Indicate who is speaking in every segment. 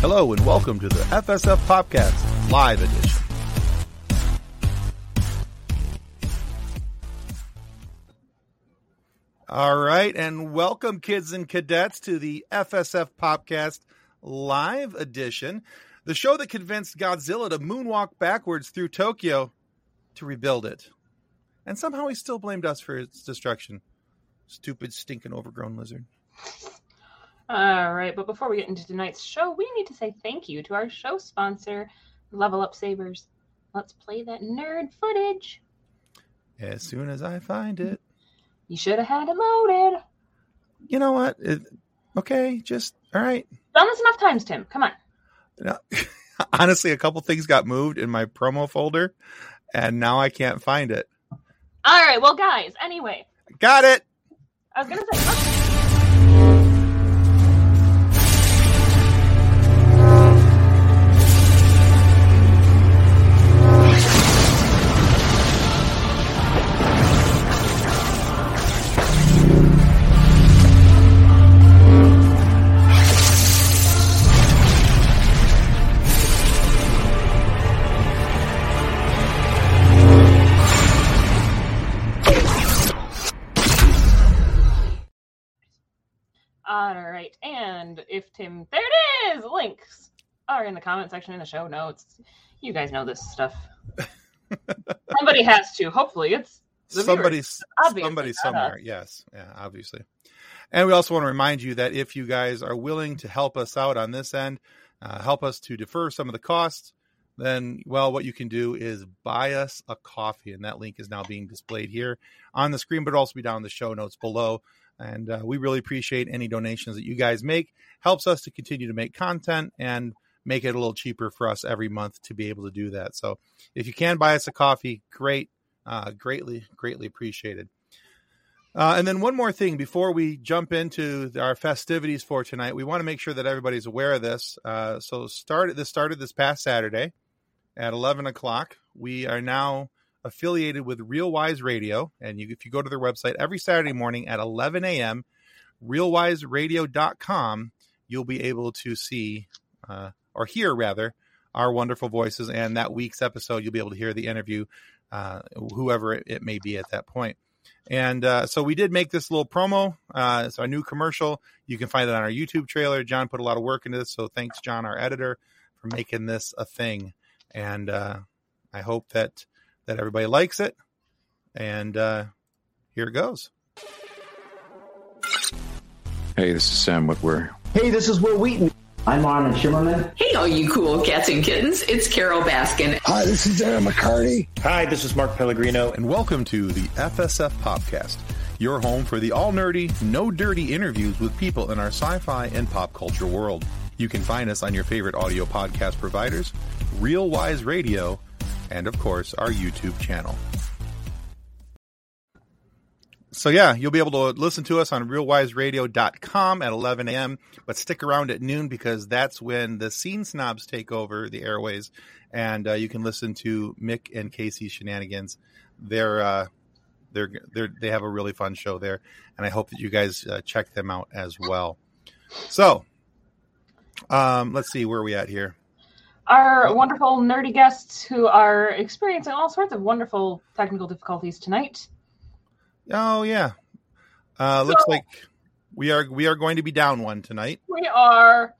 Speaker 1: Hello and welcome to the FSF Podcast Live Edition. All right, and welcome, kids and cadets, to the FSF Podcast Live Edition, the show that convinced Godzilla to moonwalk backwards through Tokyo to rebuild it. And somehow he still blamed us for its destruction. Stupid, stinking, overgrown lizard.
Speaker 2: All right, but before we get into tonight's show, we need to say thank you to our show sponsor, Level Up Sabers. Let's play that nerd footage.
Speaker 1: As soon as I find it.
Speaker 2: You should have had it loaded.
Speaker 1: you know what? It, okay, just all right.
Speaker 2: Done this enough times, Tim. Come on.
Speaker 1: No- Honestly, a couple things got moved in my promo folder, and now I can't find it.
Speaker 2: All right, well, guys. Anyway,
Speaker 1: Got it.
Speaker 2: I was gonna say. All right, and if Tim, there it is. Links are in the comment section in the show notes. You guys know this stuff. Somebody has to. Hopefully, it's The viewers.
Speaker 1: Somebody's
Speaker 2: Obviously,
Speaker 1: somebody
Speaker 2: not
Speaker 1: somewhere. Yes, yeah, obviously. And we also want to remind you that if you guys are willing to help us out on this end, uh, help us to defer some of the costs, then well, what you can do is buy us a coffee, and that link is now being displayed here on the screen, but it'll also be down in the show notes below. And uh, we really appreciate any donations that you guys make. Helps us to continue to make content and make it a little cheaper for us every month to be able to do that. So if you can buy us a coffee, great uh, greatly, greatly appreciated. Uh, and then one more thing before we jump into our festivities for tonight, we want to make sure that everybody's aware of this. Uh, so started this started this past Saturday at eleven o'clock. We are now affiliated with Real Wise Radio, and you, if you go to their website every Saturday morning at eleven a.m., realwiseradio.com, you'll be able to see uh, or hear rather our wonderful voices. And that week's episode, you'll be able to hear the interview uh, whoever it, it may be at that point. And uh, so we did make this little promo. Uh, it's our new commercial. You can find it on our YouTube trailer. John put a lot of work into this. So thanks, John, our editor, for making this a thing. And uh, I hope that that everybody likes it. And uh, here it goes.
Speaker 3: Hey, this is Sam Whitwer.
Speaker 4: Hey, this is Will Wheaton. I'm Armin Shimmerman.
Speaker 5: Hey, all you cool cats and kittens, it's Carol Baskin.
Speaker 6: Hi, this is Darren McCarty.
Speaker 7: Hi, this is Mark Pellegrino.
Speaker 1: and welcome to the FSF Podcast, your home for the all nerdy, no dirty interviews with people in our sci fi and pop culture world. You can find us on your favorite audio podcast providers, Real Wise Radio, and of course, our YouTube channel. So, yeah, you'll be able to listen to us on realwiseradio.com at 11 a.m., but stick around at noon because that's when the scene snobs take over the airways, and uh, you can listen to Mick and Casey shenanigans they're uh they're they're they have a really fun show there and i hope that you guys uh, check them out as well so um let's see where are we at here
Speaker 2: our wonderful nerdy guests who are experiencing all sorts of wonderful technical difficulties tonight.
Speaker 1: oh yeah uh looks like we are we are going to be down one tonight
Speaker 2: We are.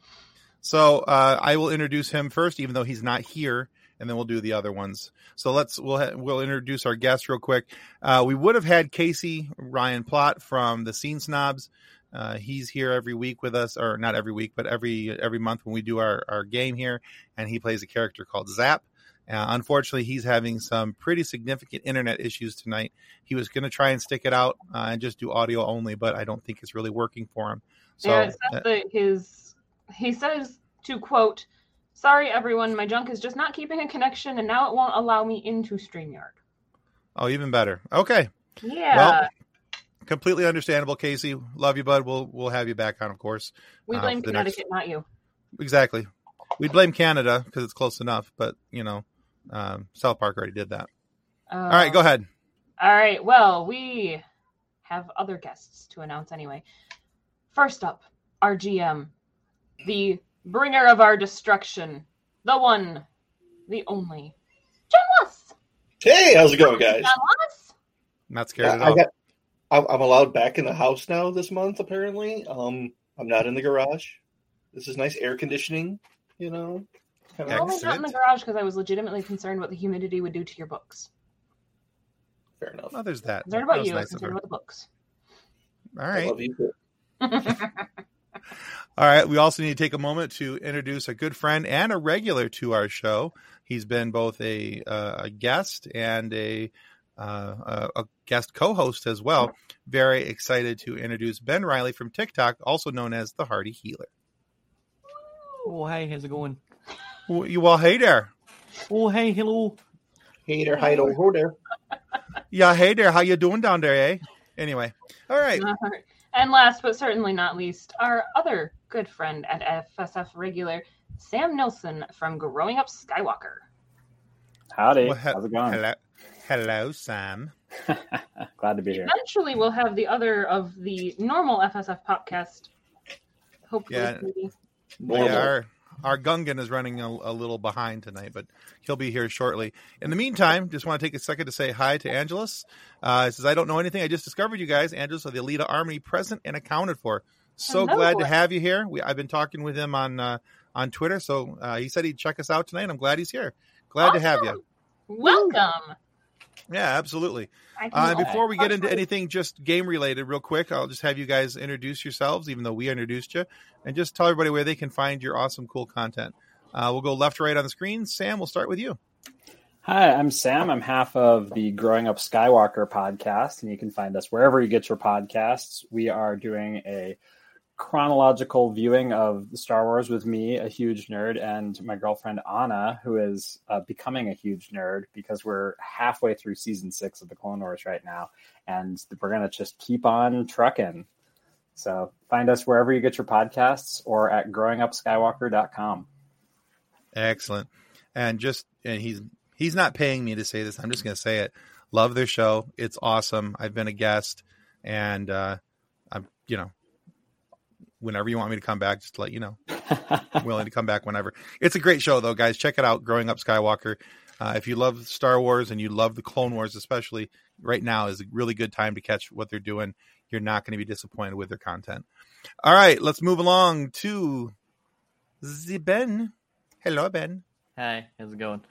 Speaker 1: so uh i will introduce him first even though he's not here and then we'll do the other ones so let's we'll ha- we'll introduce our guests real quick uh we would have had casey ryan plot from the scene snobs Uh, he's here every week with us, or not every week, but every every month when we do our, our game here, and he plays a character called Zap. Uh, unfortunately, he's having some pretty significant internet issues tonight. He was going to try and stick it out uh, and just do audio only, but I don't think it's really working for him. So
Speaker 2: yeah, it says
Speaker 1: uh,
Speaker 2: that his he says to quote, "Sorry everyone, my junk is just not keeping a connection, and now it won't allow me into Streamyard."
Speaker 1: oh, even better. Okay,
Speaker 2: Yeah,
Speaker 1: Well, completely understandable, Casey. Love you, bud. We'll we'll have you back on, of course.
Speaker 2: we
Speaker 1: uh,
Speaker 2: blame
Speaker 1: for the next-
Speaker 2: Connecticut, not you.
Speaker 1: Exactly. We blame Canada because it's close enough, but you know, um, South Park already did that.
Speaker 2: Uh,
Speaker 1: All right, go ahead.
Speaker 2: All right. Well, we have other guests to announce anyway. First up, our GM, the bringer of our destruction, the one, the only, John Wass.
Speaker 8: Hey, how's it going, guys?
Speaker 2: John Wass.
Speaker 1: Not scared
Speaker 8: I,
Speaker 1: at
Speaker 8: I
Speaker 1: all.
Speaker 8: got, I'm I'm allowed back in the house now this month. Apparently, um, I'm not in the garage. This is nice air conditioning. You know, Kinda-
Speaker 2: Only not in the
Speaker 1: Excellent.
Speaker 2: garage because I was legitimately concerned what the humidity would do to your books.
Speaker 8: fair enough.
Speaker 1: Oh, there's that.
Speaker 2: Concerned
Speaker 1: That
Speaker 2: about
Speaker 1: was
Speaker 2: you,
Speaker 1: nice of
Speaker 2: concerned
Speaker 1: her.
Speaker 2: about the books.
Speaker 1: All
Speaker 8: I
Speaker 1: right.
Speaker 8: love you. too.
Speaker 1: All right. We also need to take a moment to introduce a good friend and a regular to our show. He's been both a, uh, a guest and a, uh, a a guest co-host as well. Very excited to introduce Ben Riley from TikTok, also known as the Hardy Healer.
Speaker 9: Oh, hey, how's it going?
Speaker 1: Well, You all, hey there.
Speaker 9: Oh, hey, hello.
Speaker 8: Hey there, hi there, ho there.
Speaker 1: Yeah, hey there. How you doing down there, eh? Anyway, all right.
Speaker 2: Alright. And last but certainly not least, our other good friend and FSF regular, Sam Nilsson from Growing Up Skywalker.
Speaker 10: Howdy.
Speaker 1: Well, he-
Speaker 10: How's it going?
Speaker 1: Hello, hello, Sam.
Speaker 10: Glad to be here.
Speaker 2: Eventually, we'll have the other of the normal FSF podcast. Hopefully,
Speaker 1: Yeah.
Speaker 2: maybe.
Speaker 8: Normal.
Speaker 1: Yeah, our, our Gungan is running a, a little behind tonight, but he'll be here shortly. In the meantime, just want to take a second to say hi to Angelus. Uh, he says, I don't know anything. I just discovered you guys. Angelus of the Alita Army, present and accounted for. So
Speaker 2: Hello.
Speaker 1: glad to have you here. We, I've been talking with him on uh, on Twitter, so uh, he said he'd check us out tonight. I'm glad he's here. Glad to have you.
Speaker 2: Awesome. Welcome.
Speaker 1: Yeah, absolutely.
Speaker 2: I can
Speaker 1: Uh,
Speaker 2: only
Speaker 1: before we get into
Speaker 2: partially-
Speaker 1: anything just game related, real quick, I'll just have you guys introduce yourselves, even though we introduced you, and just tell everybody where they can find your awesome, cool content. Uh, we'll go left to right on the screen. Sam, we'll start with you.
Speaker 10: Hi, I'm Sam. I'm half of the Growing Up Skywalker podcast, and you can find us wherever you get your podcasts. We are doing a chronological viewing of Star Wars with me, a huge nerd, and my girlfriend Anna, who is uh, becoming a huge nerd because we're halfway through season six of The Clone Wars right now, and we're going to just keep on trucking. So find us wherever you get your podcasts or at growingupskywalker.com.
Speaker 1: Excellent. And just and he's he's not paying me to say this. I'm just going to say it. Love their show. It's awesome. I've been a guest, and uh, I'm you know, whenever you want me to come back, just let you know. I'm willing to come back whenever. It's a great show though, guys. Check it out. Growing up Skywalker. Uh, if you love Star Wars and you love the Clone Wars, especially right now, is a really good time to catch what they're doing. You're not going to be disappointed with their content. All right, let's move along to the Ben. Hello, Ben.
Speaker 9: Hey, how's it going?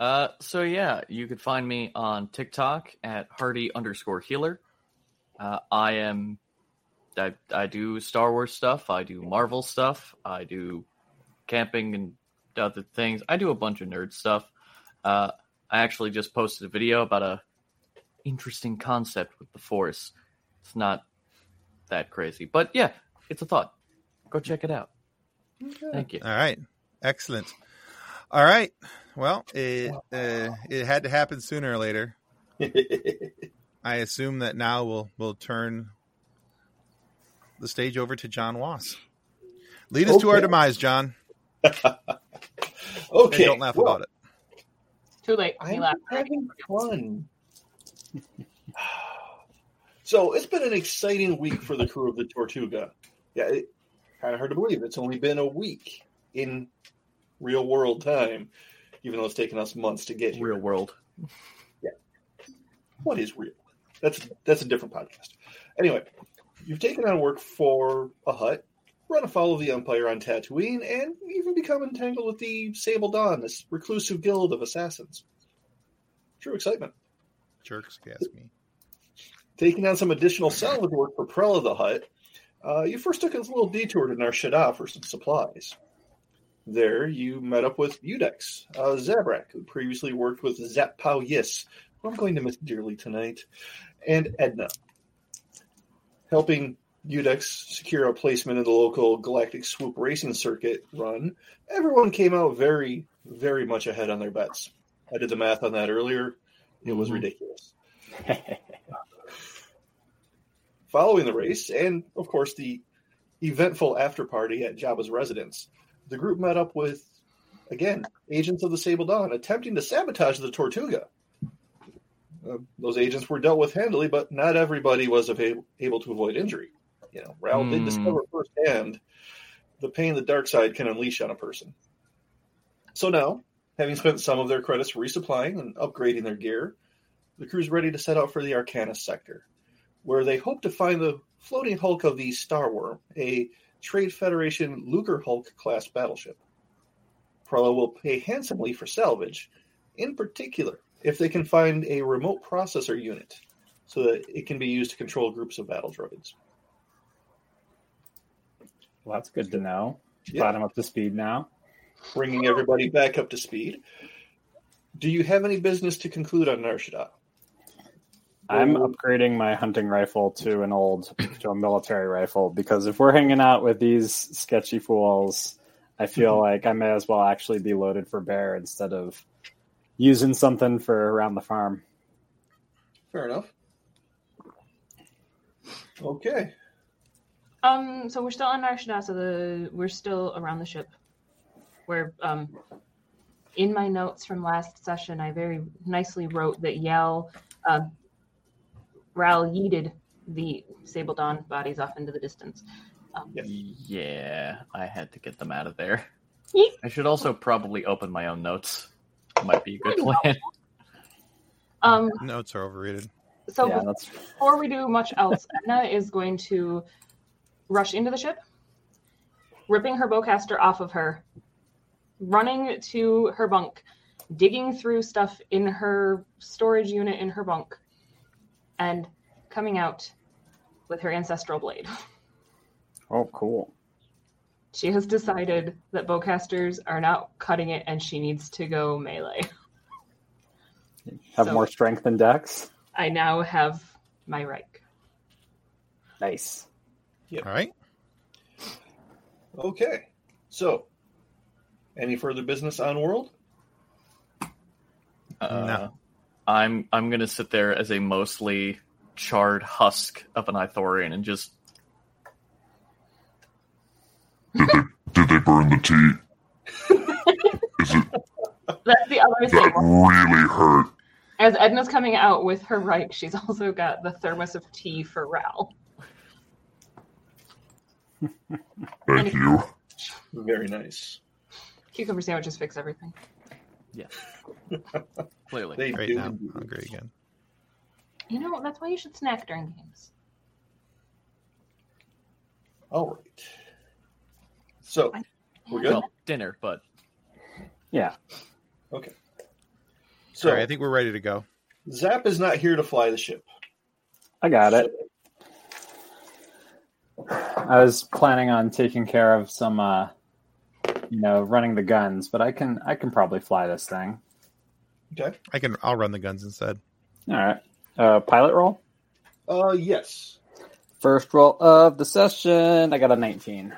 Speaker 9: Uh, so yeah, you could find me on TikTok at Hardy underscore Healer. Uh, I am, I I do Star Wars stuff. I do Marvel stuff. I do camping and other things. I do a bunch of nerd stuff. Uh, I actually just posted a video about a interesting concept with the Force. It's not that crazy, but yeah, it's a thought. Go check it out. Thank you.
Speaker 1: All right. Excellent. All right. Well, it uh, it had to happen sooner or later. I assume that now we'll we'll turn the stage over to John Wass. Lead us to our
Speaker 8: Okay.
Speaker 1: demise, John.
Speaker 8: okay.
Speaker 1: And don't laugh about it.
Speaker 2: Too late. He
Speaker 8: I'm
Speaker 2: left.
Speaker 8: having fun. so it's been an exciting week for the crew of the Tortuga. Yeah, it, kind of hard to believe it's only been a week in real world time, even though it's taken us months to get here.
Speaker 9: Real world.
Speaker 8: What is real? That's that's a different podcast. Anyway, you've taken on work for a hut, run a follow the umpire on Tatooine, and even become entangled with the Sable Dawn, this reclusive guild of assassins. True excitement.
Speaker 1: Jerks, if you ask me.
Speaker 8: taking on some additional salvage work for Prella the Hut, uh, you first took a little detour to Nar Shaddaa for some supplies. There, you met up with Udex, uh, Zabrak, who previously worked with Zap Pow Yis, who I'm going to miss dearly tonight, and Edna, helping Udex secure a placement in the local Galactic Swoop Racing Circuit run. Everyone came out very, very much ahead on their bets. I did the math on that earlier. It was
Speaker 9: Mhm.
Speaker 8: ridiculous. Following the race, and of course the eventful after party at Jabba's residence, the group met up with, again, agents of the Sable Dawn attempting to sabotage the Tortuga. Uh, those agents were dealt with handily, but not everybody was avail- able to avoid injury. You know, Raoul did
Speaker 9: Hmm.
Speaker 8: discover firsthand the pain the dark side can unleash on a person. So now, having spent some of their credits resupplying and upgrading their gear, the crew's ready to set out for the Arcana sector, where they hope to find the floating hulk of the Starworm, a Trade Federation Luger Hulk class battleship. Prella will pay handsomely for salvage, in particular, if they can find a remote processor unit so that it can be used to control groups of battle droids.
Speaker 10: Well, that's good to know.
Speaker 8: Yeah.
Speaker 10: Brought him up to speed now.
Speaker 8: Bringing everybody back up to speed. Do you have any business to conclude on Narshada?
Speaker 10: I'm upgrading my hunting rifle to an old to a military rifle because if we're hanging out with these sketchy fools, I feel like I may as well actually be loaded for bear instead of using something for around the farm.
Speaker 8: Fair enough. Okay.
Speaker 2: Um, so we're still on Narshada, so the we're still around the ship. Where um in my notes from last session I very nicely wrote that Yell um Ral yeeted the Sable Dawn bodies off into the distance. Um,
Speaker 8: Yeah.
Speaker 9: Yeah, I had to get them out of there.
Speaker 2: Yeet.
Speaker 9: I should also probably open my own notes. Might be a good plan.
Speaker 2: um,
Speaker 1: Notes are overrated.
Speaker 2: so
Speaker 10: yeah, that's
Speaker 2: before we do much else, Edna is going to rush into the ship, ripping her bowcaster off of her, running to her bunk, digging through stuff in her storage unit in her bunk, and coming out with her ancestral blade.
Speaker 10: oh cool.
Speaker 2: She has decided that bowcasters are not cutting it and she needs to go melee.
Speaker 10: Have
Speaker 2: So-
Speaker 10: more strength than dex.
Speaker 2: I now have my Reich.
Speaker 10: Nice.
Speaker 1: All right.
Speaker 8: Okay. So, any further business on world?
Speaker 9: Uh, I'm I'm gonna sit there as a mostly charred husk of an Ithorian and just
Speaker 6: Did they burn the tea?
Speaker 2: That's the other thing.
Speaker 6: That really hurt.
Speaker 2: As Edna's coming out with her Reich, she's also got the thermos of tea for Ral.
Speaker 6: Thank you.
Speaker 8: Very nice.
Speaker 2: Cucumber sandwiches fix everything.
Speaker 9: clearly
Speaker 8: They
Speaker 1: Right
Speaker 8: do.
Speaker 1: now,
Speaker 8: indeed.
Speaker 1: hungry again.
Speaker 2: You know, that's why you should snack during games.
Speaker 8: All right. So, We're good?
Speaker 9: well dinner, but
Speaker 10: Yeah.
Speaker 8: so
Speaker 1: All right, I think we're ready to go.
Speaker 8: Zap is not here to fly the ship.
Speaker 10: I got it. I was planning on taking care of some, uh, you know, running the guns, but I can I can probably fly this thing.
Speaker 8: Okay.
Speaker 1: I can. I'll run the guns instead.
Speaker 10: All right, uh, pilot roll.
Speaker 8: Uh, yes.
Speaker 10: First roll of the session. I got a nineteen.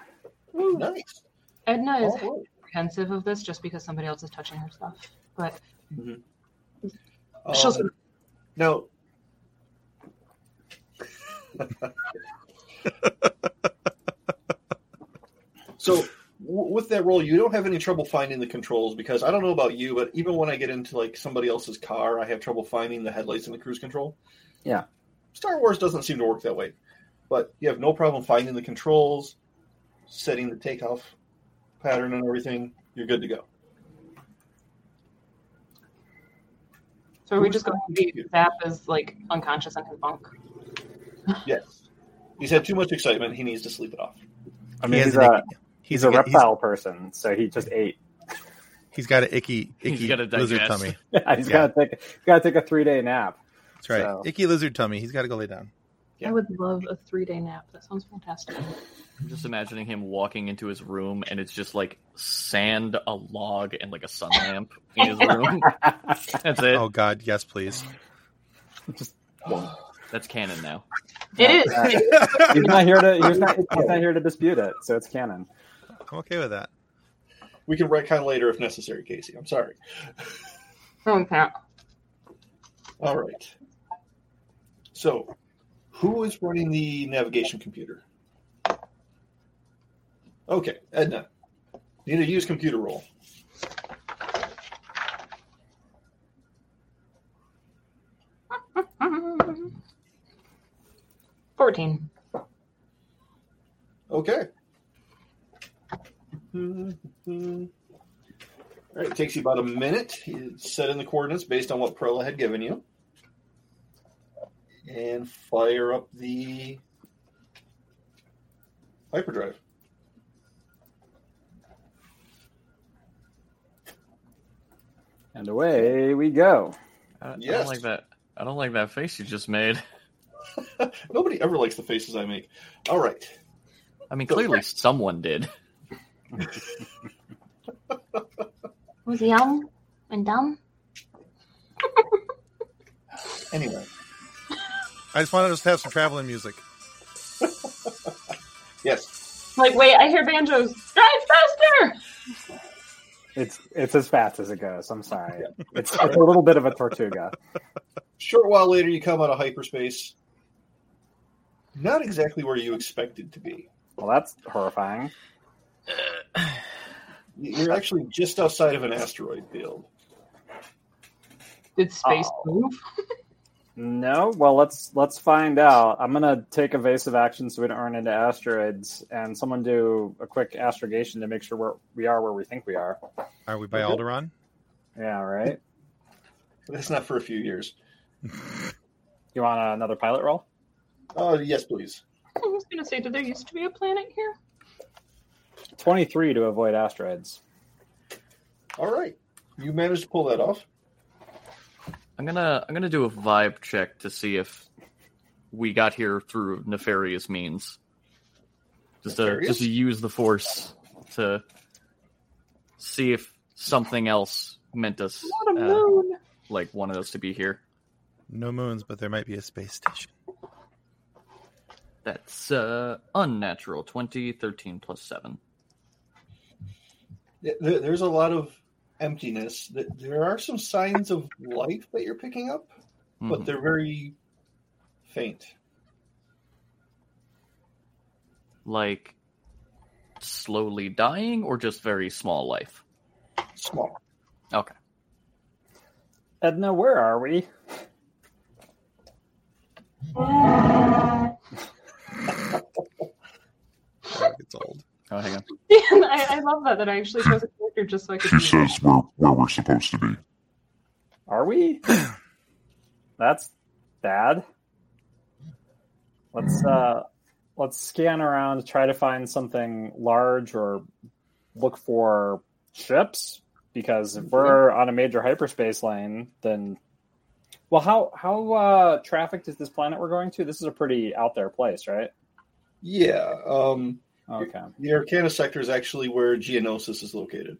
Speaker 8: Nice.
Speaker 2: Edna is
Speaker 8: All right.
Speaker 2: apprehensive of this just because somebody else is touching her stuff. But
Speaker 8: Um,
Speaker 2: she'll sort of
Speaker 8: Now, so w- with that role, you don't have any trouble finding the controls because I don't know about you, but even when I get into like somebody else's car, I have trouble finding the headlights and the cruise control.
Speaker 10: Yeah.
Speaker 8: Star Wars doesn't seem to work that way, but you have no problem finding the controls, setting the takeoff pattern and everything. You're good to go.
Speaker 2: so are we just going to be Zap is like unconscious on his bunk.
Speaker 8: Yes. He's had too much excitement. He needs to sleep it off.
Speaker 10: I mean,
Speaker 1: He has
Speaker 10: he's
Speaker 1: an
Speaker 10: a
Speaker 1: icky-
Speaker 10: he's a
Speaker 1: got-
Speaker 10: reptile person, so he just ate.
Speaker 1: he's got an icky, icky
Speaker 9: He's gotta
Speaker 1: lizard
Speaker 9: digest.
Speaker 1: tummy.
Speaker 10: he's got to take he's got to take a three day nap.
Speaker 1: That's right.
Speaker 10: So-
Speaker 1: Icky lizard tummy. He's got to go lay down.
Speaker 8: Yeah.
Speaker 2: I would love a three day nap. That sounds fantastic.
Speaker 9: I'm just imagining him walking into his room and it's just like sand, a log, and like a sun lamp in his room.
Speaker 10: Uh,
Speaker 9: That's it.
Speaker 1: Oh God, yes, please.
Speaker 9: That's canon now.
Speaker 2: It is.
Speaker 10: He's not here to he's not, he's not here to dispute it, so it's canon.
Speaker 1: I'm okay with that.
Speaker 8: We can retcon later if necessary, Casey. I'm sorry.
Speaker 2: Oh, yeah.
Speaker 8: All right. So, who is running the navigation computer? Okay, Edna. Need a use computer roll.
Speaker 2: Mm. 14.
Speaker 8: Okay. All right, it takes you about a minute. You set in the coordinates based on what Prola had given you. And fire up the hyperdrive.
Speaker 10: And away we go.
Speaker 9: I, I
Speaker 8: Yes.
Speaker 9: don't like that. I don't like that face you just made.
Speaker 8: Nobody ever likes the faces I make. All right.
Speaker 9: I mean, clearly someone did.
Speaker 2: Was young and dumb.
Speaker 8: Anyway,
Speaker 1: I just want to just have some traveling music.
Speaker 8: yes.
Speaker 2: Like, wait, I hear banjos. Drive faster!
Speaker 10: It's it's as fast as it goes. I'm sorry. It's, it's a little bit of a tortuga.
Speaker 8: Short while later, you come out of hyperspace. Not exactly where you expected to be.
Speaker 10: Well, that's horrifying.
Speaker 8: You're actually just outside of an asteroid field.
Speaker 2: Did space
Speaker 10: Oh.
Speaker 2: move?
Speaker 10: No, well let's let's find out. I'm gonna take evasive action so we don't run into asteroids, and someone do a quick astrogation to make sure we're, we are where we think we are.
Speaker 1: Are we by
Speaker 8: Okay.
Speaker 1: Alderaan?
Speaker 10: Yeah, right.
Speaker 8: That's not for a few years.
Speaker 10: You want another pilot roll?
Speaker 8: Oh, yes, please.
Speaker 2: I was gonna say, did there used to be a planet here?
Speaker 10: Twenty three to avoid asteroids.
Speaker 8: All right. You managed to pull that off.
Speaker 9: I'm gonna I'm gonna do a vibe check to see if we got here through nefarious means. Just to
Speaker 8: Nefarious?
Speaker 9: just to use the force to see if something else meant us
Speaker 2: What a
Speaker 9: uh,
Speaker 2: moon!
Speaker 9: like wanted us to be here.
Speaker 1: No moons, but there might be a space station.
Speaker 9: That's uh unnatural. 20, 13 plus seven.
Speaker 8: Th- th- There's a lot of emptiness. Th- There are some signs of life that you're picking up, but
Speaker 9: Mhm.
Speaker 8: they're very faint.
Speaker 9: like slowly dying or just very small life.
Speaker 8: Small.
Speaker 9: Okay.
Speaker 10: Edna, where are we?
Speaker 1: Oh, it's old.
Speaker 9: Oh, hang on.
Speaker 2: Dan, I, I love that that I actually chose a character just so I could.
Speaker 6: She
Speaker 2: do that.
Speaker 6: says we're where we're supposed to be.
Speaker 10: Are we? That's bad. Let's uh let's scan around, try to find something large or look for ships because if we're on a major hyperspace lane, then well how how uh trafficked is this planet we're going to? This is a pretty out there place, right?
Speaker 8: Yeah. Um,
Speaker 10: Okay.
Speaker 8: the Arcana sector is actually where Geonosis is located.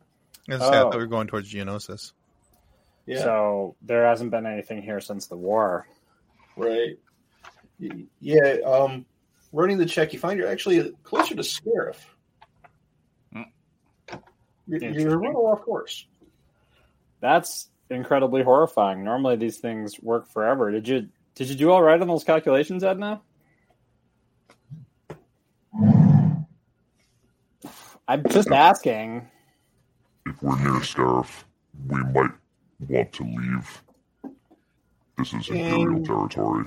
Speaker 1: I was gonna say, I
Speaker 10: Oh.
Speaker 1: thought we were going towards Geonosis.
Speaker 8: Yeah.
Speaker 10: So there hasn't been anything here since the war.
Speaker 8: Right. Y- Yeah. Um, running the check, you find you're actually closer to Scarif.
Speaker 9: Hmm.
Speaker 8: You're, you're
Speaker 10: Interesting.
Speaker 8: running off course.
Speaker 10: That's incredibly horrifying. Normally these things work forever. Did you did you do all right on those calculations, Edna? I'm just asking.
Speaker 6: If we're near Scarif, we might want to leave. This is Imperial
Speaker 8: Mm.
Speaker 6: territory.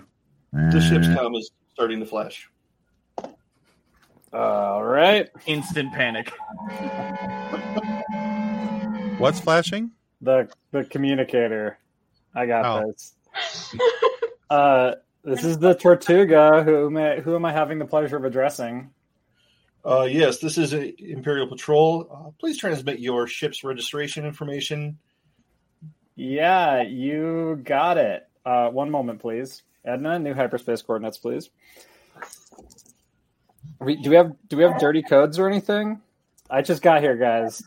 Speaker 8: The ship's
Speaker 6: Mm,
Speaker 8: com is starting to flash.
Speaker 10: All right.
Speaker 9: Instant panic.
Speaker 1: What's flashing?
Speaker 10: The the communicator. I got
Speaker 1: Oh.
Speaker 10: this. Uh this is the Tortuga who may, who am I having the pleasure of addressing?
Speaker 8: Uh, yes, this is a Imperial Patrol. Uh, please transmit your ship's registration information.
Speaker 10: Yeah, you got it. Uh, one moment, please. Edna, new hyperspace coordinates, please. We, do we have do we have dirty codes or anything? I just got here, guys.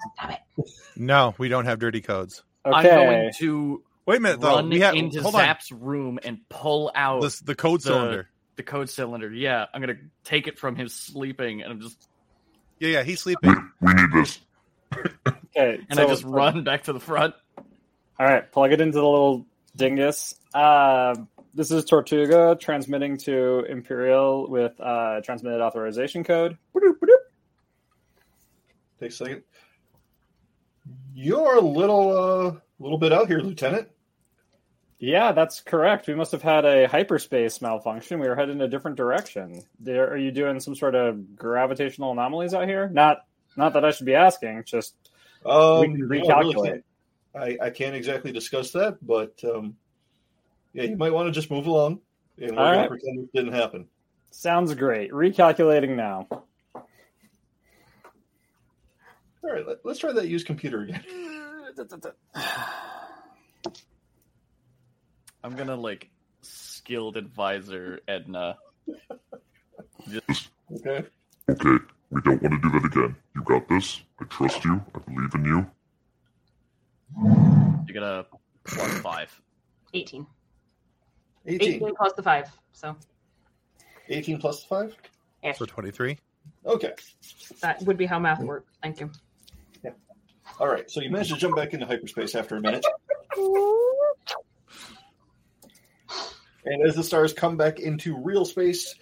Speaker 1: No, we don't have dirty codes.
Speaker 10: Okay.
Speaker 9: I'm going to
Speaker 1: Wait a minute, though.
Speaker 9: run
Speaker 1: we have
Speaker 9: into
Speaker 1: hold
Speaker 9: Zap's room and pull out
Speaker 1: on. This, the code
Speaker 9: the-
Speaker 1: cylinder.
Speaker 9: the code cylinder. Yeah, I'm gonna take it from him sleeping, and I'm just
Speaker 1: Yeah, yeah. He's
Speaker 6: we,
Speaker 1: sleeping.
Speaker 6: we need this.
Speaker 10: okay.
Speaker 9: and I
Speaker 10: so-
Speaker 9: just run back to the front.
Speaker 10: All right, plug it into the little dingus. Uh, this is Tortuga transmitting to Imperial with uh, transmitted authorization code. Ba-doop, ba-doop.
Speaker 8: Take a second. You're a little, uh, little bit out here, Lieutenant.
Speaker 10: Yeah, that's correct. We must have had a hyperspace malfunction. We were headed in a different direction. There, are you doing some sort of gravitational anomalies out here? Not Not that I should be asking, just
Speaker 8: Um,
Speaker 10: We can
Speaker 8: no, I really
Speaker 10: recalculate.
Speaker 8: can't- I, I can't exactly discuss that, but um, yeah, you might want to just move along, and we're
Speaker 10: All
Speaker 8: going
Speaker 10: right.
Speaker 8: to pretend it didn't happen.
Speaker 10: sounds great. Recalculating now.
Speaker 8: All right, let, us try that used computer again.
Speaker 9: I'm gonna like skilled advisor Edna.
Speaker 8: Okay,
Speaker 6: Okay, we don't want to do that again. You got this. I trust you. I believe in you.
Speaker 9: You got a plus five.
Speaker 2: 18.
Speaker 8: 18.
Speaker 2: 18 plus the 5. So
Speaker 8: 18 plus 5?
Speaker 2: yeah,
Speaker 1: So 23.
Speaker 8: Okay.
Speaker 2: that would be how math works. Thank you.
Speaker 8: All right, so you managed to jump back into hyperspace after a minute. And as the stars come back into real space,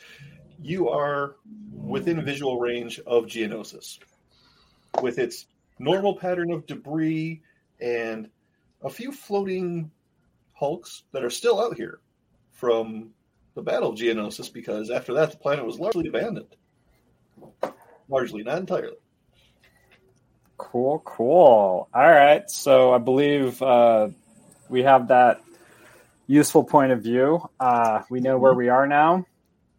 Speaker 8: you are within visual range of Geonosis. With its normal pattern of debris and a few floating hulks that are still out here from the Battle of Geonosis, because after that, the planet was largely abandoned. Largely, not entirely.
Speaker 10: Cool, cool. All right. So I believe uh, we have that useful point of view. Uh, we know where we are now.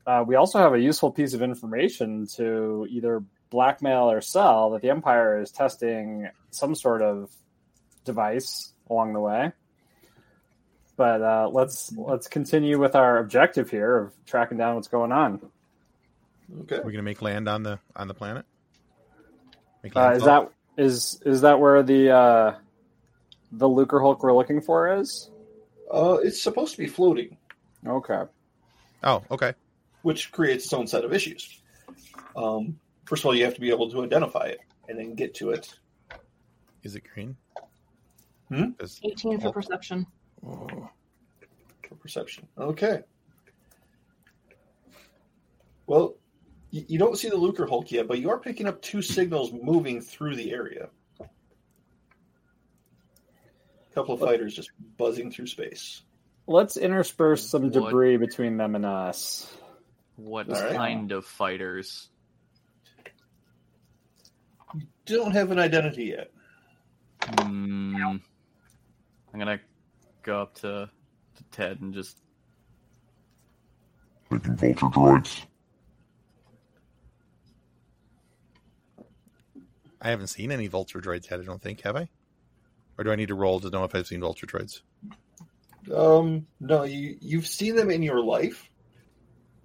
Speaker 10: Uh, we also have a useful piece of information to either blackmail or sell that the Empire is testing some sort of device along the way. But uh, let's let's continue with our objective here of tracking down what's going on.
Speaker 8: Okay.
Speaker 1: We're gonna make land on the on the planet. Make
Speaker 10: Uh, is
Speaker 1: landfall?
Speaker 10: that is is that where the uh, the Lucre Hulk we're looking for is?
Speaker 8: Uh, it's supposed to be floating,
Speaker 10: Okay.
Speaker 1: Oh, okay.
Speaker 8: which creates its own set of issues. Um, first of all, you have to be able to identify it and then get to it.
Speaker 1: Is it green?
Speaker 8: Hmm?
Speaker 1: Is-
Speaker 2: 18 for
Speaker 1: Oh.
Speaker 2: perception.
Speaker 8: for perception. Okay. Well, you, you don't see the Lucre Hulk yet, but you are picking up two signals moving through the area. A couple of fighters just buzzing through space.
Speaker 10: Let's intersperse some
Speaker 9: What?
Speaker 10: debris between them and us.
Speaker 9: What
Speaker 8: All right.
Speaker 9: kind of fighters?
Speaker 8: Don't have an identity yet.
Speaker 9: Mm, I'm gonna go up to, to Ted and just
Speaker 6: Thinking vulture droids.
Speaker 1: I haven't seen any vulture droids yet. I don't think have I, or do I need to roll to know if I've seen vulture droids?
Speaker 8: Um, no, you you've seen them in your life.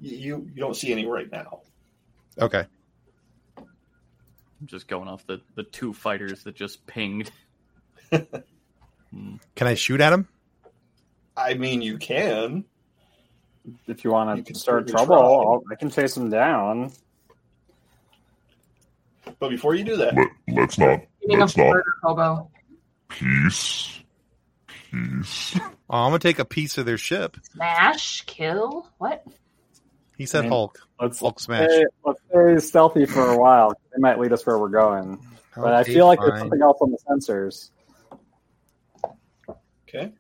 Speaker 8: You you, you don't see any right now.
Speaker 1: Okay.
Speaker 9: I'm just going off the the two fighters that just pinged.
Speaker 1: Can I shoot at them?
Speaker 8: I mean, you can.
Speaker 10: If you
Speaker 8: You
Speaker 10: want
Speaker 8: can
Speaker 10: to start
Speaker 8: certainly
Speaker 10: trouble, I'll,
Speaker 8: try.
Speaker 10: I can chase them down.
Speaker 8: But before you do that,
Speaker 6: Let, let's not.
Speaker 2: Being a
Speaker 6: Let's not.
Speaker 2: murder hobo.
Speaker 6: Peace. Peace.
Speaker 1: Oh, I'm gonna take a piece of their ship.
Speaker 2: Smash, kill, what?
Speaker 1: He said
Speaker 10: Man.
Speaker 1: Hulk.
Speaker 10: Let's
Speaker 1: Hulk smash.
Speaker 10: stay, let's stay stealthy for a while. They might lead us where we're going. but I
Speaker 1: Okay,
Speaker 10: feel like
Speaker 1: fine.
Speaker 10: there's something else on the sensors.
Speaker 8: okay.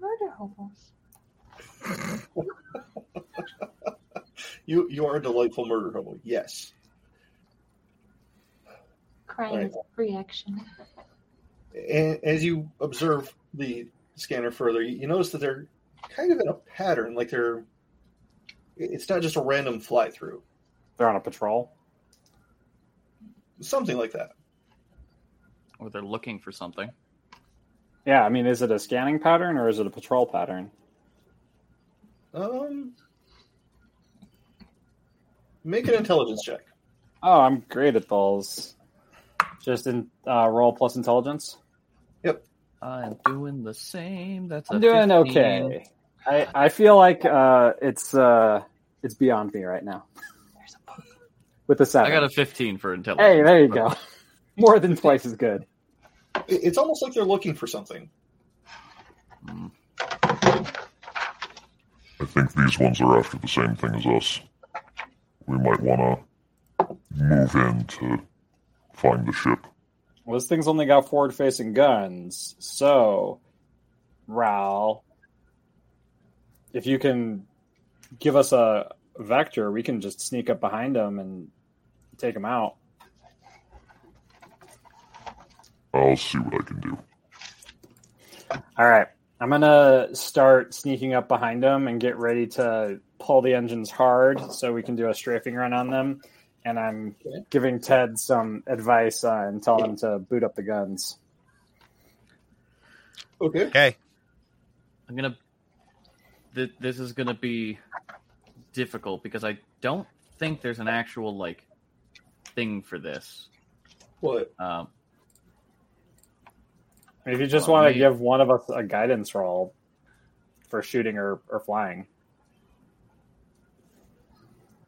Speaker 2: Murder hobos.
Speaker 8: You you are a delightful murder hobo. Yes.
Speaker 2: Crime is reaction.
Speaker 8: And as you observe the scanner further, you you notice that they're kind of in a pattern, like they're. It's not just a random fly through,
Speaker 10: They're on a patrol.
Speaker 8: something like that.
Speaker 9: Or they're looking for something.
Speaker 10: Yeah, I mean, is it a scanning pattern or is it a patrol pattern?
Speaker 8: Um, make an intelligence check.
Speaker 10: Oh, I'm great at those. Just in uh, roll plus intelligence.
Speaker 9: I'm doing the same. That's
Speaker 10: I'm
Speaker 9: a
Speaker 10: doing
Speaker 9: 15.
Speaker 10: okay. I, I feel like uh, it's uh, it's beyond me right now. With the
Speaker 9: I
Speaker 10: seven.
Speaker 9: got a 15 for intelligence.
Speaker 10: hey, there you go. More than twice as good.
Speaker 8: I- It's almost like they're looking for something.
Speaker 6: I think these ones are after the same thing as us. We might want to move in to find the ship.
Speaker 10: Well, this thing's only got forward facing guns. So, Ral, if you can give us a vector, we can just sneak up behind them and take them out.
Speaker 6: I'll see what I can do.
Speaker 10: All right. I'm going to start sneaking up behind them and get ready to pull the engines hard so we can do a strafing run on them. And I'm giving Ted some advice uh, and telling him to boot up the guns.
Speaker 8: Okay.
Speaker 1: Okay.
Speaker 9: I'm gonna. Th- this is gonna be difficult because I don't think there's an actual like thing for this.
Speaker 8: What?
Speaker 9: Um,
Speaker 10: If you just
Speaker 9: Oh,
Speaker 10: want to
Speaker 9: man.
Speaker 10: give one of us a guidance roll for shooting or, or flying,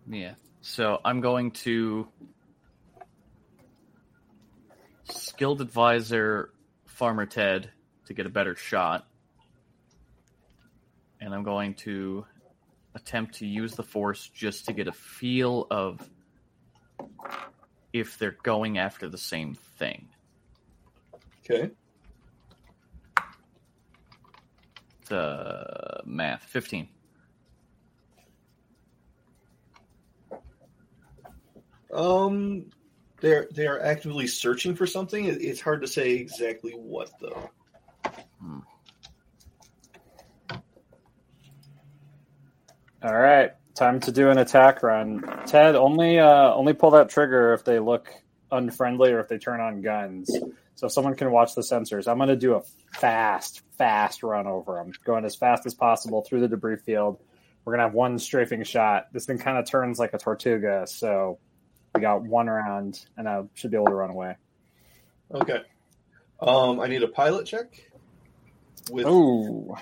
Speaker 9: yeah. So I'm going to skilled advisor farmer Ted to get a better shot, and I'm going to attempt to use the force just to get a feel of if they're going after the same thing.
Speaker 8: Okay.
Speaker 9: the math 15
Speaker 8: Um, they're they are actively searching for something. It- It's hard to say exactly what though.
Speaker 10: All right, time to do an attack run. Ted, only uh, only pull that trigger if they look unfriendly or if they turn on guns. So if someone can watch the sensors. I'm going to do a fast, fast run over them, going as fast as possible through the debris field. We're going to have one strafing shot. This thing kind of turns like a tortuga, so we got one round, and I should be able to run away.
Speaker 8: Okay. Um, I need a pilot check. With
Speaker 10: Ooh,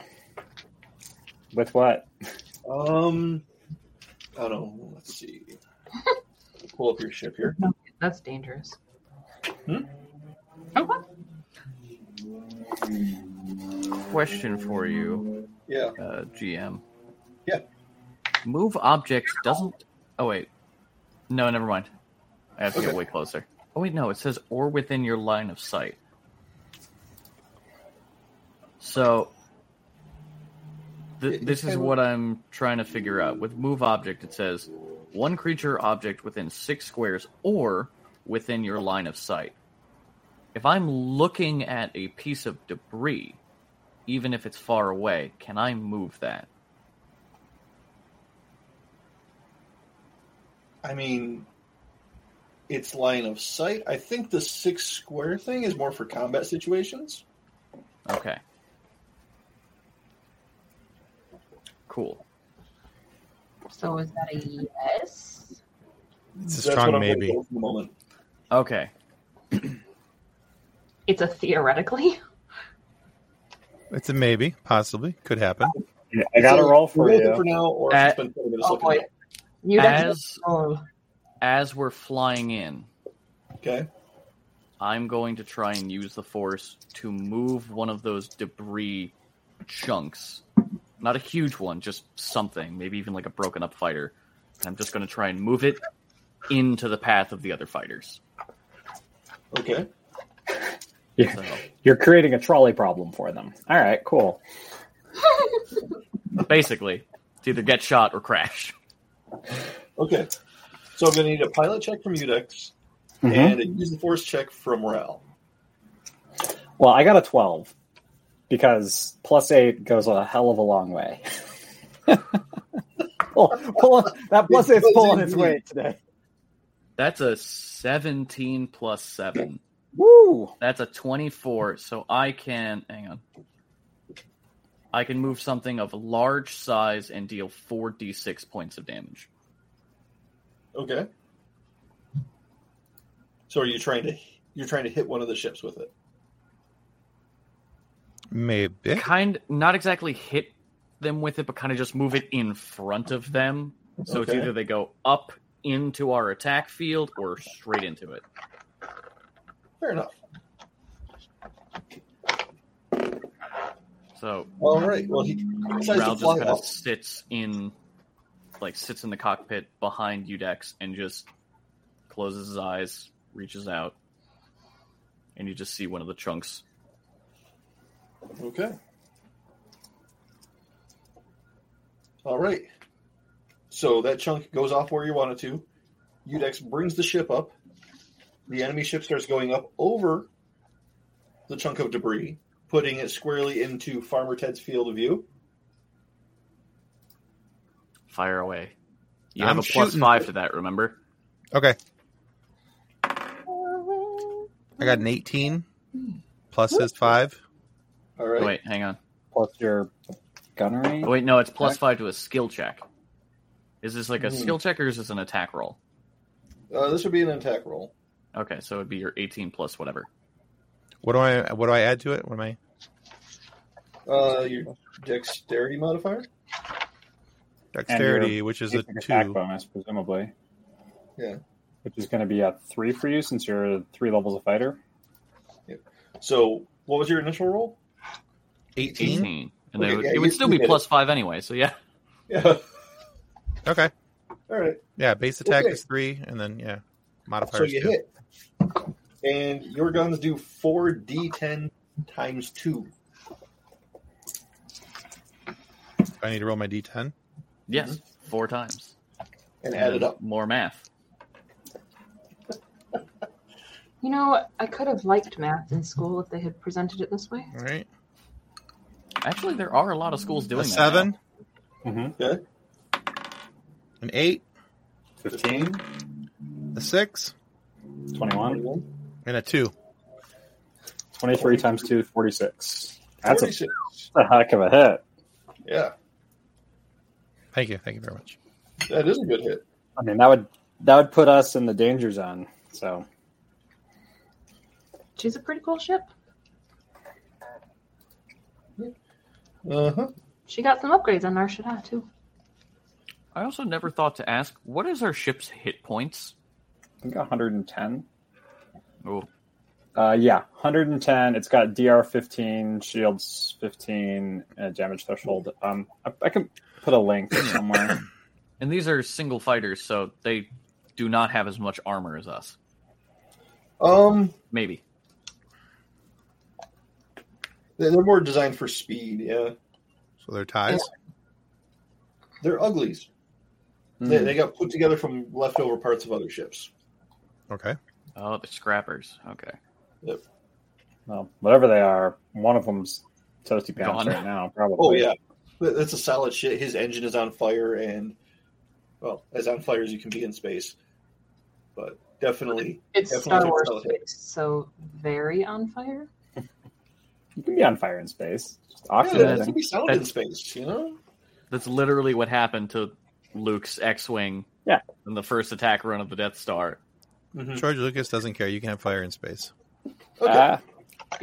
Speaker 10: with what?
Speaker 8: um, I don't know. Let's see. Pull up your ship here.
Speaker 2: That's dangerous.
Speaker 8: Hmm?
Speaker 2: Okay.
Speaker 9: question for you
Speaker 8: Yeah.
Speaker 9: uh, gm
Speaker 8: Yeah.
Speaker 9: move objects doesn't oh wait no never mind i have to get
Speaker 8: Okay.
Speaker 9: way closer oh wait no it says or within your line of sight so th-
Speaker 8: It-
Speaker 9: this
Speaker 8: it's
Speaker 9: is
Speaker 8: kinda-
Speaker 9: what i'm trying to figure out with move object it says one creature or object within six squares or within your line of sight if i'm looking at a piece of debris even if it's far away, can I move that?
Speaker 8: I mean, it's line of sight. I think the six square thing is more for combat situations.
Speaker 9: Okay. Cool.
Speaker 2: So is that a yes?
Speaker 1: It's a
Speaker 8: That's
Speaker 1: strong
Speaker 8: what I'm gonna
Speaker 1: maybe.
Speaker 8: go for the moment.
Speaker 9: Okay.
Speaker 2: It's a theoretically.
Speaker 1: It's a maybe, possibly. Could happen.
Speaker 10: I got a roll for
Speaker 8: Roll it
Speaker 10: you.
Speaker 8: For now, or
Speaker 9: Uh,
Speaker 8: it's been 20 minutes
Speaker 2: Oh
Speaker 8: looking
Speaker 2: boy.
Speaker 8: at it.
Speaker 2: You guys.
Speaker 9: As
Speaker 2: Oh,
Speaker 9: as we're flying in,
Speaker 8: Okay.
Speaker 9: I'm going to try and use the force to move one of those debris chunks. Not a huge one, just something, maybe even like a broken up fighter. I'm just going to try and move it into the path of the other fighters.
Speaker 8: Okay.
Speaker 9: So,
Speaker 10: You're creating a trolley problem for them. All right, cool.
Speaker 9: basically, it's either get shot or crash.
Speaker 8: Okay. So I'm going to need a pilot check from Udex
Speaker 10: Mhm.
Speaker 8: and a use the force check from Ral.
Speaker 10: Well, I got a 12 because plus 8 goes a hell of a long way. pull, pull, that plus
Speaker 8: It
Speaker 10: 8's
Speaker 8: does
Speaker 10: pulling its
Speaker 8: indeed.
Speaker 10: weight today.
Speaker 9: That's a 17 plus 7.
Speaker 10: Woo!
Speaker 9: That's a 24, so I can hang on. I can move something of large size and deal 4d6 points of damage.
Speaker 8: Okay. So are you trying to you're trying to hit one of the ships with it? Eh?
Speaker 1: Maybe.
Speaker 9: Kind not exactly hit them with it, but kind of just move it in front of them. So it's
Speaker 8: Okay.
Speaker 9: either they go up into our attack field or straight into it.
Speaker 8: Fair enough.
Speaker 9: So
Speaker 8: All right. Well, he decides
Speaker 9: Ral
Speaker 8: to
Speaker 9: just
Speaker 8: fly
Speaker 9: kind
Speaker 8: off.
Speaker 9: of sits in like sits in the cockpit behind Udex and just closes his eyes, reaches out, and you just see one of the chunks
Speaker 8: Okay. All right. So that chunk goes off where you want it to. Udex brings the ship up. The enemy ship starts going up over the chunk of debris, putting it squarely into Farmer Ted's field of view.
Speaker 9: Fire away. You
Speaker 1: I'm
Speaker 9: have a plus
Speaker 1: shooting.
Speaker 9: five to that, remember?
Speaker 1: Okay. I got an 18 plus his five.
Speaker 8: All right.
Speaker 9: Wait, hang on.
Speaker 10: Plus your gunnery.
Speaker 9: Wait, no, it's plus five to a skill check. Is this like a
Speaker 8: Hmm.
Speaker 9: skill check or is this an attack roll?
Speaker 8: Uh, this would be an attack roll.
Speaker 9: Okay, so it'd be your 18 plus whatever.
Speaker 1: What do I what do I add to it? What am I?
Speaker 8: Uh, your dexterity modifier?
Speaker 1: Dexterity, which is a
Speaker 10: Basic attack
Speaker 1: two.
Speaker 10: bonus, presumably.
Speaker 8: Yeah.
Speaker 10: Which is going to be a three for you since you're three levels a fighter.
Speaker 8: So, what was your initial roll?
Speaker 1: 18?
Speaker 9: 18. And
Speaker 8: Okay,
Speaker 9: they would,
Speaker 8: yeah,
Speaker 9: it
Speaker 8: you-
Speaker 9: would still
Speaker 8: you
Speaker 9: be
Speaker 8: get it. Mm-hmm.
Speaker 9: plus five anyway, so yeah.
Speaker 8: Yeah.
Speaker 1: Okay.
Speaker 8: All right.
Speaker 1: Yeah, base attack
Speaker 8: Okay.
Speaker 1: is three, and then yeah, modifiers.
Speaker 8: So you
Speaker 1: two.
Speaker 8: hit. And your guns do 4d10 times 2.
Speaker 1: I need to roll my d10.
Speaker 9: Yes, four times.
Speaker 8: And add it
Speaker 9: And
Speaker 8: up.
Speaker 9: More math.
Speaker 2: You know, I could have liked math in school if they had presented it this way.
Speaker 1: All right.
Speaker 9: Actually, there are a lot of schools doing
Speaker 1: A
Speaker 9: that.
Speaker 1: seven,
Speaker 9: now.
Speaker 10: Mm-hmm.
Speaker 1: an eight,
Speaker 10: 15,
Speaker 1: a six,
Speaker 10: 21,
Speaker 8: 21,
Speaker 1: and a two.
Speaker 10: 23 times 2, 46. That's a,
Speaker 8: 46.
Speaker 10: that's a heck of a hit.
Speaker 8: Yeah,
Speaker 1: Thank you. Thank you very much.
Speaker 8: that is a good hit.
Speaker 10: I mean, that would that would put us in the danger zone. So
Speaker 2: She's a pretty cool ship.
Speaker 8: Uh huh.
Speaker 2: She got some upgrades on Nar Shaddaa, too.
Speaker 9: I also never thought to ask what is our ship's hit points?
Speaker 10: I think 110.
Speaker 9: Oh,
Speaker 10: Uh, yeah, 110. It's got DR 15, shields 15, uh, damage threshold. Um, I, I can put a link somewhere.
Speaker 9: and these are single fighters, so they do not have as much armor as us.
Speaker 8: Um,
Speaker 9: Maybe.
Speaker 8: they're they're more designed for speed. Yeah,
Speaker 1: So they're ties.
Speaker 8: they're uglies.
Speaker 10: Hmm.
Speaker 8: They, they got put together from leftover parts of other ships.
Speaker 1: Okay.
Speaker 9: Oh, the scrappers. Okay.
Speaker 10: Well, whatever they are, one of them's toasty pants
Speaker 9: Gone.
Speaker 10: right now, probably.
Speaker 8: Oh yeah, That- that's a solid shit. His engine is on fire, and well, as on fire as you can be in space. But definitely,
Speaker 2: It's
Speaker 8: Definitely
Speaker 2: Star
Speaker 8: took
Speaker 2: Wars,
Speaker 8: solid hit.
Speaker 2: it's so very on fire.
Speaker 10: You can be on fire in space. Just
Speaker 8: yeah,
Speaker 10: oxidizing.
Speaker 8: that's be solid in
Speaker 9: That's-
Speaker 8: space. You know,
Speaker 9: That's literally what happened to Luke's X Wing
Speaker 10: Yeah.
Speaker 9: in the first attack run of the Death Star.
Speaker 8: Mhm.
Speaker 1: George Lucas doesn't care. You can have fire in space.
Speaker 8: Okay.
Speaker 10: Ah,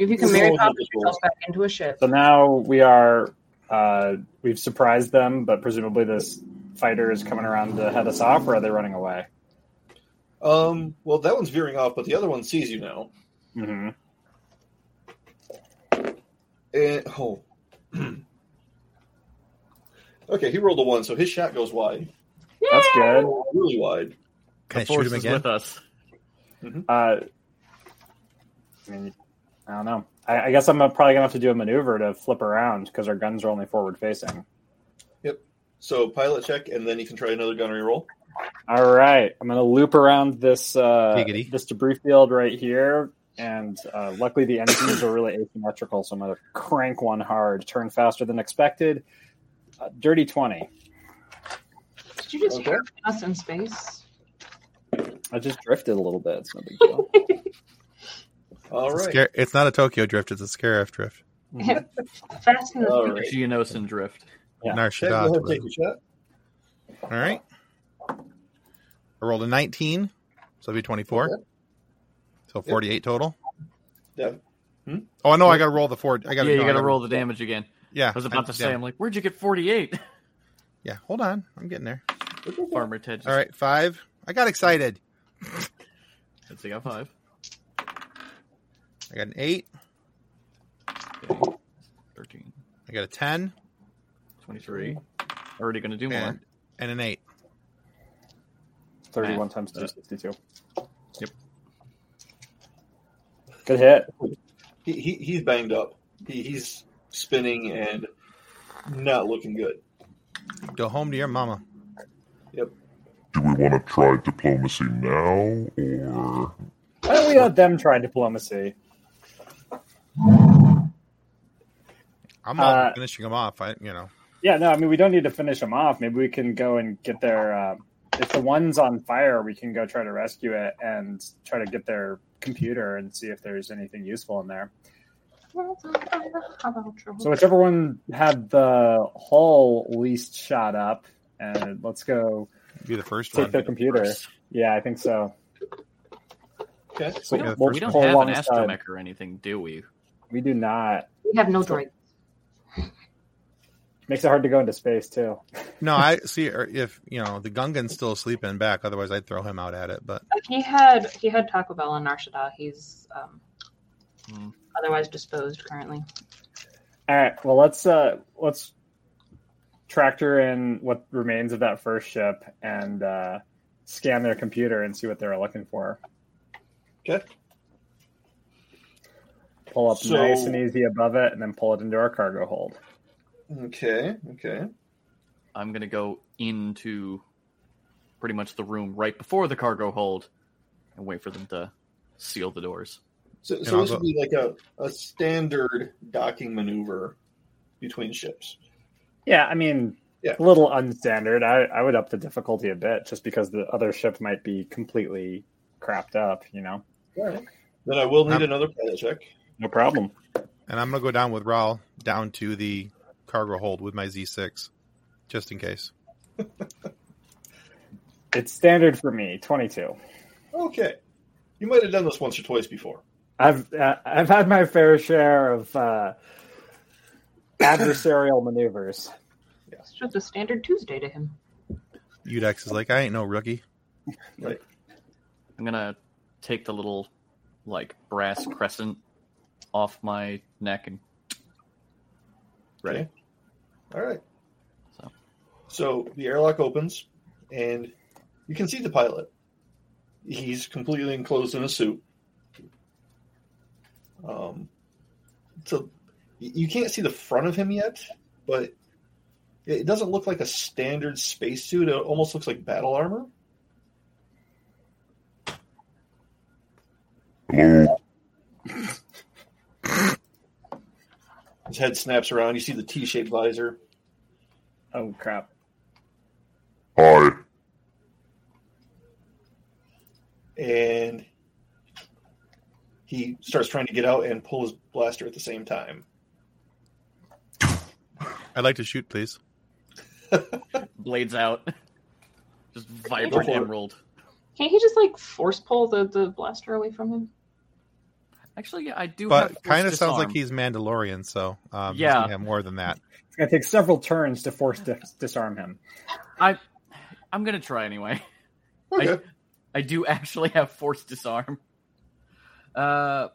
Speaker 2: If you
Speaker 8: This
Speaker 2: can
Speaker 8: is
Speaker 2: marry
Speaker 8: all
Speaker 2: Pop
Speaker 8: Lucas
Speaker 2: yourself back into a ship.
Speaker 10: so now we are, uh, we've surprised them, but presumably this fighter is coming around to head us off, or are they running away?
Speaker 8: um, well, that one's veering off, but the other one sees you now.
Speaker 10: Mm-hmm.
Speaker 8: And oh, okay, he rolled a one, so his shot goes wide,
Speaker 10: That's good.
Speaker 8: really wide.
Speaker 1: Can I
Speaker 9: the force
Speaker 1: shoot him
Speaker 9: is
Speaker 1: again?
Speaker 9: with us.
Speaker 10: Uh, I mean, I don't know. I, I guess I'm probably gonna have to do a maneuver to flip around because our guns are only forward facing.
Speaker 8: So pilot check, and then you can try another gunnery roll.
Speaker 10: All right, I'm gonna loop around this uh,
Speaker 1: Giggity.
Speaker 10: this debris field right here, and uh, luckily the engines are really asymmetrical, so I'm gonna crank one hard, turn faster than expected. Uh, dirty twenty.
Speaker 2: Did you just
Speaker 8: Okay.
Speaker 2: hear us in space?
Speaker 10: I just drifted a little bit. It's no big deal.
Speaker 8: All
Speaker 1: It's, a
Speaker 8: right.
Speaker 1: scare- it's not a Tokyo drift. It's a Scarif drift.
Speaker 2: Fast and
Speaker 8: All
Speaker 2: the
Speaker 8: right.
Speaker 9: Geonosin Drift.
Speaker 10: Yeah.
Speaker 1: Nar
Speaker 8: Check, go
Speaker 1: Shaddaa.
Speaker 8: ahead, take your shot.
Speaker 1: All right. I rolled a 19, so it'd be 24. So 48 total.
Speaker 8: Yeah. Hmm?
Speaker 1: Oh, I know. I got to roll the four. I got
Speaker 9: yeah, you got to roll the damage again.
Speaker 1: Yeah.
Speaker 9: I was about to say,
Speaker 1: yeah.
Speaker 9: I'm like, where'd you get 48?
Speaker 1: Yeah, hold on. I'm getting there.
Speaker 9: Farmer Ted. Just,
Speaker 1: All right, five. I got excited.
Speaker 9: Let's see, got five.
Speaker 1: I got an eight.
Speaker 9: Okay. 13,
Speaker 1: I got a 10
Speaker 9: 23. Already going to do more.
Speaker 1: and, and an eight.
Speaker 10: Thirty-one times two, sixty-two.
Speaker 9: Yep.
Speaker 10: Good hit.
Speaker 8: He, he he's banged up. He, he's spinning and not looking good.
Speaker 1: Go home to your mama.
Speaker 6: Do we want to try diplomacy now, or
Speaker 10: Why don't we let them try diplomacy?
Speaker 1: I'm not
Speaker 10: Uh,
Speaker 1: finishing them off. I, you know,
Speaker 10: Yeah, no, I mean we don't need to finish them off. Maybe we can go and get their. Uh, if the one's on fire, we can go try to rescue it and try to get their computer and see if there's anything useful in there. So whichever one had the hull least shot up, and let's go
Speaker 1: be the first
Speaker 10: take
Speaker 1: one.
Speaker 10: their computer. Yeah, I think so.
Speaker 8: Okay.
Speaker 10: So
Speaker 1: We don't-
Speaker 10: we'll
Speaker 1: we
Speaker 9: We don't
Speaker 10: pull
Speaker 9: have an
Speaker 10: alongside.
Speaker 9: astromech or anything, do we?
Speaker 10: We do not.
Speaker 2: We have no droid.
Speaker 10: Makes it hard to go into space too.
Speaker 1: No, I see. or If you know the Gungan's still sleeping back, otherwise I'd throw him out at it. But
Speaker 2: He had he had Taco Bell and Narshada. He's um,
Speaker 9: Hmm.
Speaker 2: otherwise disposed currently.
Speaker 10: All right. Well, let's uh let's tractor in what remains of that first ship and uh, scan their computer and see what they're looking for.
Speaker 8: Okay.
Speaker 10: Pull up
Speaker 8: So-
Speaker 10: nice and easy above it, and then pull it into our cargo hold.
Speaker 8: Okay. Okay.
Speaker 9: I'm gonna go into pretty much the room right before the cargo hold and wait for them to seal the doors.
Speaker 8: So,
Speaker 1: I'll
Speaker 8: so this
Speaker 1: go-
Speaker 8: would be like a, a standard docking maneuver between ships.
Speaker 10: Yeah, I mean,
Speaker 8: Yeah.
Speaker 10: a little unstandard. I, I would up the difficulty a bit just because the other ship might be completely crapped up. You know,
Speaker 8: All right. Then I will need
Speaker 1: Um,
Speaker 8: another pilot check.
Speaker 10: no problem.
Speaker 1: and I'm gonna go down with Raul down to the cargo hold with my Z6, just in case.
Speaker 10: It's standard for me. Twenty two.
Speaker 8: Okay. You might have done this once or twice before.
Speaker 10: I've uh, I've had my fair share of uh, adversarial maneuvers.
Speaker 2: It's just a standard Tuesday to him.
Speaker 1: Udex is like, I ain't no rookie.
Speaker 9: I'm gonna take the little like brass crescent off my neck and ready.
Speaker 8: Okay. All right.
Speaker 9: So.
Speaker 8: So the airlock opens, and you can see the pilot. He's completely enclosed in a suit. Um, so y- you can't see the front of him yet, but it it doesn't look like a standard spacesuit. It almost looks like battle armor.
Speaker 6: Hello.
Speaker 8: His head snaps around. You see the T-shaped visor.
Speaker 10: Oh crap!
Speaker 6: Hi.
Speaker 8: and he starts trying to get out and pull his blaster at the same time.
Speaker 1: I'd like to shoot, please.
Speaker 9: blades out. Just
Speaker 8: Go
Speaker 9: vibrant
Speaker 8: for it.
Speaker 9: emerald.
Speaker 2: Can't he just like force pull the, the blaster away from him?
Speaker 9: Actually, yeah, I do.
Speaker 1: But
Speaker 9: have
Speaker 1: kind of
Speaker 9: force
Speaker 1: sounds like
Speaker 9: disarm.
Speaker 1: he's Mandalorian, so um, he's
Speaker 9: Yeah.
Speaker 1: gonna have more than that.
Speaker 10: It's gonna take several turns to force dis- disarm him.
Speaker 9: I, I'm gonna try anyway.
Speaker 8: Okay.
Speaker 9: I do actually have force disarm. Uh,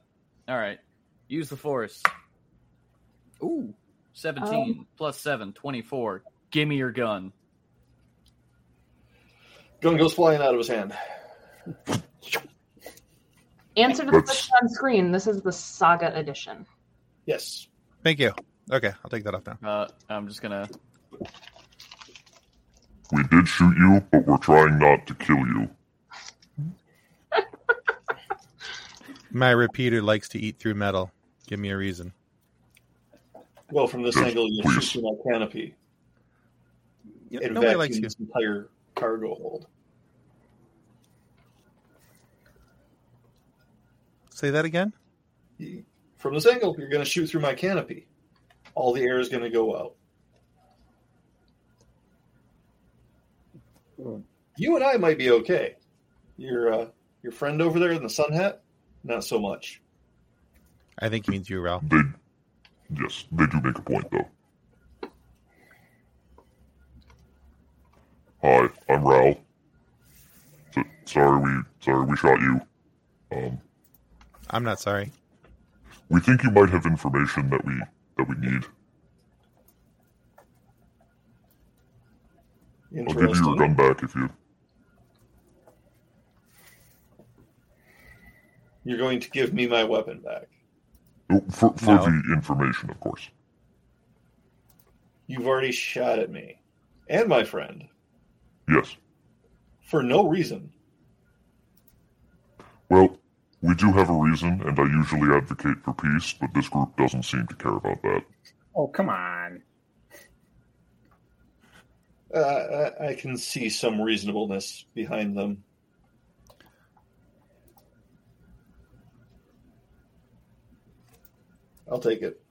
Speaker 9: all right. Use the force. Ooh, 17
Speaker 10: Um,
Speaker 9: plus 7, 24. Give me your gun.
Speaker 8: Gun goes flying out of his hand.
Speaker 2: Answer to the question on screen. This is the Saga edition.
Speaker 8: Yes.
Speaker 1: Thank you. Okay, I'll take that off now.
Speaker 9: Uh, I'm just gonna.
Speaker 6: We did shoot you, but we're trying not to kill you.
Speaker 1: My repeater likes to eat through metal. Give me a reason.
Speaker 8: Well, from this
Speaker 6: Yes,
Speaker 8: angle, you
Speaker 6: please.
Speaker 8: shoot through that canopy and
Speaker 1: Nobody likes
Speaker 8: vacuum
Speaker 1: you.
Speaker 8: this entire cargo hold.
Speaker 1: Say that again.
Speaker 8: You- From this angle, you're going to shoot through my canopy. All the air is going to go out. You and I might be okay. Your uh, your friend over there in the sun hat, not so much.
Speaker 1: I think he means you, Raul.
Speaker 6: They, yes, they do make a point though. Hi, I'm Raul. So, sorry we, sorry we shot you. Um,
Speaker 1: I'm not sorry.
Speaker 6: we think you might have information that we that we need. I'll give you your
Speaker 8: Interesting.
Speaker 6: gun back if you.
Speaker 8: You're going to give me my weapon back.
Speaker 6: oh, For, for
Speaker 1: No.
Speaker 6: the information, of course.
Speaker 8: You've already shot at me and my friend
Speaker 6: Yes.
Speaker 8: for no reason.
Speaker 6: Well, We do have a reason, and I usually advocate for peace, but this group doesn't seem to care about that.
Speaker 10: Oh, come on.
Speaker 8: Uh, I, I can see some reasonableness behind them. I'll take it.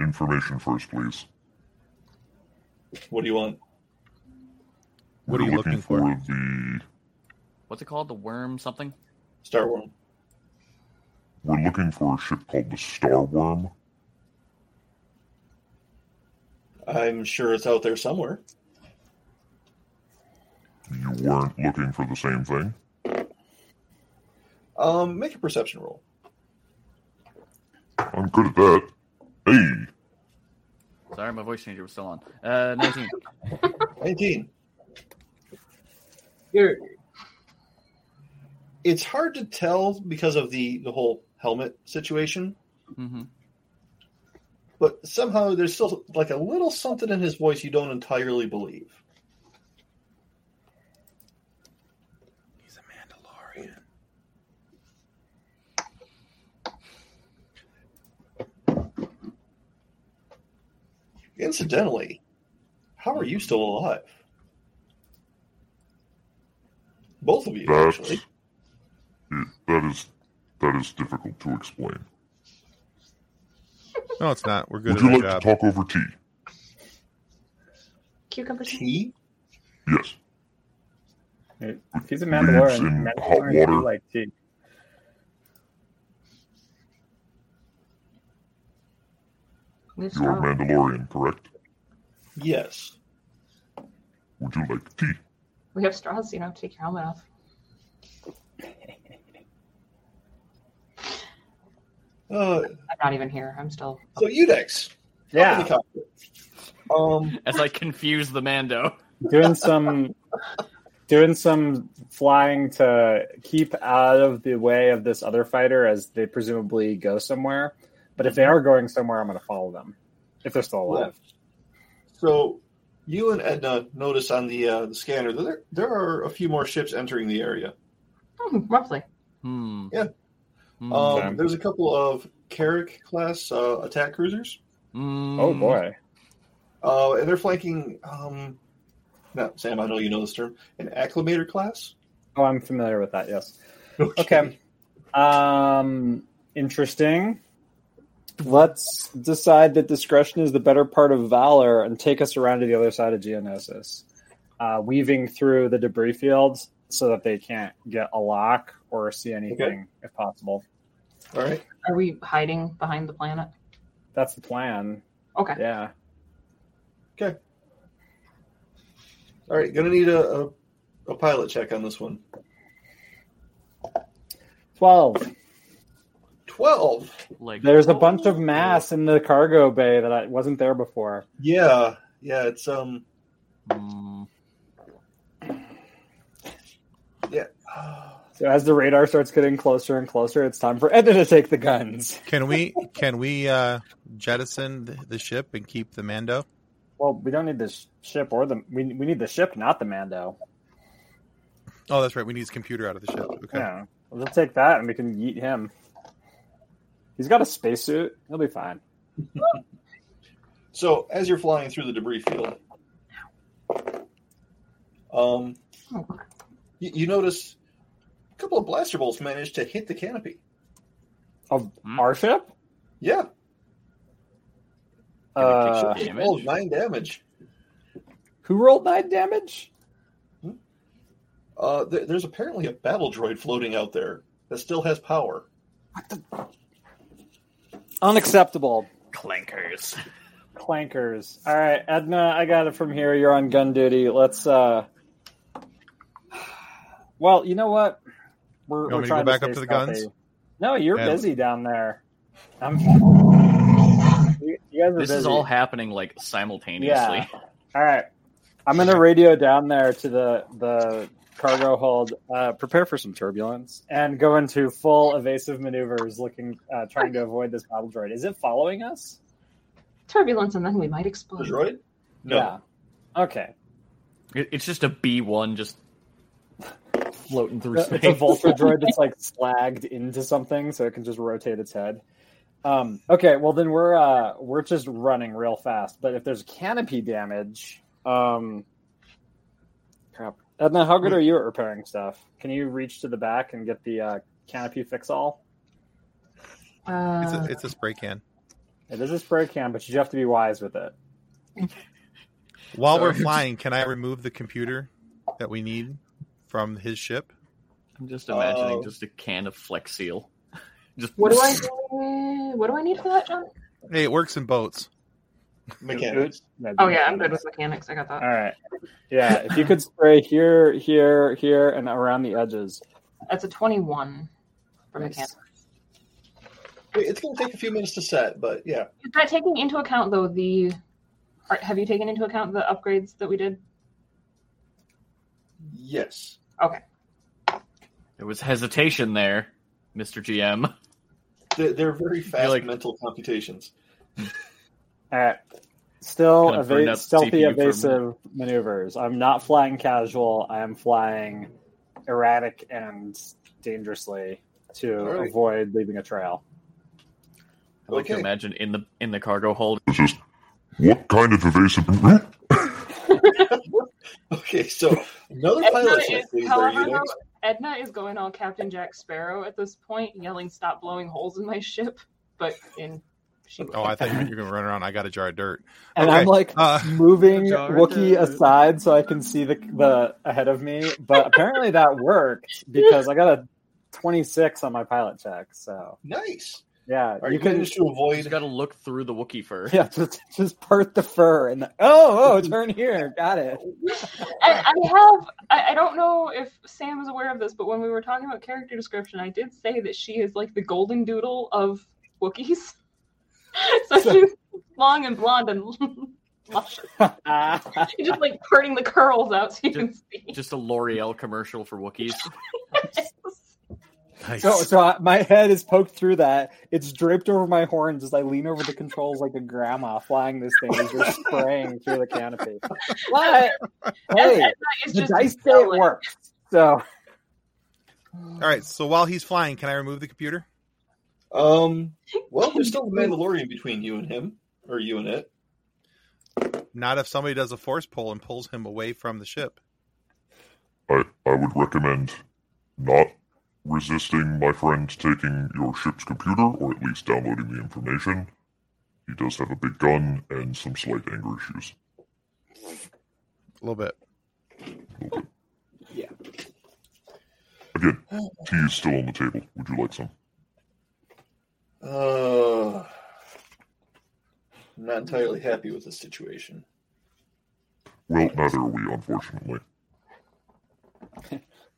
Speaker 6: Information first, please.
Speaker 8: What do you want?
Speaker 1: What are
Speaker 6: We're
Speaker 1: you
Speaker 6: looking,
Speaker 1: looking
Speaker 6: for?
Speaker 1: for?
Speaker 6: the
Speaker 9: What's it called? The worm something?
Speaker 8: Star World.
Speaker 6: we're looking for a ship called the Star Worm.
Speaker 8: I'm sure it's out there somewhere.
Speaker 6: You weren't looking for the same thing.
Speaker 8: Um, make a perception roll.
Speaker 6: I'm good at that. Hey,
Speaker 9: Sorry, my voice changer was still on. Uh, 19.
Speaker 8: 19.
Speaker 2: You're
Speaker 8: It's hard to tell because of the, the whole helmet situation,
Speaker 9: hmm
Speaker 8: but somehow there's still like a little something in his voice you don't entirely believe.
Speaker 1: He's a Mandalorian.
Speaker 8: Incidentally, how are you still alive? Both of you,
Speaker 6: that's
Speaker 8: actually.
Speaker 6: it, that is that is difficult to explain.
Speaker 1: No, it's not. We're good
Speaker 6: Would
Speaker 1: at
Speaker 6: you
Speaker 1: our
Speaker 6: like
Speaker 1: job.
Speaker 6: to talk over tea?
Speaker 2: cucumber.
Speaker 8: Tea?
Speaker 6: Yes.
Speaker 10: If he's a
Speaker 6: Leaves in
Speaker 10: Mandalorian,
Speaker 6: hot
Speaker 10: Mandalorians
Speaker 6: water.
Speaker 10: do like tea.
Speaker 2: This
Speaker 6: You are
Speaker 2: strong.
Speaker 6: Mandalorian, correct?
Speaker 8: Yes.
Speaker 6: Would you like tea?
Speaker 2: We have straws, you don't have to take your helmet off.
Speaker 8: Uh,
Speaker 2: I'm not even here. I'm still.
Speaker 8: so, Udex. up in
Speaker 10: Yeah,
Speaker 8: the cockpit. Um,
Speaker 9: As I confuse the Mando.
Speaker 10: doing some doing some flying to keep out of the way of this other fighter as they presumably go somewhere. But if they are going somewhere, I'm going to follow them if they're still alive.
Speaker 8: so you and Edna notice on the uh, the scanner that there, there are a few more ships entering the area.
Speaker 2: Hmm, lovely.
Speaker 9: Hmm.
Speaker 8: Yeah.
Speaker 9: Hmm.
Speaker 10: Mm, Okay.
Speaker 8: Um, there's a couple of Carrick class uh, attack cruisers,
Speaker 9: Hmm.
Speaker 6: Mm.
Speaker 10: Oh boy,
Speaker 8: uh, and they're flanking. Um, no, Sam, I know you know this term. An acclimator class.
Speaker 10: oh, I'm familiar with that. Yes. Okay. Um, interesting. Let's decide that discretion is the better part of valor and take us around to the other side of Geonosis, uh, weaving through the debris fields so that they can't get a lock or see anything if possible.
Speaker 8: All right.
Speaker 2: Are we hiding behind the planet?
Speaker 10: That's the plan.
Speaker 2: Okay.
Speaker 10: Yeah.
Speaker 8: All right. Gonna need a, a a pilot check on this one.
Speaker 10: 12.
Speaker 8: Twelve.
Speaker 9: Like,
Speaker 10: There's a bunch of mass in the cargo bay that I, wasn't there before.
Speaker 8: Yeah. Yeah. It's um.
Speaker 9: Hmm.
Speaker 8: Yeah.
Speaker 10: So as the radar starts getting closer and closer, it's time for Edna to take the guns.
Speaker 1: Can we can we uh, jettison the, the ship and keep the Mando?
Speaker 10: Well, we don't need the sh- ship or the we, we need the ship, not the Mando.
Speaker 1: Oh, that's right. We need his computer out of the ship. Okay.
Speaker 10: Yeah, we'll just take that and we can yeet him. He's got a spacesuit; he'll be fine.
Speaker 8: So as you're flying through the debris field, um,
Speaker 2: Oh,
Speaker 8: you, you notice a couple of blaster bolts managed to hit the canopy.
Speaker 10: Of
Speaker 9: Hmm.
Speaker 10: our ship,
Speaker 8: Yeah,
Speaker 9: Gonna
Speaker 10: uh,
Speaker 9: kick shit. Damage?
Speaker 8: all nine damage.
Speaker 10: who rolled nine damage?
Speaker 8: Uh, th- there's apparently a battle droid floating out there that still has power.
Speaker 10: Unacceptable
Speaker 9: clankers.
Speaker 10: clankers. All right, Edna, I got it from here. You're on gun duty. Let's. uh Well, you know what? We're,
Speaker 1: You want me to go back up
Speaker 10: stay
Speaker 1: to the guns?
Speaker 10: stealthy. No, you're
Speaker 1: Yeah.
Speaker 10: busy down there. I'm. You you guys are
Speaker 9: This is
Speaker 10: busy.
Speaker 9: all happening like simultaneously.
Speaker 10: Yeah. All right. I'm going to radio down there to the, the cargo hold, uh, prepare for some turbulence, and go into full evasive maneuvers looking, uh, trying to avoid this battle droid. Is it following us?
Speaker 2: Turbulence, and then we might
Speaker 8: The
Speaker 2: explode.
Speaker 8: droid? No.
Speaker 10: Yeah. Okay.
Speaker 9: It- It's just a B one just floating through
Speaker 10: It's a
Speaker 9: space.
Speaker 10: Volter droid that's like slagged into something, so it can just rotate its head. Um, okay, well then we're uh, we're just running real fast. But if there's canopy damage, um, crap. Edna, how good are you at repairing stuff? Can you reach to the back and get the uh, canopy fix all?
Speaker 1: It's a,
Speaker 2: Uh,
Speaker 1: it's a spray can.
Speaker 10: It is a spray can, but you have to be wise with it.
Speaker 1: While we're
Speaker 9: Sorry.
Speaker 1: flying, can I remove the computer that we need from his ship?
Speaker 9: I'm just imagining
Speaker 8: Oh.
Speaker 9: just a can of Flex Seal. Just
Speaker 2: what do I what do I need for that, John?
Speaker 1: Hey, it works in boats.
Speaker 8: Mechanics.
Speaker 10: That'd be
Speaker 2: Oh yeah, I'm
Speaker 10: nice.
Speaker 2: good with mechanics. I got that.
Speaker 10: All right. Yeah, if you could spray here, here, here, and around the edges.
Speaker 2: That's a 21 for
Speaker 10: Nice.
Speaker 2: mechanics.
Speaker 8: It's going to take a few minutes to set, but yeah.
Speaker 2: Is that taking into account though the? Are, have you taken into account the upgrades that we did?
Speaker 8: Yes.
Speaker 9: There was hesitation there, Mr. GM.
Speaker 8: They're, they're very fast
Speaker 9: like-
Speaker 8: mental computations.
Speaker 10: All right. Still
Speaker 9: Gonna burn
Speaker 10: eva-
Speaker 9: up
Speaker 10: stealthy
Speaker 9: CPU for a
Speaker 10: evasive maneuvers. I'm not flying casual. I am flying erratic and dangerously to
Speaker 8: All right.
Speaker 10: avoid leaving a trail.
Speaker 9: I like to
Speaker 8: Okay.
Speaker 9: imagine in the in the cargo hold.
Speaker 6: It's just, what kind of evasive.
Speaker 8: Okay, so another
Speaker 2: Edna
Speaker 8: pilot check,
Speaker 2: is,
Speaker 8: please, there,
Speaker 2: however,
Speaker 8: Unix.
Speaker 2: Edna is going all Captain Jack Sparrow at this point, yelling, "Stop blowing holes in my ship!" But in she
Speaker 1: Oh, I thought you meant you were going to run around. I got a jar of dirt.
Speaker 10: And
Speaker 1: Okay,
Speaker 10: I'm like
Speaker 1: uh,
Speaker 10: moving
Speaker 9: Jar
Speaker 10: Wookie
Speaker 9: Jar.
Speaker 10: aside so I can see the, the ahead of me. But apparently that worked because I got a 26 on my pilot check. So
Speaker 8: Nice.
Speaker 10: yeah,
Speaker 8: Are
Speaker 10: you
Speaker 8: you
Speaker 10: can.
Speaker 8: managed to
Speaker 9: He's
Speaker 8: avoid
Speaker 9: got to look through the Wookiee fur.
Speaker 10: Yeah, just just part the fur and the, oh oh turn here, got it.
Speaker 2: And I have, I, I don't know if Sam is aware of this, but when we were talking about character description, I did say that she is like the golden doodle of Wookiees. so she's long and blonde and luscious.
Speaker 10: Ah.
Speaker 2: She's just like parting the curls out so you can see.
Speaker 9: Just a L'Oreal commercial for Wookiees.
Speaker 1: Nice.
Speaker 10: So, so I, my head is poked through that. It's draped over my horns as I lean over the controls like a grandma flying this thing as you're spraying through the canopy. But
Speaker 2: Edna
Speaker 10: hey,
Speaker 2: is
Speaker 10: the
Speaker 2: just
Speaker 10: dice say it
Speaker 2: yelling.
Speaker 10: works. So
Speaker 1: All right. So while he's flying, can I remove the computer?
Speaker 8: Um. Well, there's still the Mandalorian between you and him, or you and it.
Speaker 1: Not if somebody does a force pull and pulls him away from the ship.
Speaker 6: I, I would recommend not resisting my friend taking your ship's computer, or at least downloading the information. He does have a big gun and some slight anger issues.
Speaker 1: A little bit.
Speaker 6: Again, tea is still on the table. Would you like some?
Speaker 8: Uh, I'm not entirely happy with the situation.
Speaker 6: Well, neither are we, unfortunately.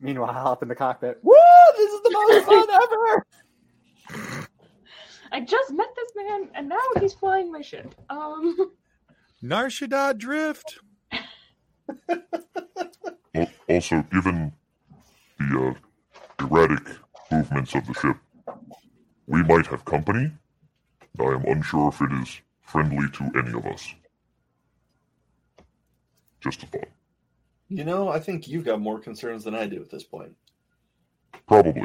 Speaker 10: meanwhile, I hop in the cockpit. Woo! This is the most fun ever.
Speaker 2: I just met this man and now he's flying my ship. Um,
Speaker 1: Narshada Drift.
Speaker 6: Al- Also, given the uh, erratic movements of the ship, we might have company. I am unsure if it is friendly to any of us. Just a thought.
Speaker 8: You know, I think you've got more concerns than I do at this point.
Speaker 6: Probably.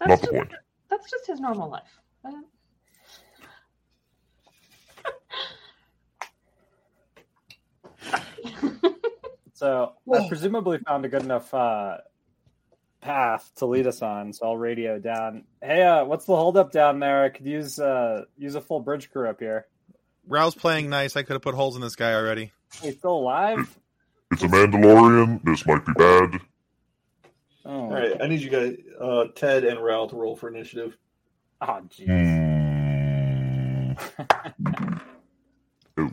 Speaker 6: Not
Speaker 2: that's,
Speaker 6: the
Speaker 2: just,
Speaker 6: point.
Speaker 2: that's just his normal life. Uh,
Speaker 10: So I presumably found a good enough uh, path to lead us on. So I'll radio down. Hey, uh, what's the holdup down there? I could use uh, use a full bridge crew up here.
Speaker 1: Rao's playing nice. I could have put holes in this guy already.
Speaker 10: He's still alive.
Speaker 6: It's a Mandalorian. This might be bad.
Speaker 10: Oh,
Speaker 8: All right, I need you guys, uh, Ted and Raoul, to roll for initiative.
Speaker 10: oh jeez.
Speaker 6: Hmm.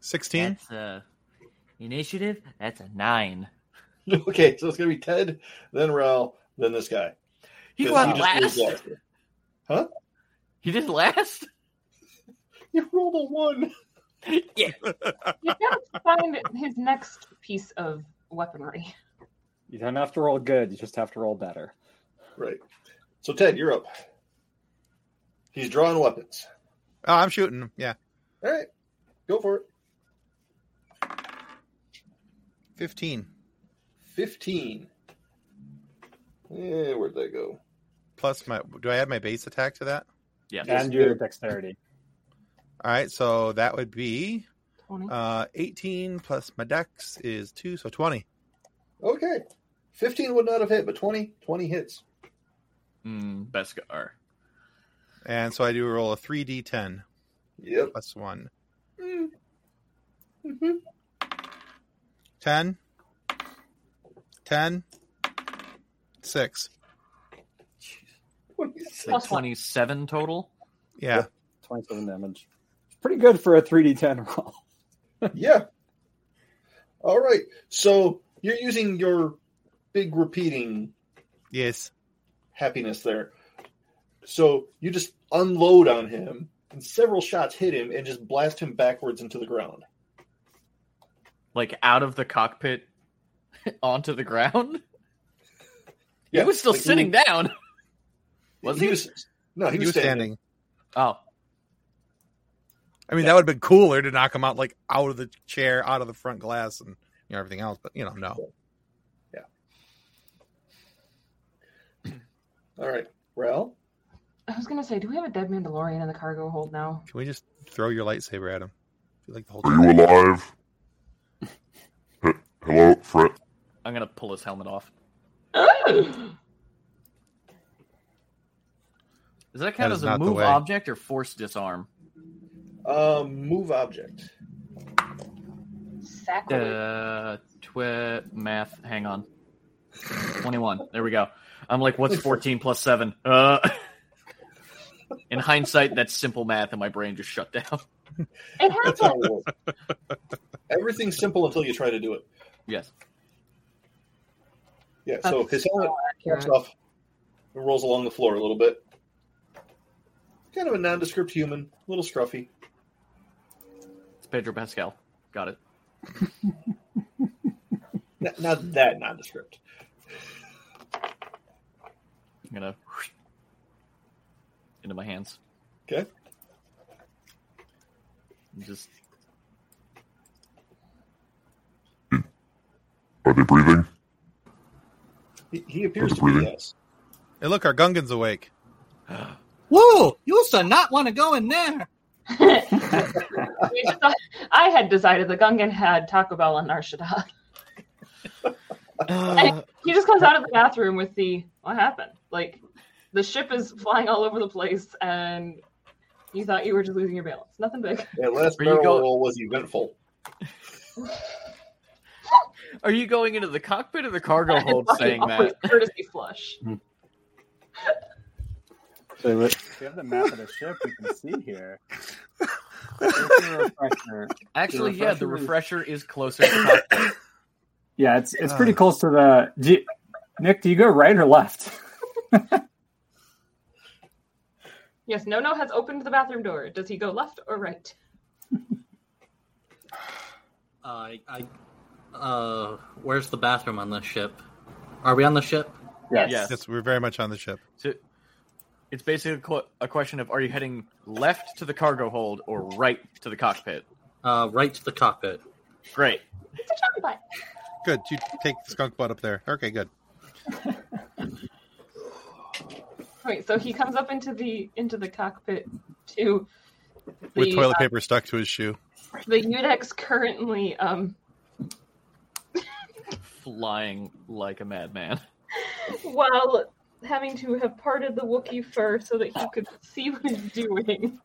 Speaker 1: 16.
Speaker 9: a initiative. That's a nine.
Speaker 8: Okay, so it's gonna be Ted, then Raoul, then this guy.
Speaker 9: He
Speaker 8: 'Cause
Speaker 9: went
Speaker 8: just
Speaker 9: last.
Speaker 8: rolled last.
Speaker 9: He did last.
Speaker 8: You rolled a one.
Speaker 9: yeah.
Speaker 2: You gotta find his next piece of weaponry.
Speaker 10: You don't have to roll good. You just have to roll better.
Speaker 8: Right. So Ted, you're up. He's drawing weapons.
Speaker 1: Oh, I'm shooting. Yeah.
Speaker 8: All right, go for it.
Speaker 1: 15.
Speaker 8: Fifteen. Yeah, where'd that go?
Speaker 1: Plus my do I add my base attack to that?
Speaker 9: Yeah.
Speaker 10: and your dexterity.
Speaker 1: All right, so that would be
Speaker 2: Tony.
Speaker 1: uh 18 plus my dex is 2, so 20.
Speaker 8: Okay. 15 would not have hit, but 20, 20 hits.
Speaker 9: Mm, Beskar.
Speaker 1: And so I do roll a 3d10
Speaker 8: Yep.
Speaker 1: plus 1.
Speaker 8: Mhm.
Speaker 1: 10 10 6.
Speaker 9: So 27 total.
Speaker 1: Yeah.
Speaker 10: 27 damage. Pretty good for a 3d10 roll.
Speaker 8: yeah. All right. So you're using your big repeating
Speaker 1: Yes.
Speaker 8: happiness there. So you just unload on him, and several shots hit him and just blast him backwards into the ground.
Speaker 9: Like out of the cockpit onto the ground.
Speaker 8: Yeah,
Speaker 9: he was still
Speaker 8: like, he-
Speaker 9: sitting down. Was he?
Speaker 8: was no, he,
Speaker 1: You
Speaker 8: was standing.
Speaker 9: Oh,
Speaker 1: I mean, that would have been cooler to knock him out like out of the chair, out of the front glass, and you know everything else. But you know, no.
Speaker 8: All right. Well,
Speaker 2: I was gonna say, do we have a dead Mandalorian in the cargo hold now?
Speaker 1: Can we just throw your lightsaber at him? I feel like the whole
Speaker 6: Are you
Speaker 1: time.
Speaker 6: alive? He- Hello, Fred.
Speaker 9: I'm gonna pull his helmet off. Does that count
Speaker 1: That is
Speaker 9: as a
Speaker 1: not the
Speaker 9: move
Speaker 1: way.
Speaker 9: object or force disarm?
Speaker 8: um, move object.
Speaker 2: Sacrilege.
Speaker 9: Uh, twi- math. Hang on. Twenty-one. There we go. I'm like, what's fourteen plus seven? Uh. In hindsight, that's simple math, and my brain just shut down.
Speaker 2: It
Speaker 8: That's
Speaker 2: happened.
Speaker 8: how it works. Everything's simple until you try to do it.
Speaker 9: Yes.
Speaker 8: Yeah. So
Speaker 2: That's
Speaker 8: his
Speaker 2: so
Speaker 8: helmet pops
Speaker 2: accurate.
Speaker 8: off and rolls along the floor a little bit. Kind of a nondescript human, a little scruffy.
Speaker 9: It's Pedro Pascal. Got it.
Speaker 8: Not, not that nondescript.
Speaker 9: I'm gonna into my hands.
Speaker 8: Okay.
Speaker 9: And just
Speaker 6: Are they breathing?
Speaker 8: He, he appears to
Speaker 6: Really?
Speaker 8: be yes.
Speaker 1: Hey, look, our Gungan's awake.
Speaker 11: Whoa, you used to not want to go in there.
Speaker 2: We just- I had decided the Gungan had Taco Bell and Narshada. And he just comes out of the bathroom with the what happened? Like the ship is flying all over the place and you thought you were just losing your balance. Nothing big.
Speaker 8: That last
Speaker 9: Where you
Speaker 8: barrel
Speaker 9: go-
Speaker 8: roll was eventful.
Speaker 9: Are you going into the cockpit or the cargo hold
Speaker 2: Fucking
Speaker 9: saying
Speaker 2: always
Speaker 9: that?
Speaker 2: Courtesy flush.
Speaker 10: So we we have the map of the ship. You can see here. Here's the refresher.
Speaker 9: Actually,
Speaker 10: The
Speaker 9: yeah, the
Speaker 10: refresher
Speaker 9: refresher is closer to the cockpit.
Speaker 10: Yeah, it's it's pretty close to the. Do you- Nick, do you go right or left?
Speaker 2: Yes, No No has opened the bathroom door. Does he go left or right?
Speaker 11: I, I, uh, where's the bathroom on this ship? Are we on the ship?
Speaker 10: Yes.
Speaker 9: Yes.
Speaker 1: Yes, we're very much on the ship.
Speaker 9: So it's basically a qu- a question of are you heading left to the cargo hold or right to the cockpit?
Speaker 11: Uh, right to the cockpit.
Speaker 9: Great.
Speaker 2: It's a chocolate butt.
Speaker 1: Good. You take the skunk butt up there. Okay, good.
Speaker 2: Wait, so he comes up into the into the cockpit to the
Speaker 1: With toilet paper stuck to his shoe.
Speaker 2: uh, the Udex currently um
Speaker 9: Flying like a madman.
Speaker 2: while having to have parted the Wookiee fur so that he could see what he's doing.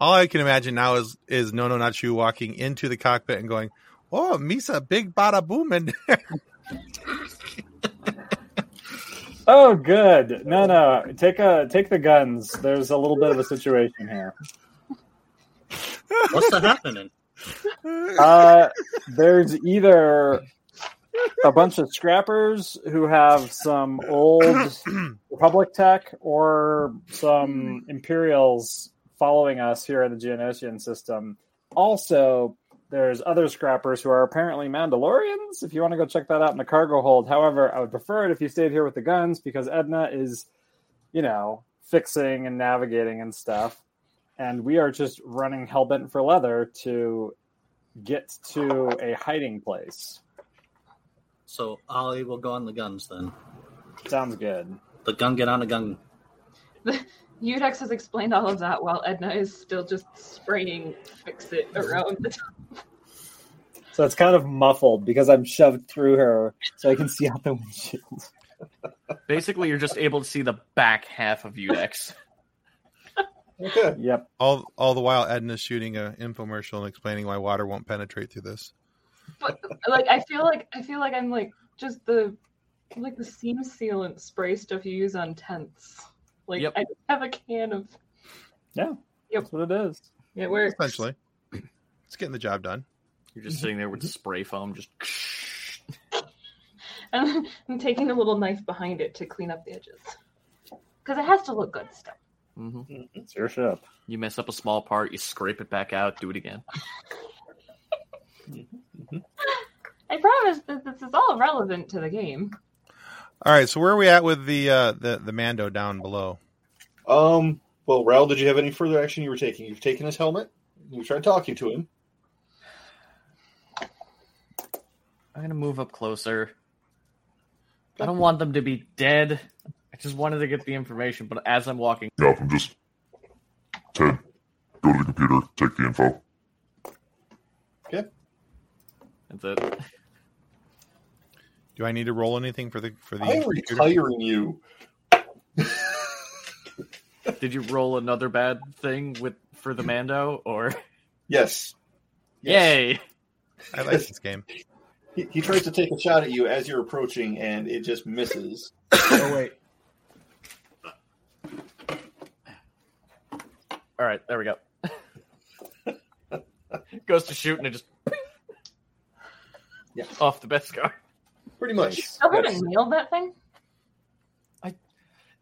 Speaker 1: All I can imagine now is is no no not you walking into the cockpit and going, "Oh, Misa, big bada boom!" And
Speaker 10: Oh, good. No, no. Take a take the guns. There's a little bit of a situation here.
Speaker 11: What's that happening?
Speaker 10: Uh, there's either a bunch of scrappers who have some old Republic tech or some Imperials following us here in the Geonosian system. Also, there's other scrappers who are apparently Mandalorians. If you want to go check that out in the cargo hold, however, I would prefer it if you stayed here with the guns because Edna is, you know, fixing and navigating and stuff. And we are just running hellbent for leather to get to a hiding place.
Speaker 11: So Ollie will go on the guns then.
Speaker 10: Sounds good.
Speaker 11: The Gungan on a Gung.
Speaker 2: Udex has explained all of that while Edna is still just spraying fix it around the top.
Speaker 10: So it's kind of muffled because I'm shoved through her so I can see out the windshield.
Speaker 9: Basically, you're just able to see the back half of Udex.
Speaker 8: Okay.
Speaker 10: Yep.
Speaker 1: All all the while, Edna's shooting an infomercial and explaining why water won't penetrate through this.
Speaker 2: But like I feel like I feel like I'm like just the like the seam sealant spray stuff you use on tents. Like
Speaker 9: Yep.
Speaker 2: I have a can of
Speaker 10: Yeah.
Speaker 2: Yep.
Speaker 10: That's what it is.
Speaker 2: it works.
Speaker 1: Essentially, it's getting the job done.
Speaker 9: You're just sitting there with the spray foam, just
Speaker 2: I'm, I'm taking a little knife behind it to clean up the edges because it has to look good still.
Speaker 9: hmm
Speaker 10: It's your ship.
Speaker 9: you mess up a small part, you scrape it back out, do it again.
Speaker 2: I promise that this is all relevant to the game.
Speaker 1: All right, so where are we at with the uh, the the Mando down below?
Speaker 8: Um. Well, Raul, did you have any further action you were taking? You've taken his helmet. You tried talking to him.
Speaker 9: I'm gonna move up closer. I don't want them to be dead. I just wanted to get the information, but as I'm walking,
Speaker 6: Yeah, I'm just Ted. Go to the computer, take the info.
Speaker 8: Okay.
Speaker 9: that's it.
Speaker 1: Do I need to roll anything for the for the?
Speaker 8: I'm
Speaker 1: computer?
Speaker 8: retiring you.
Speaker 9: Did you roll another bad thing with for the Mando or
Speaker 8: Yes.
Speaker 9: Yay?
Speaker 1: I like this game.
Speaker 8: He, he tries to take a shot at you as you're approaching, and it just misses.
Speaker 10: Oh wait.
Speaker 9: All right, there we go. Goes to shoot and it just
Speaker 8: Yeah.
Speaker 9: off the best guy.
Speaker 8: Pretty much.
Speaker 2: I would
Speaker 8: Yes.
Speaker 2: have nailed that thing.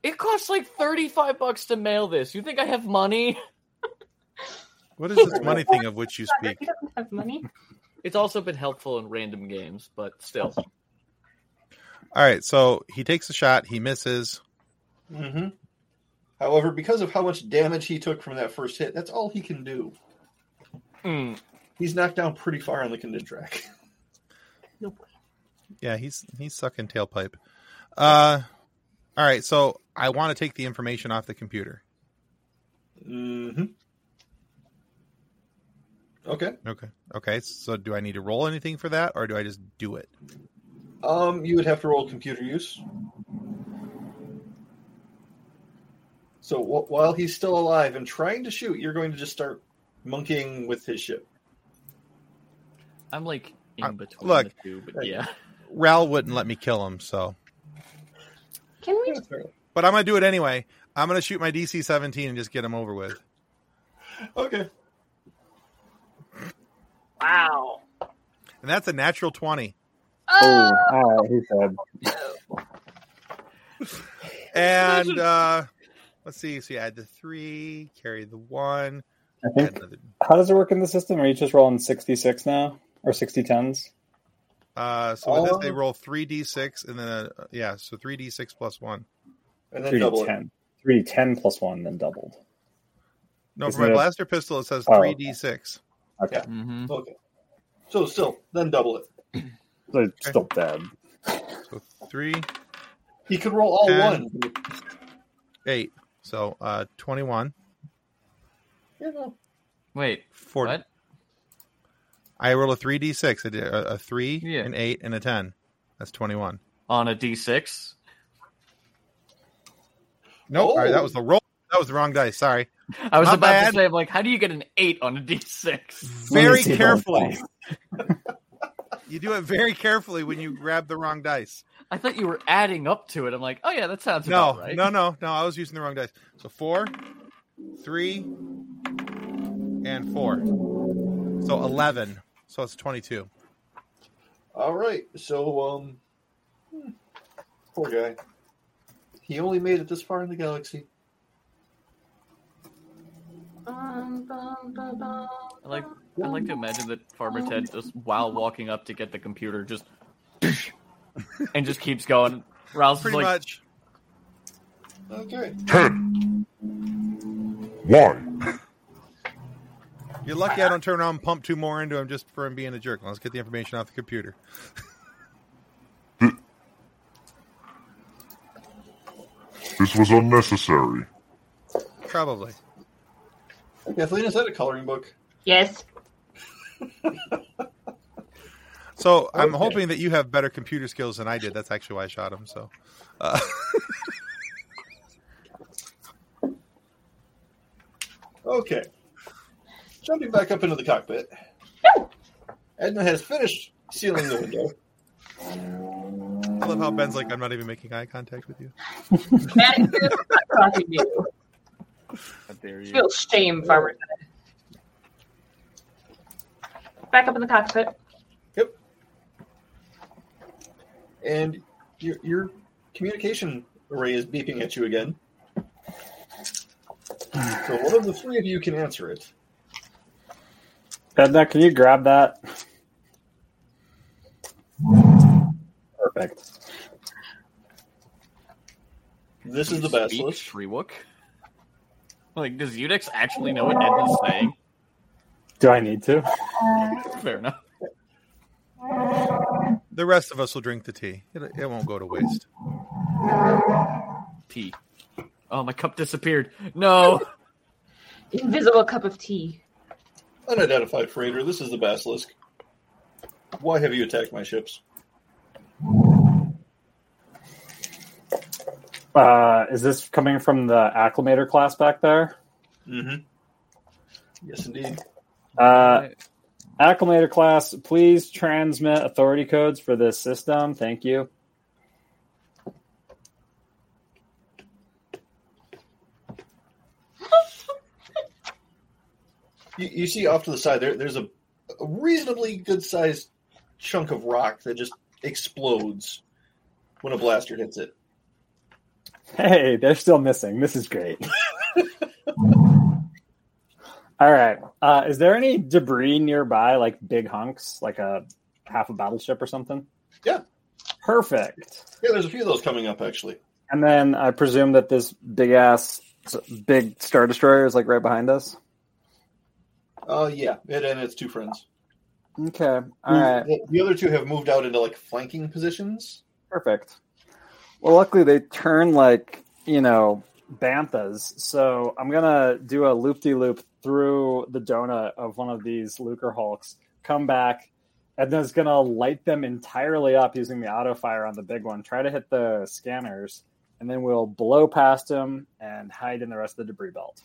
Speaker 9: It costs like thirty-five bucks to mail this. You think I have money?
Speaker 1: What is this money thing of which you speak?
Speaker 2: He doesn't have money.
Speaker 9: It's also been helpful in random games, but still.
Speaker 1: All right, so he takes a shot, he misses.
Speaker 8: hmm However, because of how much damage he took from that first hit, that's all he can do.
Speaker 9: Mm.
Speaker 8: He's knocked down pretty far on the condition track.
Speaker 1: Yeah, he's he's sucking tailpipe. Uh, all right, so I want to take the information off the computer.
Speaker 8: hmm Okay.
Speaker 1: Okay, okay. So do I need to roll anything for that, or do I just do it?
Speaker 8: Um, you would have to roll computer use. So wh- while he's still alive and trying to shoot, you're going to just start monkeying with his ship.
Speaker 9: I'm like
Speaker 1: Uh,
Speaker 9: in between
Speaker 1: look.
Speaker 9: the two, but yeah.
Speaker 1: Ral wouldn't let me kill him, so
Speaker 2: Can we?
Speaker 1: but I'm gonna do it anyway. I'm gonna shoot my DC 17 and just get him over with.
Speaker 8: Okay.
Speaker 2: Wow.
Speaker 1: And that's a natural 20.
Speaker 10: Oh,
Speaker 2: Oh,
Speaker 10: all right, he said.
Speaker 1: And uh, let's see. So you add the three, carry the one.
Speaker 10: I
Speaker 1: Add
Speaker 10: think.
Speaker 1: another,
Speaker 10: How does it work in the system? Are you just rolling sixty six now or sixty tens?
Speaker 1: uh, so with this, they
Speaker 8: Oh.
Speaker 1: roll three d6 and then uh, yeah, so three d6 plus one.
Speaker 8: And then
Speaker 10: Three
Speaker 8: double
Speaker 10: D
Speaker 8: it.
Speaker 10: ten. Three D ten plus one, then doubled.
Speaker 1: No, for
Speaker 10: Isn't
Speaker 1: my
Speaker 10: it a-
Speaker 1: blaster pistol, it says
Speaker 10: Oh,
Speaker 1: three
Speaker 10: okay.
Speaker 1: d6.
Speaker 10: Okay,
Speaker 8: Yeah.
Speaker 9: Mm-hmm.
Speaker 8: Okay. So still, then double it.
Speaker 10: so it's still dead.
Speaker 1: So three,
Speaker 8: He could roll all
Speaker 1: Okay.
Speaker 8: one.
Speaker 1: eight. So uh, 21.
Speaker 8: You know,
Speaker 9: Wait,
Speaker 1: 40.
Speaker 9: what?
Speaker 1: I roll a three d6. I did A, a three,
Speaker 9: Yeah.
Speaker 1: an eight, and a 10. That's 21.
Speaker 9: On a D6?
Speaker 1: No, all right, that
Speaker 8: Oh.
Speaker 1: was the roll. That was the wrong dice. Sorry.
Speaker 9: I was
Speaker 1: My
Speaker 9: about
Speaker 1: bad.
Speaker 9: to say, I'm like, how do you get an 8 on a D6?
Speaker 10: Let me
Speaker 1: Very
Speaker 10: see those
Speaker 1: carefully.
Speaker 10: dice.
Speaker 1: You do it very carefully when you grab the wrong dice.
Speaker 9: I thought you were adding up to it. I'm like, oh yeah, that sounds
Speaker 1: no,
Speaker 9: about right.
Speaker 1: no, no, no. I was using the wrong dice. So four, three, and four. So eleven. So it's twenty-two.
Speaker 8: All right. So, um, hmm, poor guy. He only made it this far in the galaxy.
Speaker 2: Bum, bum, bum, bum.
Speaker 9: I like I like to imagine that Farmer Ted just while walking up to get the computer just and just keeps going. Rouse is
Speaker 1: Pretty
Speaker 9: like,
Speaker 1: much.
Speaker 8: Okay.
Speaker 6: Ted, why?
Speaker 1: You're lucky I don't turn on pump two more into him just for him being a jerk. Let's get the information off the computer.
Speaker 6: This was unnecessary.
Speaker 1: Probably.
Speaker 8: Kathleen, is that a coloring book?
Speaker 2: Yes.
Speaker 1: So I'm hoping that you have better computer skills than I did. That's actually why I shot him. So, uh,
Speaker 8: Okay. Jumping back up into the cockpit. Edna has finished sealing the window.
Speaker 1: I love how Ben's like, I'm not even making eye contact with you.
Speaker 2: Matt, you're not talking to you.
Speaker 9: dare you.
Speaker 2: Feel shame, Farmer. Back up in the cockpit.
Speaker 8: and your, your communication array is beeping at you again. So one of the three of you can answer it.
Speaker 10: Edna, can you grab that? Perfect.
Speaker 8: This is the
Speaker 9: Speak,
Speaker 8: best list.
Speaker 9: Shriwook. Like, does Udex actually know what Edna's saying?
Speaker 10: Do I need to?
Speaker 9: Fair enough.
Speaker 1: The rest of us will drink the tea. It, it won't go to waste.
Speaker 9: Tea. Oh, my cup disappeared. No.
Speaker 2: Invisible cup of tea.
Speaker 8: Unidentified freighter, this is the basilisk. Why have you attacked my ships?
Speaker 10: Uh, is this coming from the acclimator class back there?
Speaker 8: Mm-hmm. Yes, indeed.
Speaker 10: Uh, acclimator class, please transmit authority codes for this system. Thank you.
Speaker 8: You, you see off to the side there. There's a, a reasonably good-sized chunk of rock that just explodes when a blaster hits it.
Speaker 10: Hey, they're still missing. This is great. All right. Uh, is there any debris nearby, like big hunks, like a half a battleship or something?
Speaker 8: Yeah.
Speaker 10: Perfect.
Speaker 8: Yeah, there's a few of those coming up actually.
Speaker 10: And then I presume that this big ass, big star destroyer is like right behind us.
Speaker 8: Uh, yeah, it and its two friends.
Speaker 10: Okay. All right.
Speaker 8: The, the other two have moved out into like flanking positions.
Speaker 10: Perfect. Well, luckily they turn like, you know, banthas. So I'm going to do a loop de loop through the donut of one of these Lucre Hulks, come back, and then it's going to light them entirely up using the auto fire on the big one, try to hit the scanners, and then we'll blow past them and hide in the rest of the debris belt.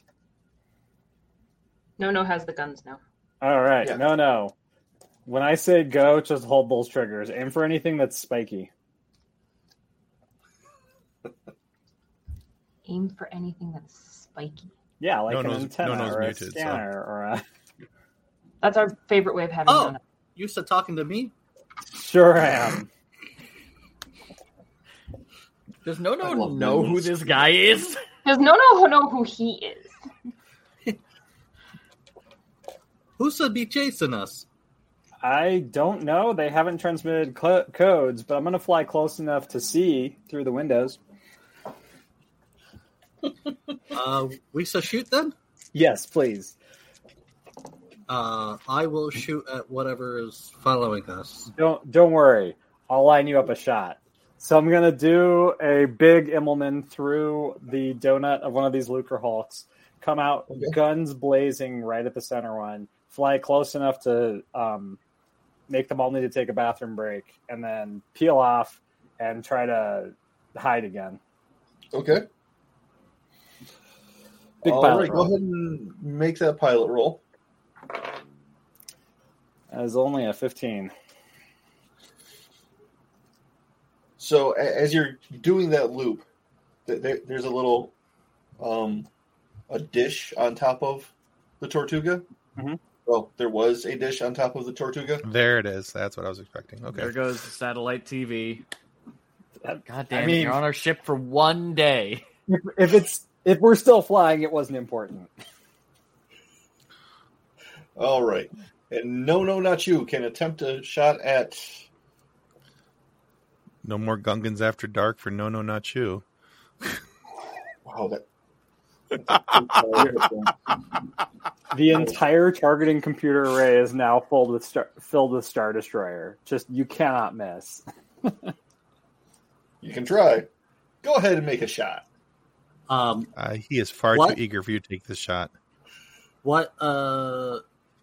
Speaker 2: No, no has the guns now.
Speaker 10: All right.
Speaker 8: Yeah.
Speaker 10: No, no. When I say go, just hold those triggers. Aim for anything that's spiky.
Speaker 2: Aim for anything that's spiky.
Speaker 10: Yeah, like
Speaker 1: No
Speaker 10: an
Speaker 1: No's- No
Speaker 10: antenna
Speaker 1: No's
Speaker 10: or a
Speaker 1: muted, so-
Speaker 10: scanner or a
Speaker 2: That's our favorite way of having
Speaker 11: Oh,
Speaker 2: donuts.
Speaker 11: you said talking to me?
Speaker 10: Sure am.
Speaker 9: Does no
Speaker 8: I
Speaker 9: no
Speaker 8: love
Speaker 9: know who
Speaker 8: noodles.
Speaker 9: this guy is?
Speaker 2: Does no no know who he is?
Speaker 11: Who should be chasing us?
Speaker 10: I don't know. They haven't transmitted cl- codes, but I'm going to fly close enough to see through the windows.
Speaker 11: Uh, we should shoot them?
Speaker 10: Yes, please.
Speaker 11: Uh, I will shoot at whatever is following us.
Speaker 10: Don't don't worry. I'll line you up a shot. So I'm going to do a big Immelman through the donut of one of these Lucre Hulks. Come out
Speaker 8: Okay.
Speaker 10: guns blazing right at the center one. Fly close enough to um, make them all need to take a bathroom break, and then peel off and try to hide again.
Speaker 8: Okay.
Speaker 10: Big
Speaker 8: All
Speaker 10: pilot
Speaker 8: right,
Speaker 10: roll.
Speaker 8: go ahead and make that pilot roll.
Speaker 10: As only a 15.
Speaker 8: So a- as you're doing that loop, th- there, there's a little um, a dish on top of the Tortuga.
Speaker 10: Mhm.
Speaker 8: Well, there was a dish on top of the Tortuga.
Speaker 1: There it is. That's what I was expecting.
Speaker 9: There
Speaker 1: Okay.
Speaker 9: goes the satellite TV.
Speaker 10: That-
Speaker 9: God damn
Speaker 10: I
Speaker 9: it,
Speaker 10: mean-
Speaker 9: you're on our ship for one day.
Speaker 10: If, if it's if we're still flying, it wasn't important.
Speaker 8: All right, and no, no, not you can attempt a shot at.
Speaker 1: No more Gungans after dark for no, no, not you.
Speaker 8: Wow, that
Speaker 10: The entire targeting computer array is now filled with star, filled with Star Destroyer. Just you cannot miss.
Speaker 8: you can try. Go ahead and make a shot.
Speaker 11: Um,
Speaker 1: Uh, he is far
Speaker 11: What?
Speaker 1: too eager for you to take this shot.
Speaker 11: what? Uh,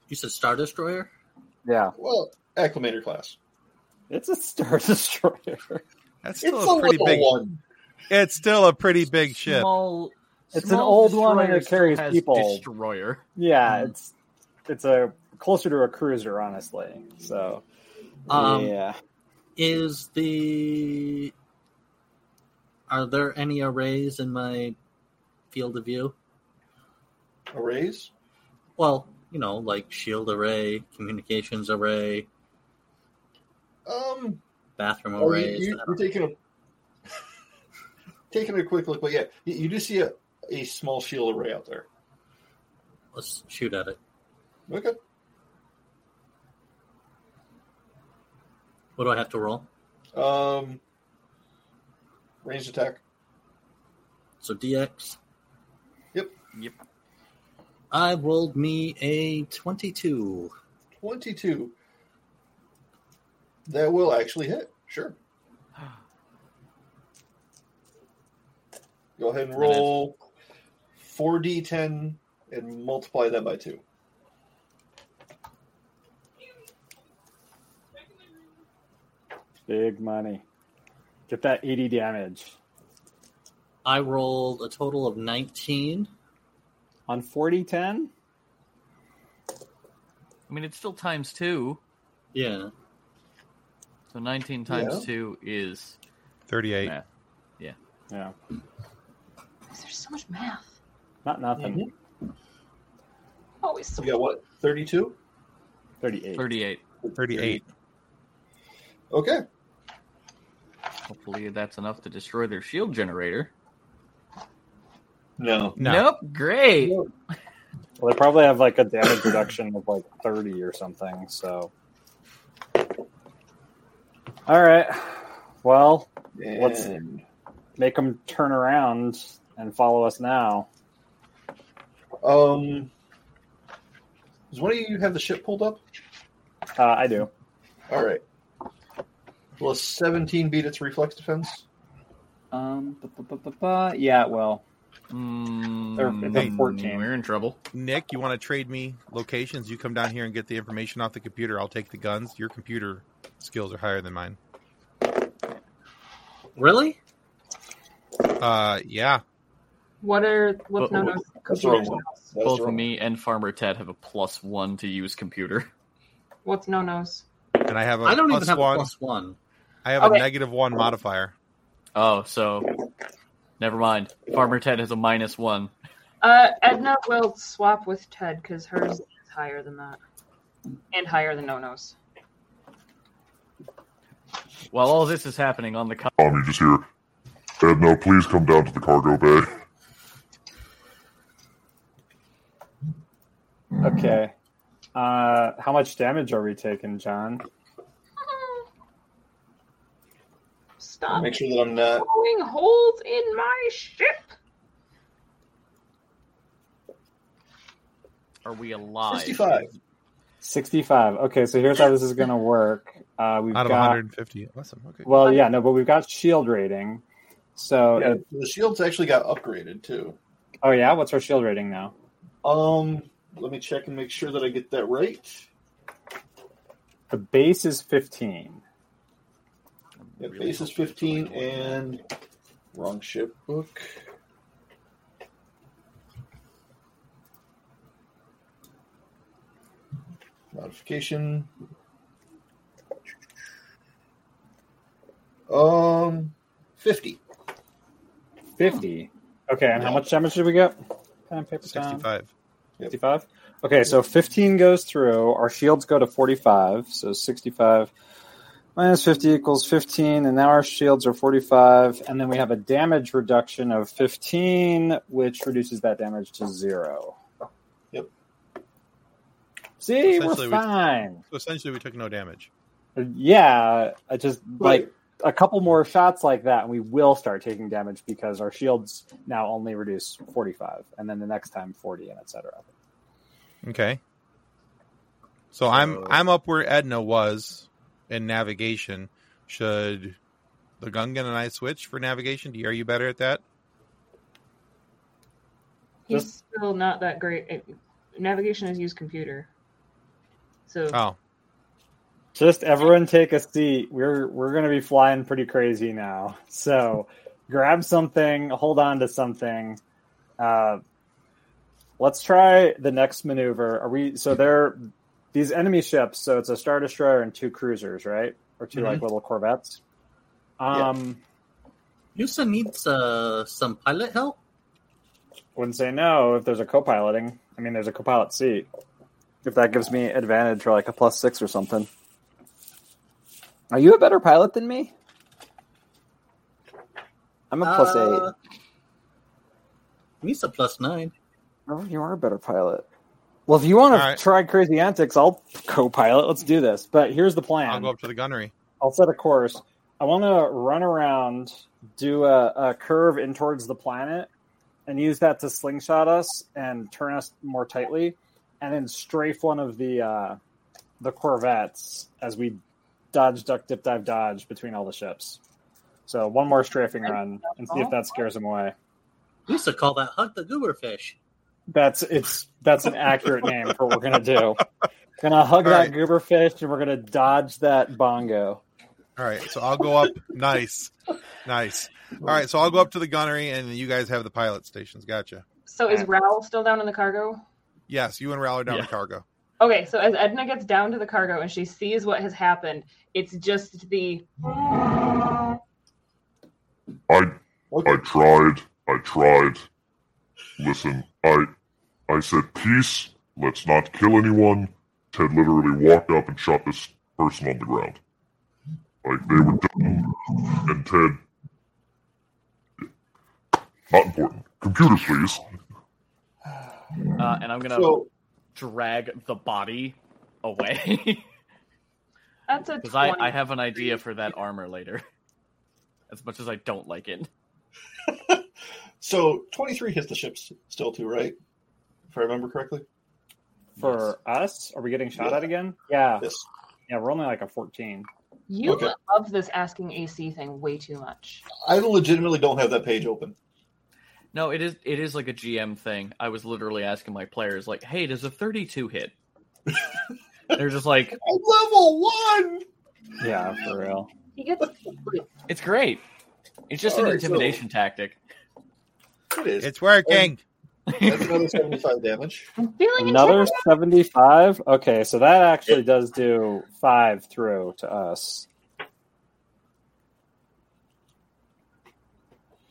Speaker 11: you said Star Destroyer.
Speaker 10: Yeah,
Speaker 8: Well, acclimator class.
Speaker 10: it's a star destroyer.
Speaker 1: That's
Speaker 8: It's
Speaker 1: still
Speaker 8: a
Speaker 1: a pretty
Speaker 8: little
Speaker 1: big.
Speaker 8: one.
Speaker 1: It's still a pretty big ship.
Speaker 9: Small,
Speaker 10: It's
Speaker 9: small
Speaker 10: an old one and
Speaker 9: destroyer
Speaker 10: it carries
Speaker 9: still has
Speaker 10: people.
Speaker 9: Destroyer.
Speaker 10: Yeah, it's it's a closer to a cruiser, honestly. So
Speaker 11: Um,
Speaker 10: yeah,
Speaker 11: Is the are there any arrays in my field of view?
Speaker 8: Arrays?
Speaker 11: Well, you know, like shield array, communications array,
Speaker 8: Um,
Speaker 11: bathroom
Speaker 8: oh,
Speaker 11: arrays.
Speaker 8: you, are taking a taking a quick look, but yeah, you, you do see a, a small shield array out there.
Speaker 11: Let's shoot at it.
Speaker 8: Okay.
Speaker 11: What do I have to roll?
Speaker 8: Um, ranged attack.
Speaker 11: So DX.
Speaker 8: Yep.
Speaker 9: Yep.
Speaker 11: I rolled me a twenty-two.
Speaker 8: 22. That will actually hit. Sure. Go ahead and roll 4d10 and multiply that by 2.
Speaker 10: big money. Get that eighty damage
Speaker 11: I rolled a total of nineteen.
Speaker 10: on forty ten.
Speaker 9: I mean, it's still times two.
Speaker 11: Yeah.
Speaker 9: So 19 times
Speaker 8: Yeah.
Speaker 9: two is
Speaker 1: Thirty-eight.
Speaker 9: math.
Speaker 10: Yeah,
Speaker 2: There's so much math.
Speaker 10: not nothing.
Speaker 8: Mm-hmm.
Speaker 2: Always so
Speaker 8: You got what? 32?
Speaker 10: Thirty eight.
Speaker 9: 38.
Speaker 1: Thirty-eight.
Speaker 8: Okay.
Speaker 9: Hopefully that's enough to destroy their shield generator.
Speaker 8: No.
Speaker 1: No.
Speaker 9: Nope. Great.
Speaker 8: No.
Speaker 10: Well, they probably have like a damage reduction of like thirty or something. So all right, well, What's-
Speaker 8: And,
Speaker 10: make them turn around and follow us now.
Speaker 8: um, does one of you have the ship pulled up?
Speaker 10: Uh, I do.
Speaker 8: All right. Will a 17 beat its reflex defense?
Speaker 10: Um, bu- bu- bu- bu- bu- yeah, it will.
Speaker 9: Mm,
Speaker 10: they're 14.
Speaker 9: We're in trouble.
Speaker 1: Nick, you want to trade me locations? You come down here and get the information off the computer. I'll take the guns. Your computer skills are higher than mine.
Speaker 11: Really?
Speaker 1: Uh, yeah.
Speaker 2: What are what's known as
Speaker 8: That's the wrong
Speaker 2: computers?
Speaker 8: one. That's
Speaker 9: Both
Speaker 8: the wrong
Speaker 9: me and Farmer Ted have a plus one to use computer.
Speaker 2: What's known as?
Speaker 1: And I have a
Speaker 11: I don't even
Speaker 1: plus
Speaker 11: have
Speaker 1: one.
Speaker 11: a plus one.
Speaker 1: I have
Speaker 2: Okay.
Speaker 1: a negative one modifier.
Speaker 9: Oh, so never mind. Farmer Ted has a minus one.
Speaker 2: Uh, Edna will swap with Ted because hers is higher than that, and higher than Nono's.
Speaker 9: While all this is happening on the co-
Speaker 6: Tom, you just hear, Edna, please come down to the cargo bay.
Speaker 10: Okay. Uh, how much damage are we taking, John?
Speaker 2: Stop
Speaker 8: Make sure that I'm not.
Speaker 2: blowing holes in my ship.
Speaker 9: are we alive?
Speaker 8: 65.
Speaker 10: 65. Okay, so here's how this is going to work. Uh, we've
Speaker 1: Out of
Speaker 10: got,
Speaker 1: 150. Awesome. Okay.
Speaker 10: Well, yeah, no, but we've got shield rating. So,
Speaker 8: Yeah,
Speaker 10: if-
Speaker 8: the shields actually got upgraded too.
Speaker 10: oh, yeah, what's our shield rating now?
Speaker 8: Um, let me check and make sure that I get that right.
Speaker 10: The base is 15.
Speaker 8: Yeah, base is 15 and wrong ship book. Modification. Um, 50.
Speaker 10: 50. Okay, and how much damage did we get? Pen and paper down.
Speaker 1: 65.
Speaker 10: 65? Okay, so 15 goes through. Our shields go to 45. So 65 minus 50 equals 15. And now our shields are 45. And then we have a damage reduction of 15, which reduces that damage to zero.
Speaker 8: Yep.
Speaker 10: See,
Speaker 1: Essentially,
Speaker 10: we're
Speaker 1: we-
Speaker 10: fine.
Speaker 1: So essentially, we took no damage.
Speaker 10: Yeah, I just like
Speaker 8: Right.
Speaker 10: a couple more shots like that, and we will start taking damage because our shields now only reduce 45, and then the next time 40, and etc.
Speaker 1: Okay. So, I'm I'm up where Edna was in navigation. Should the Gungan and I switch for navigation? Do you- Are you better at that?
Speaker 2: He's
Speaker 10: Just-
Speaker 2: still not that great. At, navigation is used computer. So
Speaker 1: Oh,
Speaker 10: Just everyone take a seat. We're we're gonna be flying pretty crazy now. So grab something, hold on to something. Uh, let's try the next maneuver. Are we so they're these enemy ships, so it's a Star Destroyer and two cruisers, right? Or 2 like
Speaker 11: Mhm.
Speaker 10: little corvettes. Um
Speaker 11: Yusa needs uh, some pilot help.
Speaker 10: wouldn't say no if there's a co piloting. I mean there's a co pilot seat. If that gives me advantage or like a plus six or something. Are you a better pilot than me? I'm a plus eight.
Speaker 11: Uh, He's a plus nine.
Speaker 10: Oh, you are a better pilot. Well, if you want to
Speaker 1: All right.
Speaker 10: try crazy antics, I'll co-pilot. Let's do this. But here's the plan.
Speaker 1: I'll go up to the gunnery.
Speaker 10: I'll set a course. I want to run around, do a, a curve in towards the planet, and use that to slingshot us and turn us more tightly, and then strafe one of the uh, the corvettes as we dodge, duck, dip, dive, dodge between all the ships. So one more strafing run and see if that scares them away.
Speaker 11: Yusa call that hug the goober fish.
Speaker 10: That's it's that's an accurate name for what we're gonna do. Gonna hug
Speaker 1: All
Speaker 10: that
Speaker 1: right.
Speaker 10: goober fish and we're gonna dodge that bongo.
Speaker 1: All right, so I'll go up. nice, nice. All right, so I'll go up to the gunnery, and you guys have the pilot stations. Gotcha.
Speaker 2: so is Raoul still down in the cargo?
Speaker 1: Yes, you and Ral are down
Speaker 9: Yeah.
Speaker 1: the cargo.
Speaker 2: Okay, so as Edna gets down to the cargo and she sees what has happened, it's just the
Speaker 6: I I tried. I tried. Listen, I I said peace. Let's not kill anyone. Ted literally walked up and shot this person on the ground. Like they were done, and Ted. Not important. Computers, please.
Speaker 9: Uh, and I'm gonna
Speaker 8: So
Speaker 9: drag the body away
Speaker 2: that's a
Speaker 9: because I, I
Speaker 2: 20.
Speaker 9: have an idea for that armor later. As much as I don't like it,
Speaker 8: so twenty three hits the ships still too, right? If I remember correctly.
Speaker 10: For us, are we getting shot
Speaker 8: Yeah.
Speaker 10: at again? Yeah.
Speaker 8: Yes.
Speaker 10: Yeah, we're only like a fourteen.
Speaker 2: you
Speaker 8: Okay.
Speaker 2: love this asking AC thing way too much.
Speaker 8: I legitimately don't have that page open.
Speaker 9: no, it is it is like a GM thing. I was literally asking my players like, "Hey, does a 32 hit?" They're just like,
Speaker 8: I'm level one.
Speaker 10: Yeah, for real.
Speaker 2: He gets
Speaker 9: "It's great." It's just an
Speaker 8: Alright, so-
Speaker 9: intimidation tactic.
Speaker 8: It is.
Speaker 1: It's working.
Speaker 8: That's another seventy five damage.
Speaker 2: I'm feeling
Speaker 10: Another
Speaker 2: intimidated.
Speaker 10: seventy-five. Okay, so that actually does do five through to us.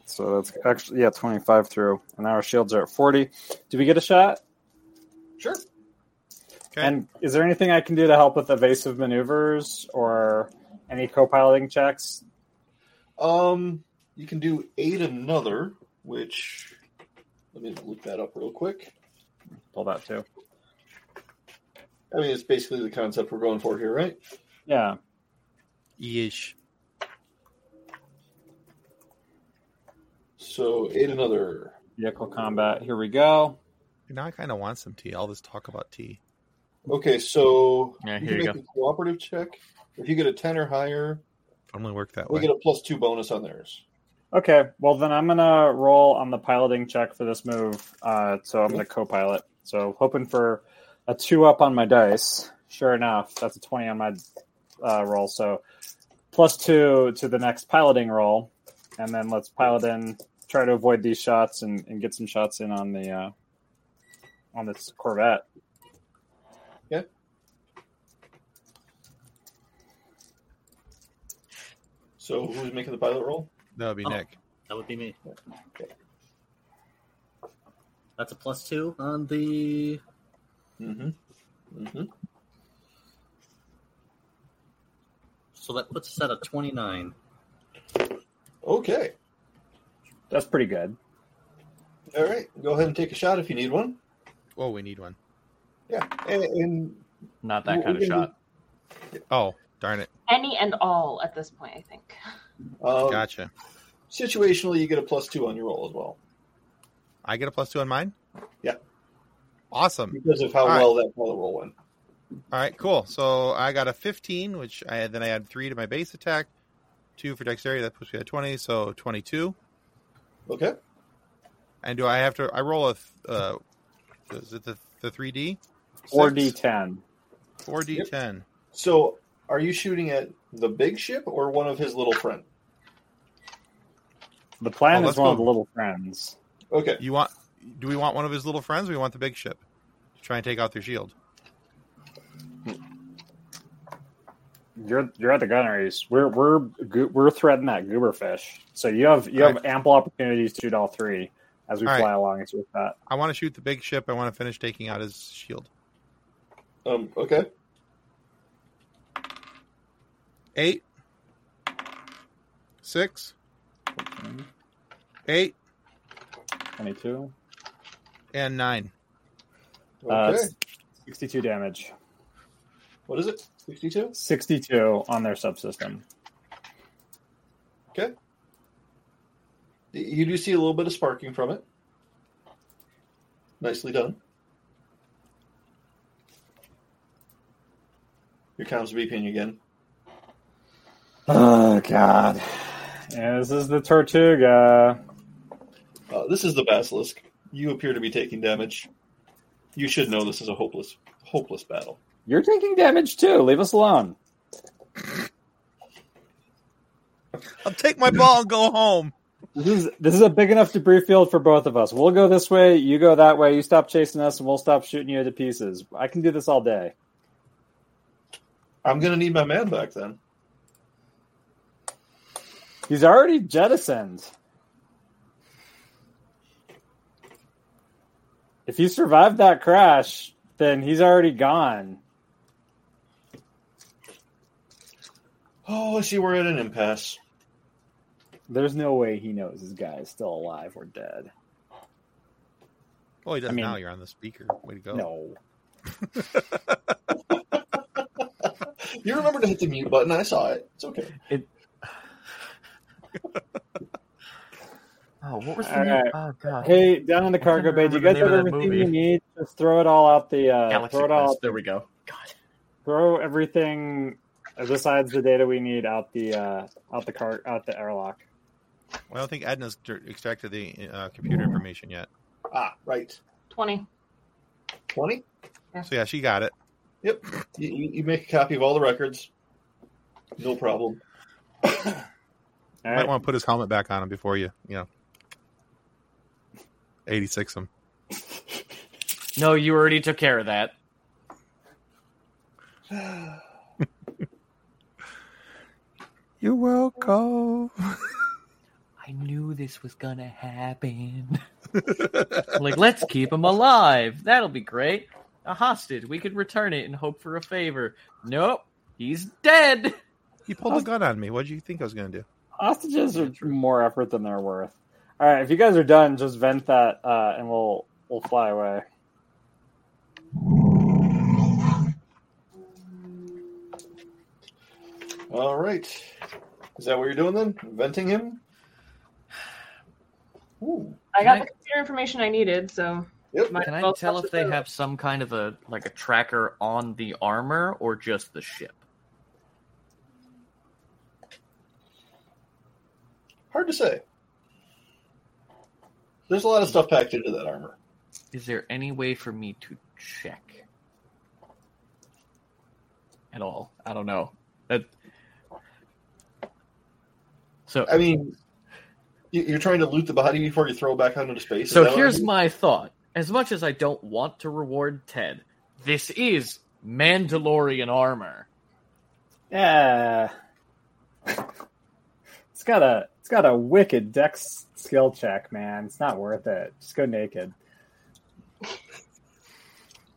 Speaker 10: So that's actually yeah, twenty-five through, and our shields are at forty. Do we get a shot?
Speaker 8: Sure.
Speaker 1: Okay.
Speaker 10: And is there anything I can do to help with evasive maneuvers or any co-piloting checks?
Speaker 8: Um, you can do aid another, which let me look that up real quick.
Speaker 10: Pull that too.
Speaker 8: I mean, it's basically the concept we're going for here, right?
Speaker 10: Yeah.
Speaker 1: Yeesh.
Speaker 8: So aid another.
Speaker 10: Vehicle combat. Here we go.
Speaker 1: Now I kind of want some tea. All this talk about tea.
Speaker 8: Okay, so you
Speaker 9: Yeah, here
Speaker 8: can
Speaker 9: you
Speaker 8: make a cooperative check. If you get a ten or higher,
Speaker 1: Only work that
Speaker 8: we
Speaker 1: way.
Speaker 8: get a plus two bonus on theirs.
Speaker 10: Okay. Well, then I'm gonna roll on the piloting check for this move. Uh, so I'm gonna co-pilot. So hoping for a two up on my dice. Sure enough, that's a twenty on my uh, roll. So plus two to the next piloting roll, and then let's pilot in. Try to avoid these shots and, and get some shots in on the uh, on this Corvette.
Speaker 8: So who's making the pilot roll?
Speaker 1: That would be
Speaker 11: Oh.
Speaker 1: Nick.
Speaker 11: That would be me. That's a plus two on the.
Speaker 8: Mm-hmm. Mm-hmm.
Speaker 11: So that puts us at a 29.
Speaker 8: Okay.
Speaker 10: That's pretty good.
Speaker 8: All right. Go ahead and take a shot if you need one.
Speaker 1: Oh, we need one.
Speaker 8: Yeah. And, and
Speaker 9: Not that
Speaker 8: Well,
Speaker 9: kind of
Speaker 8: we can do-
Speaker 9: shot.
Speaker 1: Oh, darn it.
Speaker 2: any and all at this point, I think.
Speaker 8: um,
Speaker 1: Gotcha.
Speaker 8: situationally, you get a plus two on your roll as well
Speaker 1: I get a plus two on mine.
Speaker 8: Yeah.
Speaker 1: Awesome.
Speaker 8: because of how
Speaker 1: Hmm. All right.
Speaker 8: well that pilot roll went.
Speaker 1: All right, cool. So I got a 15, which I had, then I add three to my base attack, two for dexterity. That puts me at 20, so 22.
Speaker 8: Okay.
Speaker 1: And do I have to? I roll a. th- Uh, is it the the three D?
Speaker 10: 4d10.
Speaker 1: 4d10.
Speaker 8: So, are you shooting at the big ship or one of his little friends?
Speaker 10: The plan
Speaker 1: Oh,
Speaker 10: is
Speaker 1: let's
Speaker 10: one
Speaker 1: go.
Speaker 10: of the little friends.
Speaker 8: Okay.
Speaker 1: You want? Do we want one of his little friends? or We want the big ship to try and take out their shield.
Speaker 10: You're you're at the gunneries. We're we're go- we're threading that goober fish. So you have you have
Speaker 1: Alright.
Speaker 10: ample opportunities to shoot all three as we
Speaker 1: Alright.
Speaker 10: fly along and with that.
Speaker 1: I want to shoot the big ship. I want to finish taking out his shield.
Speaker 8: Um, okay.
Speaker 1: Eight. Six. Eight
Speaker 10: Twenty two.
Speaker 1: and nine.
Speaker 10: Uh,
Speaker 8: Okay.
Speaker 10: sixty two damage.
Speaker 8: what is it? 62?
Speaker 10: Sixty two on their subsystem.
Speaker 8: Okay. You do see a little bit of sparking from it. Nicely done. Your comms beeping again.
Speaker 10: Oh god. And this is the Tortuga.
Speaker 8: Uh, this is the basilisk. You appear to be taking damage. You should know this is a hopeless, hopeless battle.
Speaker 10: You're taking damage too. Leave us alone.
Speaker 1: I'll take my ball and go home.
Speaker 10: This is this is a big enough debris field for both of us. We'll go this way, you go that way, you stop chasing us, and we'll stop shooting you to pieces. I can do this all day.
Speaker 8: I'm gonna need my man back then.
Speaker 10: He's already jettisoned. If he survived that crash, then he's already gone.
Speaker 8: Oh, I see we're at an impasse.
Speaker 10: There's no way he knows his guy is still alive or dead.
Speaker 1: Oh, he does
Speaker 10: I mean-
Speaker 1: now. You're on the speaker. Way to go.
Speaker 10: No.
Speaker 8: You remember to hit the mute button. I saw it. It's okay.
Speaker 9: Oh, what was the
Speaker 10: All
Speaker 9: name?
Speaker 10: right.
Speaker 9: Oh god.
Speaker 10: Hey, down in the cargo bay, do you guys have
Speaker 9: remember the name of that
Speaker 10: everything
Speaker 9: movie.
Speaker 10: you need? Just throw it all out the uh,
Speaker 9: Galaxy
Speaker 10: throw it all
Speaker 9: Quest. There we go. God.
Speaker 10: throw everything besides the data we need out the uh, out the car out the airlock.
Speaker 1: Well, I don't think Edna's d- extracted the uh, computer
Speaker 10: Mm-hmm.
Speaker 1: information yet.
Speaker 8: Ah, right.
Speaker 2: 20.
Speaker 8: Twenty.
Speaker 1: So yeah, she got it.
Speaker 8: You, you you make a copy of all the records. No problem.
Speaker 10: All
Speaker 1: Might
Speaker 10: right.
Speaker 1: want to put his helmet back on him before you, you know, eighty six him.
Speaker 9: No, you already took care of that.
Speaker 1: You're welcome.
Speaker 9: I knew this was gonna happen. like, let's keep him alive. That'll be great. A hostage. We could return it and hope for a favor. Nope. He's dead.
Speaker 1: You pulled a gun on me. What did you think I was going to do?
Speaker 10: Hostages are more effort than they're worth. All right, if you guys are done, just vent that, uh, and we'll we'll fly away.
Speaker 8: All right. Is that what you're doing then? Venting him? Ooh.
Speaker 2: I
Speaker 9: Can
Speaker 2: got
Speaker 9: I-
Speaker 2: the computer information I needed, so.
Speaker 8: Yep.
Speaker 2: might
Speaker 9: Can
Speaker 2: as
Speaker 9: I
Speaker 2: well
Speaker 9: tell
Speaker 2: touch
Speaker 9: if
Speaker 2: it
Speaker 9: they
Speaker 2: up.
Speaker 9: have some kind of a like a tracker on the armor or just the ship?
Speaker 8: Hard to say. There's a lot of stuff packed into that armor.
Speaker 9: Is there any way for me to check at all? I don't know. That so
Speaker 8: I mean, you- you're trying to loot the body before you throw it back out into space. Is
Speaker 9: So
Speaker 8: that what
Speaker 9: here's
Speaker 8: I mean?
Speaker 9: my thought. As much as I don't want to reward Ted, this is Mandalorian armor.
Speaker 10: Yeah, it's got a it's got a wicked dex skill check, man. It's not worth it. Just go naked.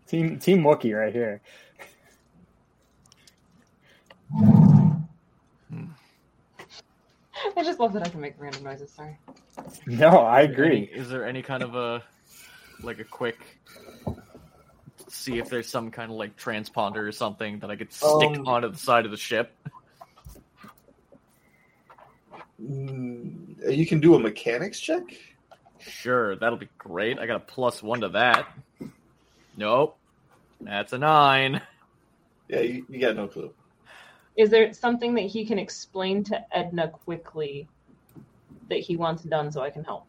Speaker 10: Team Team Wookie right here.
Speaker 2: I just love that I can make random noises, sorry.
Speaker 10: No, I
Speaker 9: Any-
Speaker 10: agree.
Speaker 9: is there any kind of a like a quick see if there's some kind of like transponder or something that I could stick
Speaker 8: Um,
Speaker 9: onto the side of the ship?
Speaker 8: Mm, You can do a mechanics check.
Speaker 9: Sure, that'll be great. I got a plus one to that. Nope. That's a nine.
Speaker 8: Yeah, you, you got no clue.
Speaker 2: Is there something that he can explain to Edna quickly that he wants done so I can help?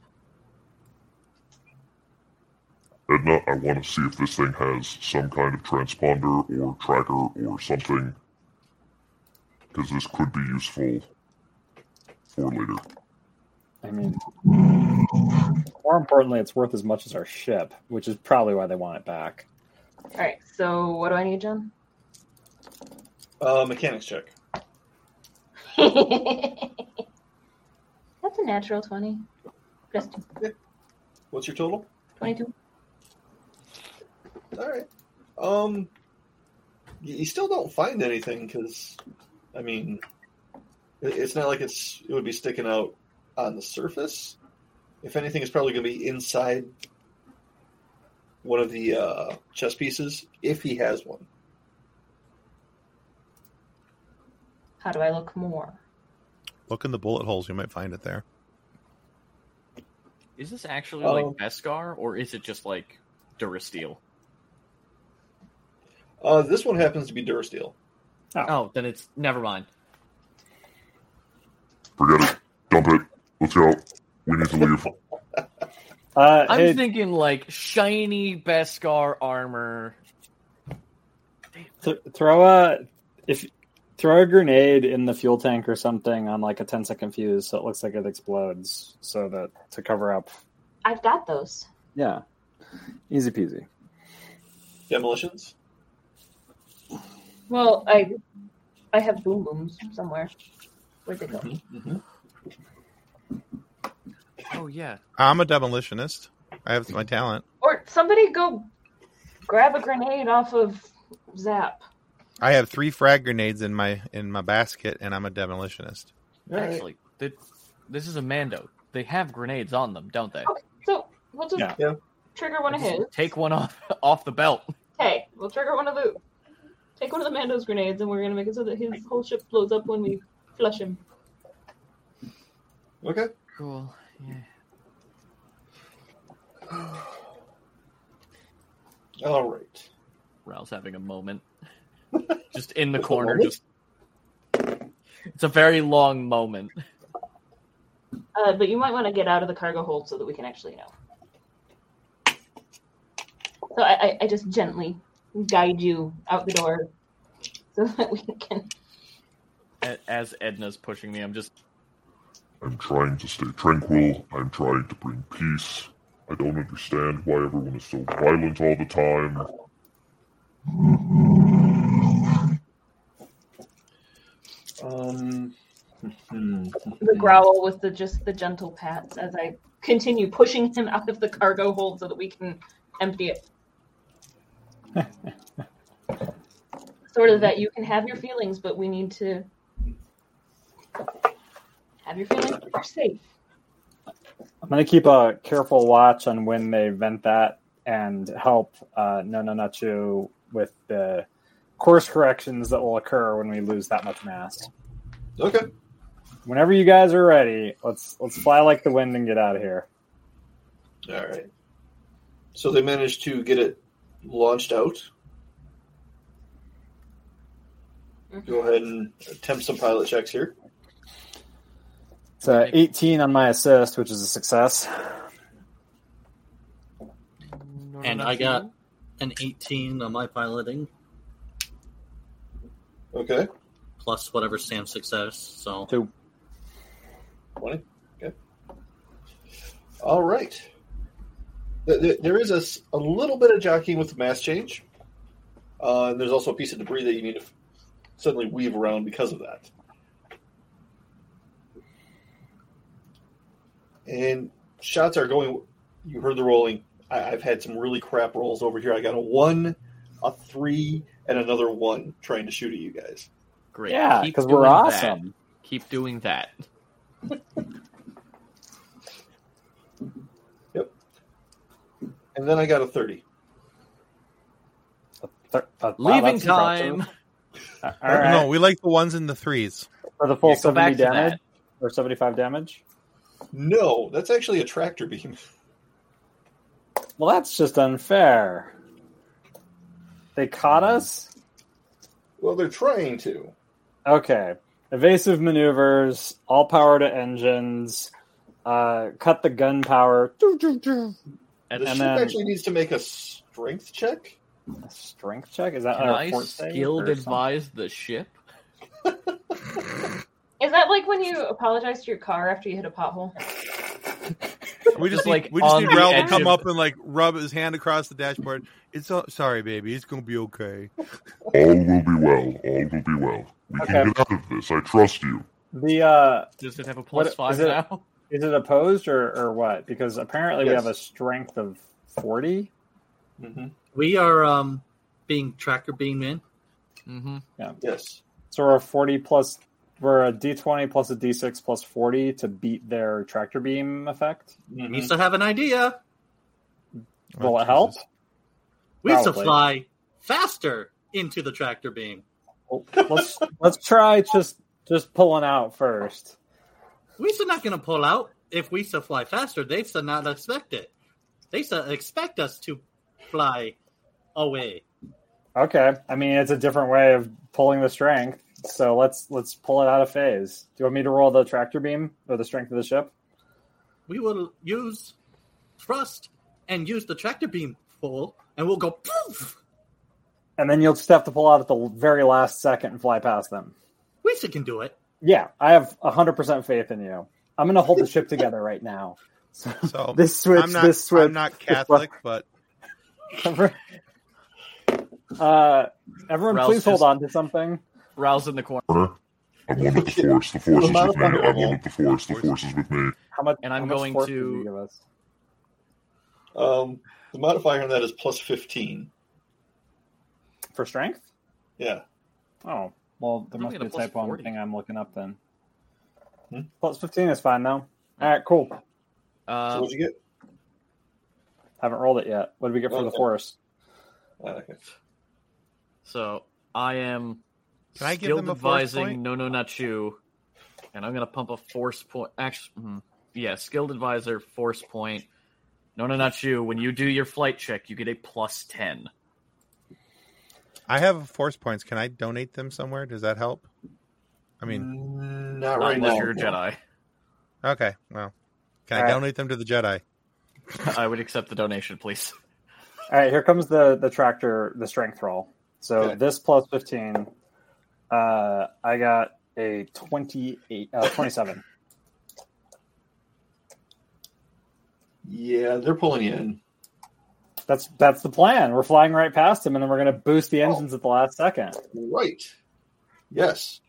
Speaker 6: Edna, I want to see if this thing has some kind of transponder or tracker or something, because this could be useful for later.
Speaker 10: I mean, more importantly, it's worth as much as our ship, which is probably why they want it back.
Speaker 2: All right. So what do I need, John?
Speaker 8: Uh, mechanics check.
Speaker 2: That's a natural twenty. Just
Speaker 8: What's your total?
Speaker 2: twenty-two.
Speaker 8: All right. Um, y- you still don't find anything because, I mean, it- it's not like it's it would be sticking out on the surface. If anything, it's probably going to be inside one of the uh, chess pieces if he has one.
Speaker 2: How do I look more?
Speaker 1: Look in the bullet holes; you might find it there.
Speaker 9: Is this actually
Speaker 8: Oh.
Speaker 9: like Beskar, or is it just like Durasteel?
Speaker 8: Uh, this one happens to be Durasteel.
Speaker 9: Oh. then it's never mind.
Speaker 6: Forget it. Dump it. Let's go. We need to leave.
Speaker 10: Uh,
Speaker 9: I'm
Speaker 10: hey,
Speaker 9: thinking like shiny Beskar armor.
Speaker 10: th- throw a if throw a grenade in the fuel tank or something on like a 10 second fuse, so it looks like it explodes, so that to cover up.
Speaker 2: I've got those.
Speaker 10: Yeah, easy peasy.
Speaker 8: Demolitions?
Speaker 2: Well, I I have boom booms somewhere. Where'd they go?
Speaker 9: Oh yeah,
Speaker 1: I'm a demolitionist. I have my talent.
Speaker 2: Or somebody go grab a grenade off of Zap.
Speaker 1: I have three frag grenades in my in my basket, and I'm a demolitionist.
Speaker 8: All right.
Speaker 9: actually, th- this is a Mando. They have grenades on them, don't they?
Speaker 2: So we'll just
Speaker 10: Yeah.
Speaker 8: Yeah.
Speaker 2: trigger one of
Speaker 9: Just
Speaker 2: his.
Speaker 9: Take one off off the belt.
Speaker 2: Hey, we'll trigger one of the take one of the Mando's grenades, and we're gonna make it so that his whole ship blows up when we flush him.
Speaker 8: Okay.
Speaker 9: Cool. Yeah.
Speaker 8: All right.
Speaker 9: Raoul's having a moment. just in the
Speaker 8: Just a
Speaker 9: corner.
Speaker 8: moment?
Speaker 9: Just it's a very long moment.
Speaker 2: Uh, but you might want to get out of the cargo hold so that we can actually know. So I, I, I just gently guide you out the door so that we can.
Speaker 9: A- As Edna's pushing me, I'm just
Speaker 6: I'm trying to stay tranquil. I'm trying to bring peace. I don't understand why everyone is so violent all the time.
Speaker 8: Um,
Speaker 10: Hmm.
Speaker 2: The growl with the just the gentle pats as I continue pushing him out of the cargo hold so that we can empty it. sort of that you can have your feelings, but we need to have your feelings but you're safe.
Speaker 10: I'm gonna keep a careful watch on when they vent that and help uh, No No Not You with the course corrections that will occur when we lose that much mass.
Speaker 8: okay.
Speaker 10: Whenever you guys are ready, let's let's fly like the wind and get out of here.
Speaker 8: All right. So they managed to get it launched out. Go ahead and attempt some pilot checks here.
Speaker 10: It's a 18 on my assist, which is a success.
Speaker 11: And I got an 18 on my piloting,
Speaker 8: Okay.
Speaker 11: plus whatever Sam's success. So
Speaker 10: Two.
Speaker 8: 20. Okay. All right. Th- th- There is a, s- a little bit of jockeying with the mass change. Uh, and there's also a piece of debris that you need to f- suddenly weave around because of that. And shots are going. You heard the rolling. I, I've had some really crap rolls over here. I got a one, a three, and another one trying to shoot at you guys.
Speaker 9: great.
Speaker 10: Yeah,
Speaker 9: Keep
Speaker 10: because we're
Speaker 9: doing that.
Speaker 10: awesome.
Speaker 9: Keep doing that.
Speaker 8: And then I got a 30.
Speaker 10: Th- uh, wow,
Speaker 9: Leaving
Speaker 10: that's
Speaker 9: time.
Speaker 10: impressive. Uh, All right.
Speaker 1: No, we like the ones in the threes.
Speaker 10: For the full
Speaker 9: Yeah, go
Speaker 10: 70
Speaker 9: back to that.
Speaker 10: damage or 75 damage.
Speaker 8: No, that's actually a tractor beam.
Speaker 10: Well, that's just unfair. They caught
Speaker 9: Hmm.
Speaker 10: us?
Speaker 8: Well, they're trying to.
Speaker 10: Okay. Evasive maneuvers, all power to engines, uh, cut the gun power.
Speaker 8: The ship actually needs to make a strength check.
Speaker 10: A strength check? Is that
Speaker 9: Can
Speaker 10: a
Speaker 9: I
Speaker 10: uh, fort save
Speaker 9: skilled
Speaker 10: or something?
Speaker 9: advise the ship?
Speaker 2: Is that like when you apologize to your car after you hit a pothole?
Speaker 1: We just
Speaker 9: Just,
Speaker 1: need,
Speaker 9: like,
Speaker 1: we just
Speaker 9: on
Speaker 1: need
Speaker 9: the
Speaker 1: Ralph to
Speaker 9: edge
Speaker 1: come
Speaker 9: of-
Speaker 1: up and like rub his hand across the dashboard. It's all, sorry, baby. It's gonna be okay.
Speaker 6: All will be well. All will be well. We
Speaker 10: Okay.
Speaker 6: can get out of this. I trust you.
Speaker 10: The uh,
Speaker 9: Does it have a
Speaker 10: what-
Speaker 9: plus five
Speaker 10: is it,
Speaker 9: now?
Speaker 10: Is it opposed or, or what? Because apparently we
Speaker 8: Yes.
Speaker 10: have a strength of forty.
Speaker 8: Mm-hmm.
Speaker 11: We are um, being tracker beam in.
Speaker 9: Mm-hmm.
Speaker 8: Yes.
Speaker 10: So we're a forty plus. We're a D twenty plus a D six plus forty to beat their tractor beam effect.
Speaker 11: We used to have an idea.
Speaker 10: Will
Speaker 1: Oh,
Speaker 10: it help?
Speaker 1: Jesus.
Speaker 11: We used to
Speaker 10: Probably.
Speaker 11: fly faster into the tractor beam.
Speaker 10: Well, let's let's try just just pulling out first.
Speaker 11: We said not going to pull out. If we said fly faster, they said not expect it. They said expect us to fly away.
Speaker 10: Okay, I mean it's a different way of pulling the strength. So let's let's pull it out of phase. Do you want me to roll the tractor beam or the strength of the ship?
Speaker 11: We will use thrust and use the tractor beam pull, and we'll go poof.
Speaker 10: And then you'll just have to pull out at the very last second and fly past them.
Speaker 11: We said can do it.
Speaker 10: Yeah, I have 100% faith in you. I'm going to hold the ship together right now. So,
Speaker 1: So
Speaker 10: this switch,
Speaker 1: I'm not.
Speaker 10: this switch.
Speaker 1: I'm not Catholic, but
Speaker 10: uh, everyone,
Speaker 9: Ralph's
Speaker 10: please hold
Speaker 9: just-
Speaker 10: on to something.
Speaker 9: Rouse in the corner,
Speaker 6: Connor, I'm one with the force. The force is with me. I'm one with the force. The force is with me.
Speaker 10: How much?
Speaker 9: And I'm
Speaker 10: how much
Speaker 9: going
Speaker 10: force did
Speaker 9: to-
Speaker 10: you give us?
Speaker 8: Um, the modifier on that is plus 15.
Speaker 10: for strength.
Speaker 8: Yeah.
Speaker 10: Oh, well, there
Speaker 9: Probably
Speaker 10: must
Speaker 9: at
Speaker 10: be
Speaker 9: a
Speaker 10: a
Speaker 9: plus
Speaker 10: typo on the
Speaker 9: 40.
Speaker 10: thing I'm looking up then.
Speaker 8: Hmm?
Speaker 10: Plus 15 is fine though. All right, cool.
Speaker 8: So
Speaker 9: uh,
Speaker 8: what'd you get?
Speaker 10: Haven't rolled it yet. What did we get for the
Speaker 8: Okay.
Speaker 10: force?
Speaker 8: Uh, okay.
Speaker 9: so I am
Speaker 1: Can I give
Speaker 9: skilled
Speaker 1: them a force point?
Speaker 9: advising no no not you, and I'm gonna pump a force point. Actually, mm, yeah, skilled advisor force point. No no not you. When you do your flight check, you get a plus ten.
Speaker 1: I have force points. Can I donate them somewhere? Does that help? I mean,
Speaker 8: Mm, not
Speaker 9: Not
Speaker 8: right
Speaker 9: unless
Speaker 8: now.
Speaker 9: you're a Jedi.
Speaker 1: okay. Well, can I
Speaker 10: Mm. All right.
Speaker 1: donate them to the Jedi?
Speaker 9: I would accept the donation, please.
Speaker 10: All right, here comes the the tractor, the strength roll. So
Speaker 8: Okay.
Speaker 10: this plus 15, uh, I got a 28, uh, 27.
Speaker 8: Yeah, they're pulling you in.
Speaker 10: that's that's the plan. We're flying right past them, and then we're going to boost
Speaker 9: Oh.
Speaker 10: the engines at the last second.
Speaker 8: Right. Yes.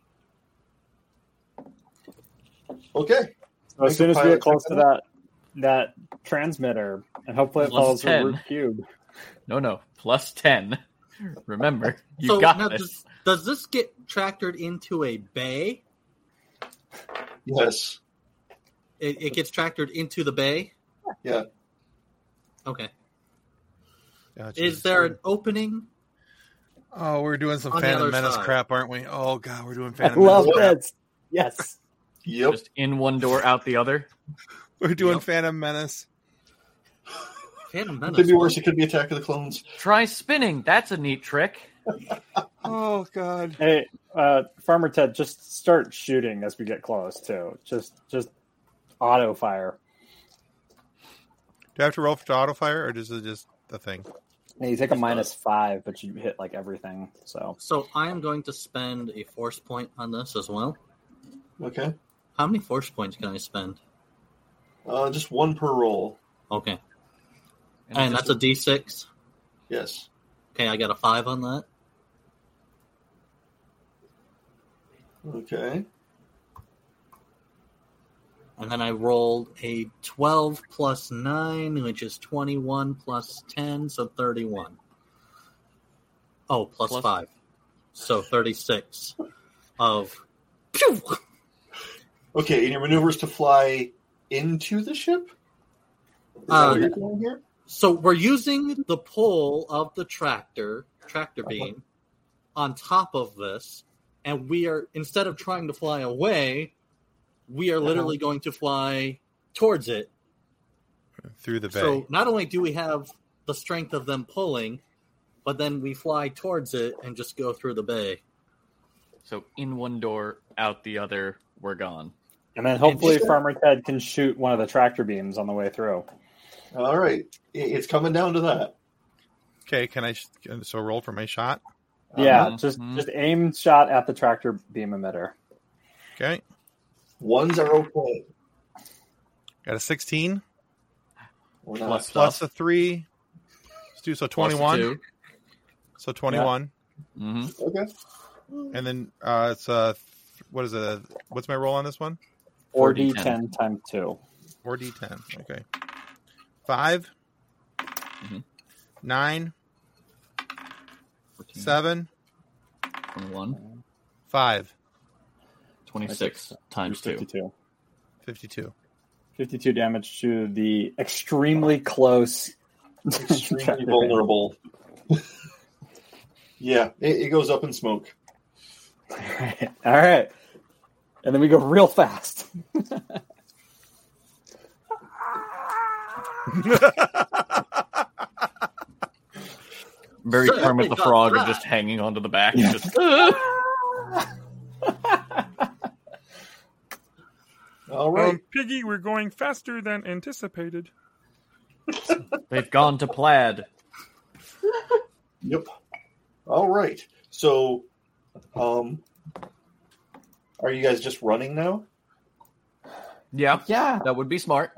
Speaker 8: Okay.
Speaker 10: So
Speaker 8: Make a
Speaker 10: as soon as we
Speaker 8: pilot
Speaker 10: get close
Speaker 8: check
Speaker 10: to
Speaker 8: on
Speaker 10: that that transmitter, and hopefully it
Speaker 9: Plus
Speaker 10: follows the
Speaker 9: 10.
Speaker 10: root cube.
Speaker 9: No no plus ten. Remember, you
Speaker 11: so
Speaker 9: got
Speaker 11: now
Speaker 9: this.
Speaker 11: Does, does this get tractored into a bay?
Speaker 8: Yes.
Speaker 11: It, it gets tractored into the bay.
Speaker 8: Yeah.
Speaker 11: Okay.
Speaker 1: Oh,
Speaker 11: Is
Speaker 1: Jesus.
Speaker 11: there an opening?
Speaker 1: Oh, we're doing some
Speaker 11: on the
Speaker 1: Phantom
Speaker 11: other
Speaker 1: Menace
Speaker 11: side?
Speaker 1: crap, aren't we? Oh God, we're doing
Speaker 10: I
Speaker 1: Phantom
Speaker 10: love
Speaker 1: Menace crap.
Speaker 10: this. Yes.
Speaker 8: Yep.
Speaker 9: Just in one door, out the other.
Speaker 1: We're doing
Speaker 9: Yep.
Speaker 1: Phantom Menace.
Speaker 11: Phantom
Speaker 8: It
Speaker 11: Menace.
Speaker 8: could be worse. It could be Attack of the Clones.
Speaker 9: Try spinning. That's a neat trick.
Speaker 1: Oh God.
Speaker 10: Hey, uh, Farmer Ted, just start shooting as we get close too. Just just auto fire.
Speaker 1: Do I have to roll for auto fire, or is it just the thing?
Speaker 10: Yeah, you take a minus five, but you hit like everything. So
Speaker 11: So I am going to spend a force point on this as well.
Speaker 8: Okay.
Speaker 11: How many force points can I spend?
Speaker 8: Uh, just one per roll.
Speaker 11: Okay.
Speaker 9: And
Speaker 11: And, that's a D6.
Speaker 8: Yes.
Speaker 11: Okay, I got a 5 on that.
Speaker 8: Okay.
Speaker 11: And then I rolled a 12 plus 9, which is 21 plus 10, so 31. Oh, plus,
Speaker 9: Plus-
Speaker 11: 5. So 36 of. Pew!
Speaker 8: Okay. And your maneuver is to fly into the ship. Is that
Speaker 11: Uh,
Speaker 8: what you're doing here?
Speaker 11: So we're using the pull of the tractor, tractor beam, on top of this, and we are instead of trying to fly away, we are literally going to fly towards it.
Speaker 1: Through the bay.
Speaker 11: So not only do we have the strength of them pulling, but then we fly towards it and just go through the bay.
Speaker 9: So in one door, out the other. We're gone.
Speaker 10: and then hopefully
Speaker 11: just-
Speaker 10: Farmer Ted can shoot one of the tractor beams on the way through.
Speaker 8: All right, I- it's coming down to that.
Speaker 1: Okay, can I? sh- So roll for my shot.
Speaker 10: Yeah, just
Speaker 1: Mm-hmm.
Speaker 10: just aim shot at the tractor beam emitter.
Speaker 1: Okay.
Speaker 8: Ones are okay.
Speaker 1: Got a sixteen
Speaker 8: We're
Speaker 1: plus,
Speaker 8: not.
Speaker 1: plus a three. Let's do so
Speaker 9: Plus a
Speaker 1: twenty-one.
Speaker 9: two.
Speaker 1: So twenty-one,
Speaker 9: Mm-hmm.
Speaker 8: Okay.
Speaker 1: and then uh, it's uh, th- what is it? What's my roll on this one?
Speaker 10: 4d10 times 2.
Speaker 1: Four D ten. Okay. Five. Nine. Seven.
Speaker 9: One.
Speaker 1: Five.
Speaker 9: 26 times 2.
Speaker 10: 52.
Speaker 1: Fifty-two.
Speaker 10: 52 damage to the extremely close.
Speaker 8: Extremely
Speaker 10: tractor beam.
Speaker 8: vulnerable. yeah, it, it goes up in smoke.
Speaker 10: All right. And then we go real fast.
Speaker 9: Very
Speaker 10: So-
Speaker 9: Kermit the Frog of just hanging onto the back. and Just,
Speaker 8: All right.
Speaker 12: Piggy, we're going faster than anticipated.
Speaker 9: they've gone to plaid.
Speaker 8: Yep. All right. So, um, are you guys just running now?
Speaker 9: Yeah.
Speaker 10: Yeah.
Speaker 9: That would be smart.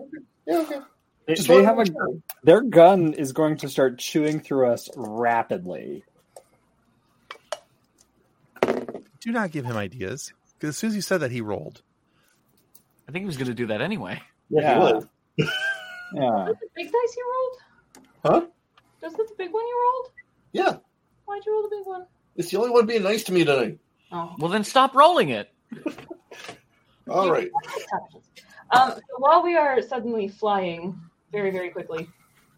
Speaker 8: Yeah. Okay.
Speaker 10: They,
Speaker 8: Just
Speaker 10: they
Speaker 8: run
Speaker 10: have a
Speaker 8: sure.
Speaker 10: their gun is going to start chewing through us rapidly.
Speaker 1: Do not give him ideas. 'Cause as soon as you said that, he rolled.
Speaker 9: I think he was going to do that anyway.
Speaker 8: Yeah. he would.
Speaker 10: Yeah.
Speaker 2: Is that the big dice you rolled?
Speaker 8: Huh?
Speaker 2: Is that the big one you rolled?
Speaker 8: Yeah.
Speaker 2: Why'd you roll the big one?
Speaker 8: It's the only one being nice to me tonight.
Speaker 2: Oh,
Speaker 9: Well, then stop rolling it.
Speaker 8: All right.
Speaker 2: Um, so while we are suddenly flying very, very quickly,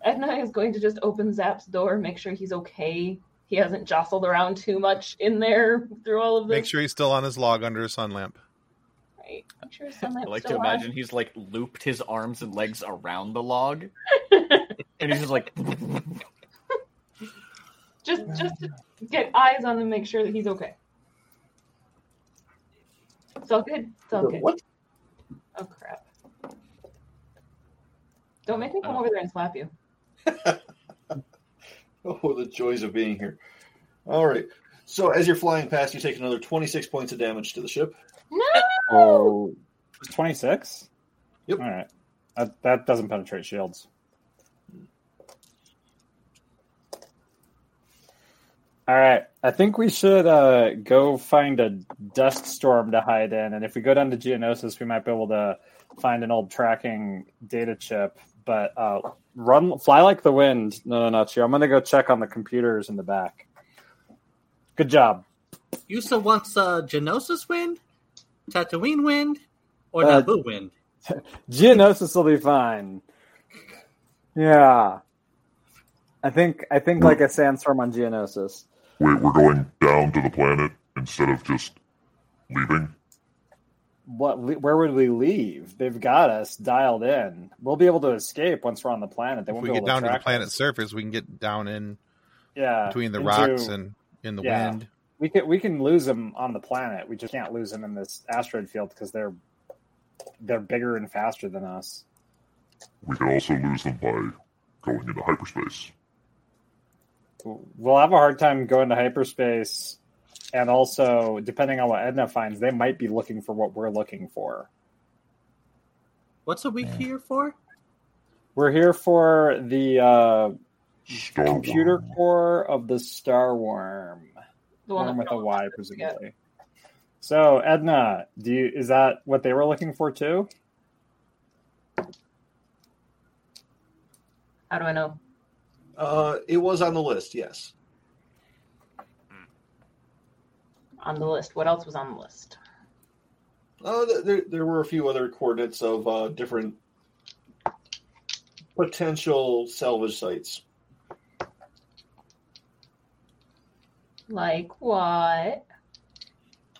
Speaker 2: Edna is going to just open Zap's door, make sure he's okay. He hasn't jostled around too much in there through all of this.
Speaker 1: Make sure he's still on his log under a sun lamp.
Speaker 2: Right. Make sure his sunlight's
Speaker 9: I like to
Speaker 2: still on.
Speaker 9: imagine he's like looped his arms and legs around the log. and he's just like,
Speaker 2: Just, just to get eyes on him, make sure that he's okay. It's all good. It's all good.
Speaker 8: What?
Speaker 2: Oh crap! Don't make me come over there and slap you.
Speaker 8: Oh, the joys of being here. All right. So, as you're flying past, you take another 26 points of damage to the ship.
Speaker 10: Oh, 26?
Speaker 8: Yep.
Speaker 10: All right. That, that doesn't penetrate shields. All right. I think we should uh, go find a dust storm to hide in. And if we go down to Geonosis, we might be able to find an old tracking data chip. But uh, run, fly like the wind. No, no, not you. I'm going to go check on the computers in the back. Good job.
Speaker 11: You said once uh, Genosis Wind, Tatooine Wind, or
Speaker 10: Uh,
Speaker 11: Naboo Wind.
Speaker 10: Geonosis will be fine. Yeah. I think I think like a sandstorm on Geonosis.
Speaker 6: Wait, we're going down to the planet instead of just leaving?
Speaker 10: What where would we leave? They've got us dialed in. We'll be able to escape once we're on the planet. They
Speaker 1: If
Speaker 10: won't
Speaker 1: we
Speaker 10: be
Speaker 1: get
Speaker 10: able
Speaker 1: down to the
Speaker 10: to track us.
Speaker 1: planet's surface, we can get down in
Speaker 10: yeah,
Speaker 1: between the
Speaker 10: into-
Speaker 1: rocks and in the
Speaker 10: yeah.
Speaker 1: wind.
Speaker 10: We can we can lose them on the planet. We just can't lose them in this asteroid field because they're they're bigger and faster than us.
Speaker 6: We could also lose them by going into hyperspace.
Speaker 10: We'll have a hard time going to hyperspace, and also depending on what Edna finds, they might be looking for what we're looking for.
Speaker 11: What's a week here for?
Speaker 10: We're here for the uh,
Speaker 6: Star
Speaker 10: computer
Speaker 6: Worm.
Speaker 10: core of the star worm,
Speaker 2: The one
Speaker 10: worm
Speaker 2: that-
Speaker 10: with a Y, presumably. So, Edna, do you is that what they were looking for too?
Speaker 2: How do I know?
Speaker 8: Uh, it was on the list, yes.
Speaker 2: On the list. What else was on the list?
Speaker 8: Uh, th- there, there were a few other coordinates of uh, different potential salvage sites.
Speaker 2: Like what?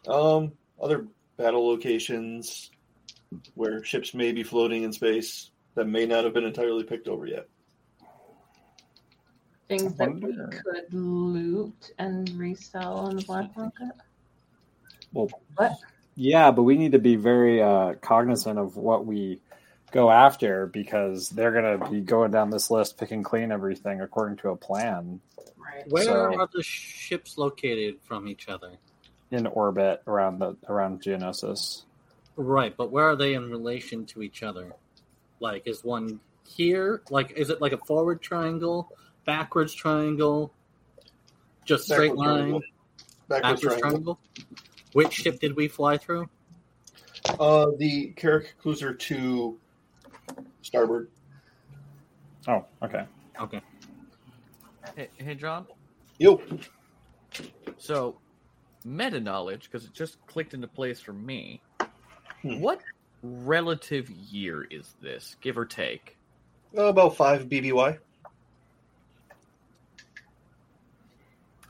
Speaker 8: Um, other battle locations where ships may be floating in space that may not have been entirely picked over yet.
Speaker 2: Things that we
Speaker 10: Wonder.
Speaker 2: could loot and resell on the black market.
Speaker 10: Well,
Speaker 2: What?
Speaker 10: yeah, but we need to be very uh, cognizant of what we go after because they're going to be going down this list, pick and clean everything according to a plan.
Speaker 2: Right.
Speaker 11: Where
Speaker 10: So-
Speaker 11: are the ships located from each other?
Speaker 10: in orbit around the around Geonosis.
Speaker 11: Right, but where are they in relation to each other? Like, is one here? Like, is it like a forward triangle, backwards triangle, just straight
Speaker 8: Backward
Speaker 11: line,
Speaker 8: triangle. Backward
Speaker 11: backwards,
Speaker 8: triangle.
Speaker 11: triangle. Which ship did we fly through?
Speaker 8: Uh, the Carrick Cruiser to starboard.
Speaker 10: Oh, okay.
Speaker 11: Okay.
Speaker 9: Hey, hey John.
Speaker 8: Yo.
Speaker 9: So, meta knowledge, because it just clicked into place for me.
Speaker 11: Hmm.
Speaker 9: What relative year is this, give or take?
Speaker 8: Oh, about five BBY.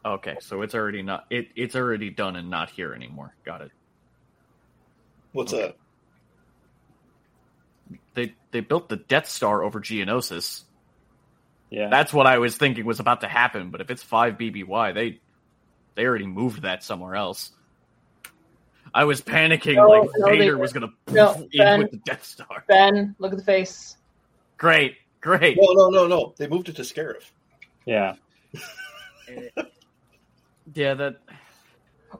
Speaker 9: Okay, so it's already not it, it's already done and not here anymore. Got it.
Speaker 8: What's that?
Speaker 9: They they built the Death Star over Geonosis.
Speaker 10: Yeah.
Speaker 9: That's what I was thinking was about to happen, but if it's 5 BBY, they they already moved that somewhere else. I was panicking
Speaker 2: No,
Speaker 9: like
Speaker 2: no, they
Speaker 9: Vader
Speaker 2: didn't.
Speaker 9: was going to
Speaker 2: No,
Speaker 9: in
Speaker 2: Ben.
Speaker 9: with the Death Star.
Speaker 2: Ben, look at the face.
Speaker 9: Great. Great.
Speaker 8: No, no, no, no. They moved it to Scarif.
Speaker 10: Yeah.
Speaker 9: Yeah, that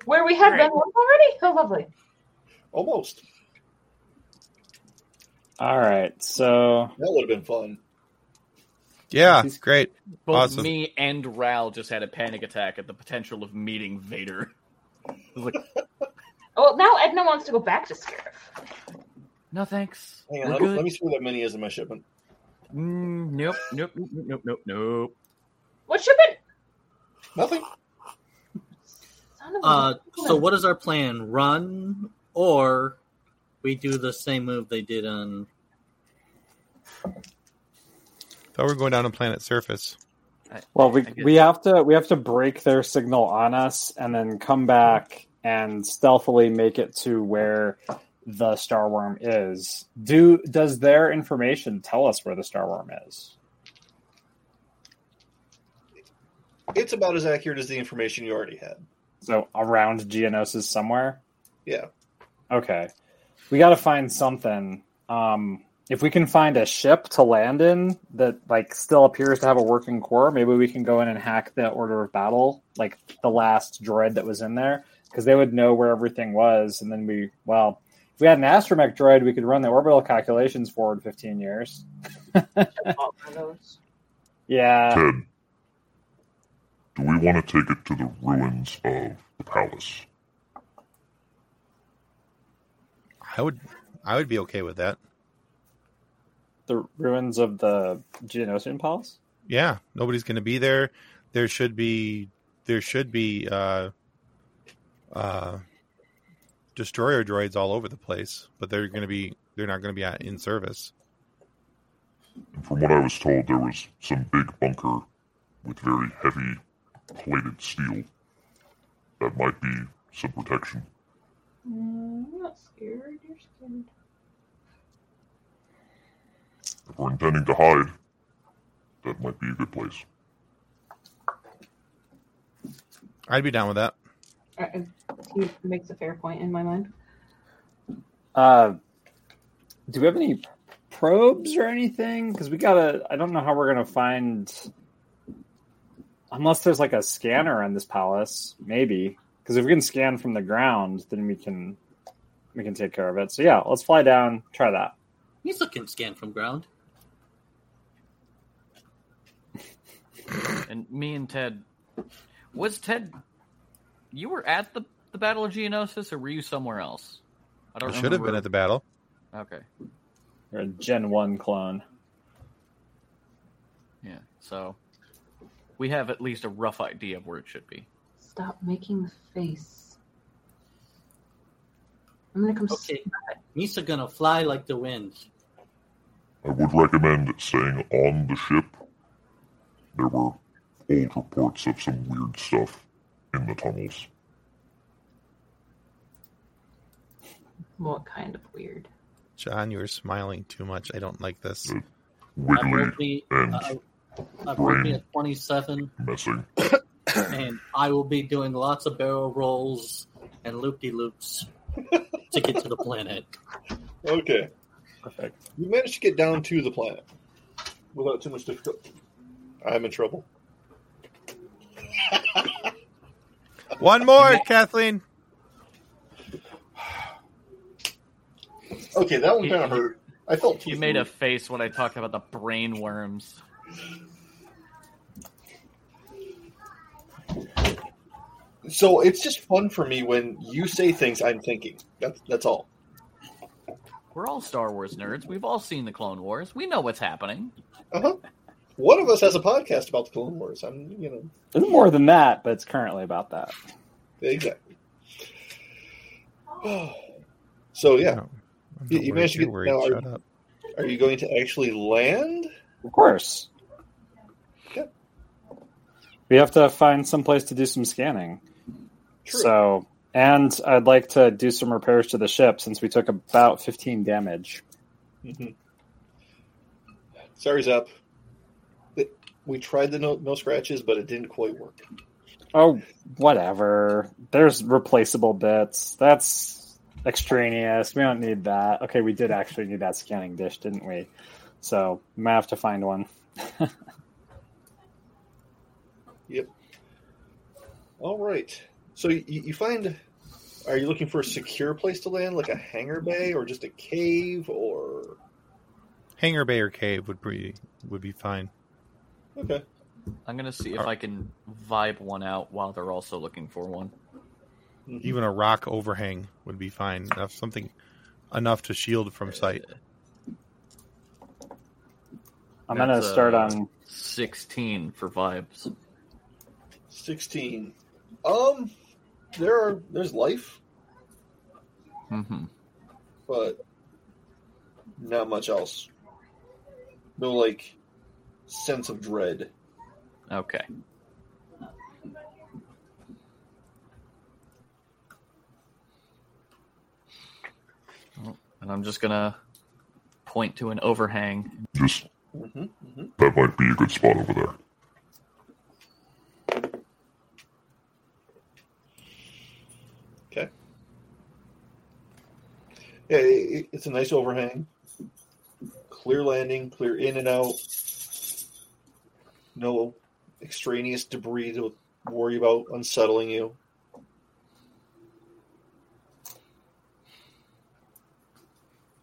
Speaker 2: Where we had
Speaker 9: Right.
Speaker 2: Ben once already? How lovely.
Speaker 8: Almost.
Speaker 10: All right. So
Speaker 8: That would have been fun.
Speaker 1: Yeah, great.
Speaker 9: Both
Speaker 1: awesome.
Speaker 9: me and Ral just had a panic attack at the potential of meeting Vader. I was like,
Speaker 2: Oh, Well, now Edna wants to go back to Scarif.
Speaker 9: no thanks.
Speaker 8: Hang
Speaker 9: We're
Speaker 8: on. Let,
Speaker 9: good.
Speaker 8: let me see what that mini is in my shipment.
Speaker 9: Mm, nope, nope, nope, nope, nope, nope.
Speaker 2: What ship it?
Speaker 8: Nothing.
Speaker 2: Son of a
Speaker 11: Uh,
Speaker 2: gun.
Speaker 11: so, what is our plan? Run, or we do the same move they did on?
Speaker 1: Thought we were going down to planet surface.
Speaker 10: Well, we we have to we have to break their signal on us and then come back and stealthily make it to where the star worm is. Do does their information tell us where the star worm is?
Speaker 8: It's about as accurate as the information you already had.
Speaker 10: So around Geonosis somewhere?
Speaker 8: Yeah.
Speaker 10: Okay. We got to find something. Um, if we can find a ship to land in that like still appears to have a working core, maybe we can go in and hack the order of battle, like the last droid that was in there, because they would know where everything was. And then we, well, if we had an astromech droid, we could run the orbital calculations forward 15 years.
Speaker 2: All of those.
Speaker 10: Yeah.
Speaker 6: Ted, do we want to take it to the ruins of the palace?
Speaker 1: I would I would be okay with that.
Speaker 10: The ruins of the Geonosian palace.
Speaker 1: Yeah, nobody's going to be there. There should be there should be uh uh destroyer droids all over the place, but they're going to be they're not going to be at- in service.
Speaker 6: And from what I was told, there was some big bunker with very heavy plated steel. That might be some protection.
Speaker 2: Mm, I'm not scared. You're scared.
Speaker 6: If we're intending to hide, that might be a good place.
Speaker 1: I'd be down with that.
Speaker 2: Uh, he makes a fair point in my mind.
Speaker 10: Uh, do we have any probes or anything? Because we gotta. I don't know how we're gonna find. Unless there's like a scanner on this palace, maybe. Because if we can scan from the ground, then we can we can take care of it. So yeah, let's fly down. Try that.
Speaker 11: You still can scan from ground.
Speaker 9: And me and Ted. Was Ted. You were at the, the Battle of Geonosis, or were you somewhere else? I
Speaker 1: I
Speaker 9: don't
Speaker 1: should have been at the battle.
Speaker 9: the. Okay.
Speaker 10: You're a Gen One clone.
Speaker 9: Yeah, so. We have at least a rough idea of where it should be.
Speaker 2: Stop making the face. I'm gonna come.
Speaker 11: Okay. Misa gonna fly like the wind.
Speaker 6: I would recommend staying on the ship. There were old reports of some weird stuff in the tunnels.
Speaker 2: What kind of weird?
Speaker 1: John, you are smiling too much. I don't like this.
Speaker 11: I
Speaker 6: Wiggly
Speaker 11: will be.
Speaker 6: and
Speaker 11: I, I will be at twenty-seven.
Speaker 6: messing.
Speaker 11: and I will be doing lots of barrel rolls and loop de loops to get to the planet.
Speaker 8: Okay. You managed to get down to the planet without too much difficulty. I'm in trouble.
Speaker 1: One more, Kathleen.
Speaker 8: Okay, that one kind of hurt. I felt
Speaker 9: You made a face when I talked about the brain worms.
Speaker 8: So it's just fun for me when you say things I'm thinking. That's that's all.
Speaker 9: We're all Star Wars nerds. We've all seen the Clone Wars. We know what's happening.
Speaker 8: One of us has a podcast about the Clone Wars. I'm you know
Speaker 10: It's more than that, but it's currently about that.
Speaker 8: exactly. So yeah, you, you
Speaker 1: worried,
Speaker 8: managed to
Speaker 1: you're worried.
Speaker 8: get. Now, are,
Speaker 1: Shut up.
Speaker 8: are you going to actually land?
Speaker 10: Of course.
Speaker 8: Good.
Speaker 10: We have to find some place to do some scanning. So, and I'd like to do some repairs to the ship since we took about 15 damage.
Speaker 8: Mhm. Sorry, Zap. It- We tried the no, no scratches, but it didn't quite work.
Speaker 10: Oh, whatever. There's replaceable bits. That's extraneous. We don't need that. Okay, we did actually need that scanning dish, didn't we? So, we might have to find one.
Speaker 8: Yep. All right. So you, you find. Are you looking for a secure place to land, like a hangar bay, or just a cave, or
Speaker 1: Hangar Bay or Cave would be would be fine.
Speaker 8: okay?
Speaker 9: I'm gonna see if I can vibe one out while they're also looking for one.
Speaker 8: Mm-hmm.
Speaker 1: Even a rock overhang would be fine. Enough something enough to shield from sight.
Speaker 10: I'm going to start
Speaker 9: uh,
Speaker 10: on.
Speaker 9: 16 for vibes.
Speaker 8: 16 um there are there's life
Speaker 9: Mm-hmm.
Speaker 8: but not much else no like sense of dread
Speaker 9: Okay. Well, Oh, And I'm just gonna point to an overhang.
Speaker 6: Just
Speaker 8: Mhm, mhm.
Speaker 6: that might be a good spot over there.
Speaker 8: okay yeah it, it- it's a nice overhang clear landing clear in and out no extraneous debris to worry about unsettling you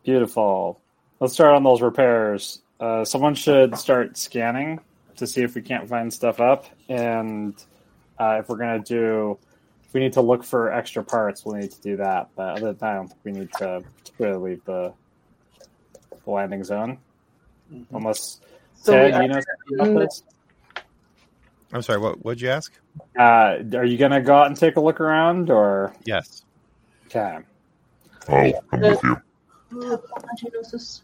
Speaker 10: Beautiful. Let's start on those repairs. Uh, someone should start scanning to see if we can't find stuff up, and uh, if we're gonna do, if we need to look for extra parts, we'll need to do that. But other than that, I don't think we need to particularly leave the the landing zone, unless
Speaker 2: So we
Speaker 10: Ted,
Speaker 2: are
Speaker 10: you know,
Speaker 2: in
Speaker 10: about
Speaker 2: the-
Speaker 10: this?
Speaker 1: I'm sorry. What would you ask?
Speaker 10: uh, are you gonna go out and take a look around, or
Speaker 1: Yes.
Speaker 10: okay?
Speaker 6: I'll come with you.
Speaker 2: Mm, Genosis.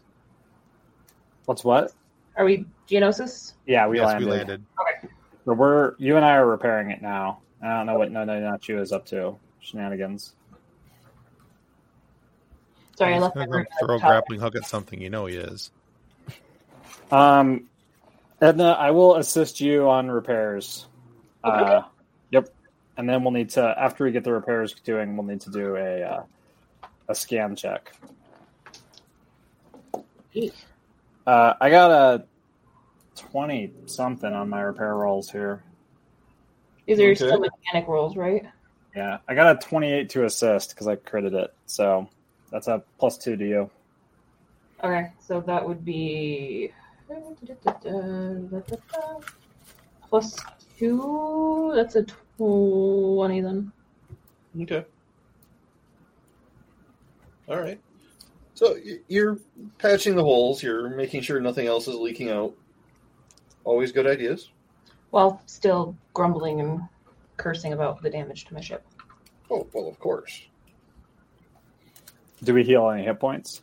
Speaker 10: What's what?
Speaker 2: Are we Genosis?
Speaker 10: Yeah, we
Speaker 1: yes,
Speaker 10: landed.
Speaker 1: we landed.
Speaker 10: So we're you and I are repairing it now. I don't know what no no not you is up to shenanigans.
Speaker 2: Sorry, I
Speaker 1: He's
Speaker 2: left my
Speaker 1: gonna go
Speaker 2: room.
Speaker 1: throw a grappling hook at something. You know he is.
Speaker 10: Um, Edna, I will assist you on repairs. Uh, yep, and then we'll need to after we get the repairs doing, we'll need to do a uh, a scan check. Uh, I got a twenty something on my repair rolls here.
Speaker 2: These are
Speaker 8: Okay.
Speaker 2: still mechanic rolls, right?
Speaker 10: Yeah, I got a twenty-eight to assist because I critted it, so that's a plus two to you.
Speaker 2: Okay, so that would be plus two. That's a twenty then.
Speaker 8: Okay. All right. So y- you're patching the holes. You're making sure nothing else is leaking out. Always good ideas.
Speaker 2: While still grumbling and cursing about the damage to my ship.
Speaker 8: Oh well, of course.
Speaker 10: Do we heal any hit points?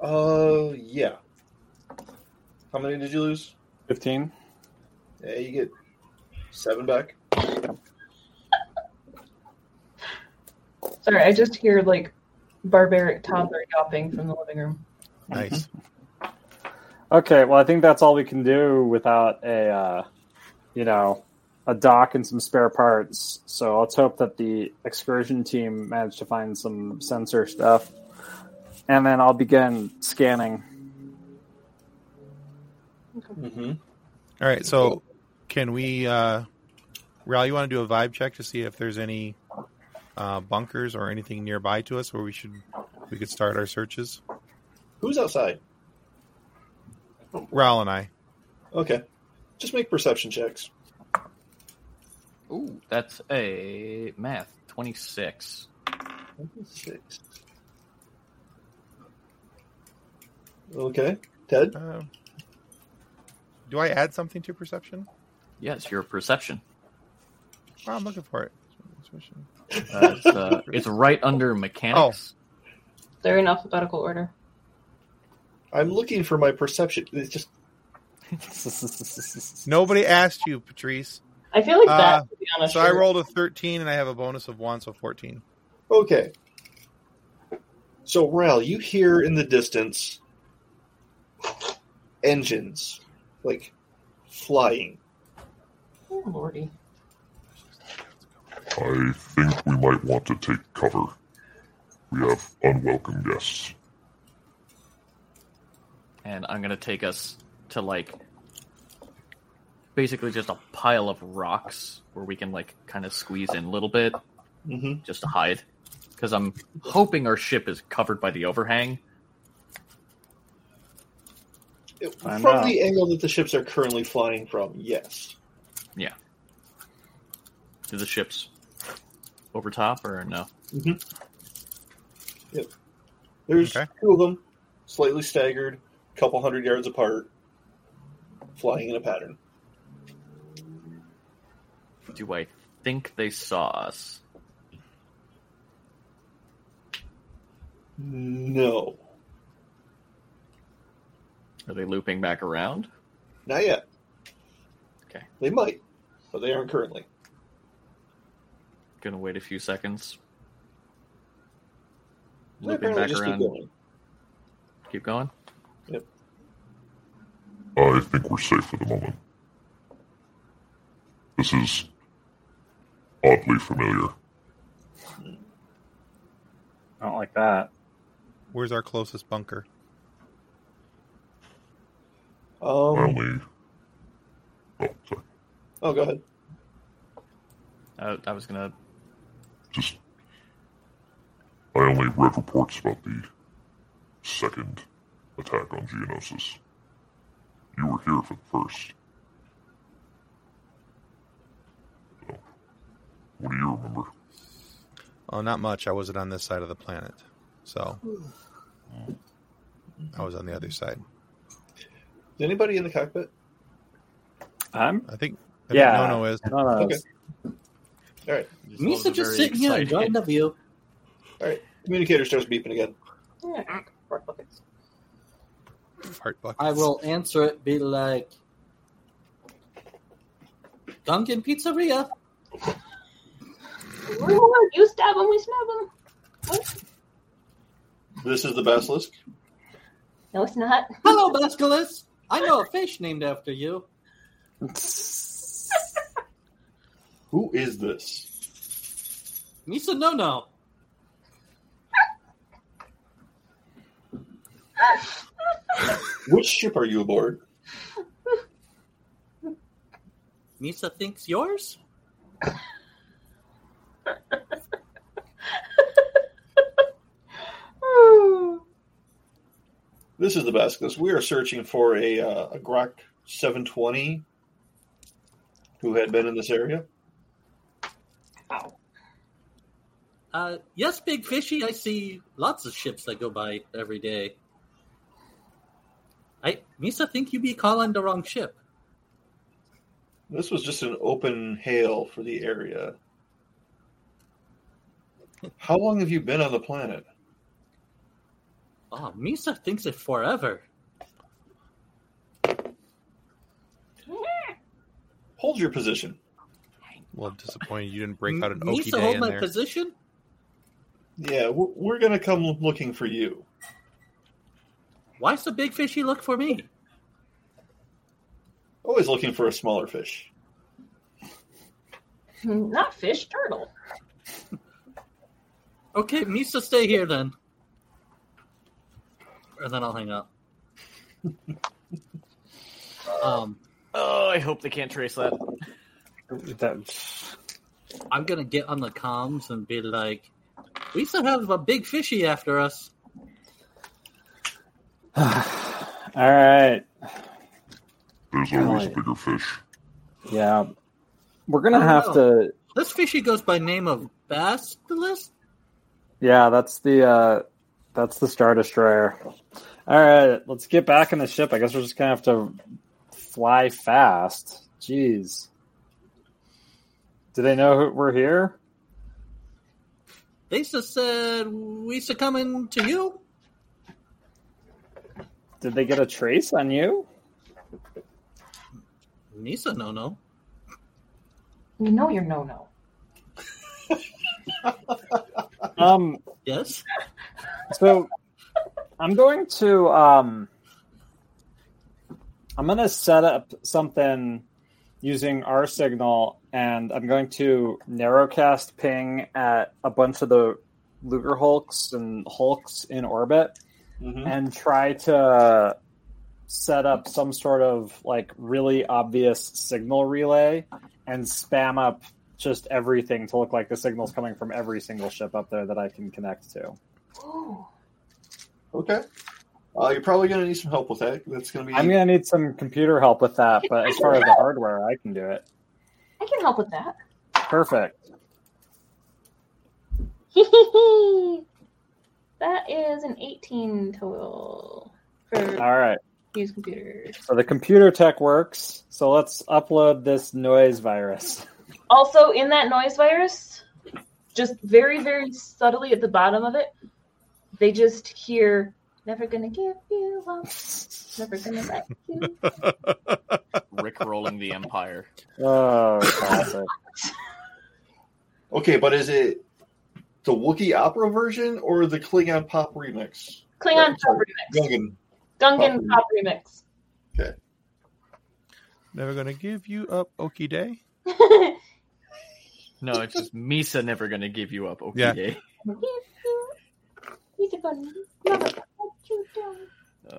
Speaker 8: Uh, yeah. How many did you lose?
Speaker 10: 15.
Speaker 8: Yeah, you get seven back.
Speaker 2: Sorry, I just hear like barbaric toddler yelping from the living room.
Speaker 1: Nice.
Speaker 10: Okay, well, I think that's all we can do without a, uh, you know, a dock and some spare parts. So let's hope that the excursion team managed to find some sensor stuff. and then I'll begin scanning.
Speaker 8: Mm-hmm.
Speaker 1: All right. So, can we, uh, Ral? You want to do a vibe check to see if there's any uh, bunkers or anything nearby to us where we should we could start our searches?
Speaker 8: Who's outside?
Speaker 1: Ral and I.
Speaker 8: Okay. Just make perception checks.
Speaker 9: Ooh, that's a math twenty six.
Speaker 8: Six. Okay. Ted?
Speaker 1: Uh, do I add something to perception?
Speaker 9: Yes, your perception.
Speaker 1: Oh, I'm looking for it.
Speaker 9: Uh, it's, uh, it's right under mechanics.
Speaker 2: They're in alphabetical order.
Speaker 8: I'm looking for my perception. It's just
Speaker 1: Nobody asked you, Patrice.
Speaker 2: I feel like that, to be honest,
Speaker 1: Uh, So I
Speaker 2: you're-
Speaker 1: rolled a 13 and I have a bonus of 1, so 14.
Speaker 8: Okay. So, Ral, you hear in the distance engines like flying.
Speaker 2: Oh, lordy.
Speaker 6: I think we might want to take cover. We have unwelcome guests.
Speaker 9: and I'm gonna take us to like basically just a pile of rocks where we can like kind of squeeze in a little bit
Speaker 8: Mhm.
Speaker 9: just to hide because I'm hoping our ship is covered by the overhang.
Speaker 8: from the angle that the ships are currently flying from, yes.
Speaker 9: yeah, is the ship's over top or no?
Speaker 8: Yep. There's two of them, slightly staggered, a couple hundred yards apart, flying in a pattern.
Speaker 9: Do I think they saw us?
Speaker 8: No.
Speaker 9: Are they looping back around?
Speaker 8: Not yet.
Speaker 9: Okay.
Speaker 8: They might, but they aren't currently.
Speaker 9: Gonna wait a few seconds.
Speaker 8: They apparently just keep going.
Speaker 9: Keep going.
Speaker 6: I think we're safe for the moment. This is oddly familiar.
Speaker 10: I don't like that.
Speaker 1: Where's our closest bunker?
Speaker 8: Um,
Speaker 6: Only
Speaker 8: oh, go ahead.
Speaker 9: Uh, I was gonna
Speaker 6: I only read reports about the second attack on Geonosis. You were here for the first. So, what do you remember?
Speaker 1: Oh, not much. I wasn't on this side of the planet. So I was on the other side.
Speaker 8: Is anybody in the cockpit?
Speaker 10: I'm.
Speaker 1: I think. I
Speaker 10: Yeah.
Speaker 1: Think Nono is.
Speaker 10: Nono
Speaker 8: Okay. All right.
Speaker 11: Misa just sitting here enjoying the view.
Speaker 8: All right. Communicator starts beeping again.
Speaker 1: Fart bucket.
Speaker 11: I will answer it, be like, Dunkin' Pizzeria.
Speaker 2: Lord, you stab him, we snub him. What?
Speaker 8: This is the basilisk.
Speaker 2: No, it's not.
Speaker 11: Hello, Basculus. I know a fish named after you.
Speaker 8: Who is this?
Speaker 11: Misa No No.
Speaker 8: Which ship are you aboard?
Speaker 11: Misa thinks yours?
Speaker 2: Hmm.
Speaker 8: This is the basilisk. We are searching for a, uh, a Grok 720 who had been in this area.
Speaker 11: Uh, yes, Big Fishy. I see lots of ships that go by every day. I Misa think you be calling the wrong ship.
Speaker 8: This was just an open hail for the area. How long have you been on the planet?
Speaker 11: Oh, Misa thinks it forever.
Speaker 8: Hold your position.
Speaker 1: Well, I'm disappointed you didn't break out an okey
Speaker 11: Misa
Speaker 1: day
Speaker 11: hold
Speaker 1: in
Speaker 11: my
Speaker 1: there.
Speaker 11: position.
Speaker 8: Yeah, we're, we're going to come looking for you.
Speaker 11: Why's the Big Fishy look for me?
Speaker 8: Always looking for a smaller fish.
Speaker 2: Not fish, turtle.
Speaker 11: Okay, Misa, stay here then. and then I'll hang up.
Speaker 9: Um, oh, I hope they can't trace that.
Speaker 11: I'm gonna get on the comms and be like, "We still have a big fishy after us."
Speaker 10: All right.
Speaker 6: There's always a bigger fish.
Speaker 10: Yeah. We're gonna have to.
Speaker 11: This fishy goes by name of Basilisk.
Speaker 10: Yeah, that's the uh, that's the Star Destroyer. All right, let's get back in the ship. I guess we're just gonna have to fly fast. Jeez. Do they know who- we're here?
Speaker 11: They just said we succumbing to you.
Speaker 10: Did they get a trace on you?
Speaker 11: Nisa, no, no.
Speaker 2: You know you're no no.
Speaker 10: Um.
Speaker 11: Yes.
Speaker 10: So, I'm going to um. I'm going to set up something using our signal, and I'm going to narrowcast ping at a bunch of the Luger Hulks and Hulks in orbit,
Speaker 8: Mm-hmm.
Speaker 10: and try to set up some sort of like really obvious signal relay and spam up just everything to look like the signal's coming from every single ship up there that I can connect to.
Speaker 8: Okay. Uh, you're probably going to need some help with that. That's going to be.
Speaker 10: I'm gonna need some computer help with that, but as far as the hardware, I can do it.
Speaker 2: I can help with that.
Speaker 10: Perfect.
Speaker 2: that is an 18 total for
Speaker 10: All right.
Speaker 2: use computer.
Speaker 10: So the computer tech works. So let's upload this noise virus.
Speaker 2: Also, in that noise virus, just very, very subtly at the bottom of it, they just hear, never gonna give you up, never gonna let you.
Speaker 9: Rick rolling the Empire.
Speaker 10: Oh, classic.
Speaker 8: Okay, but is it the Wookiee opera version or the Klingon pop remix?
Speaker 2: Klingon pop remix.
Speaker 8: Gungan.
Speaker 2: Gungan pop remix.
Speaker 1: Never gonna give you up, Okie Day.
Speaker 9: No, it's just Misa never gonna give you up. Okay.
Speaker 1: Yeah.
Speaker 2: Never give you up. He's a gun. Never gonna let you down.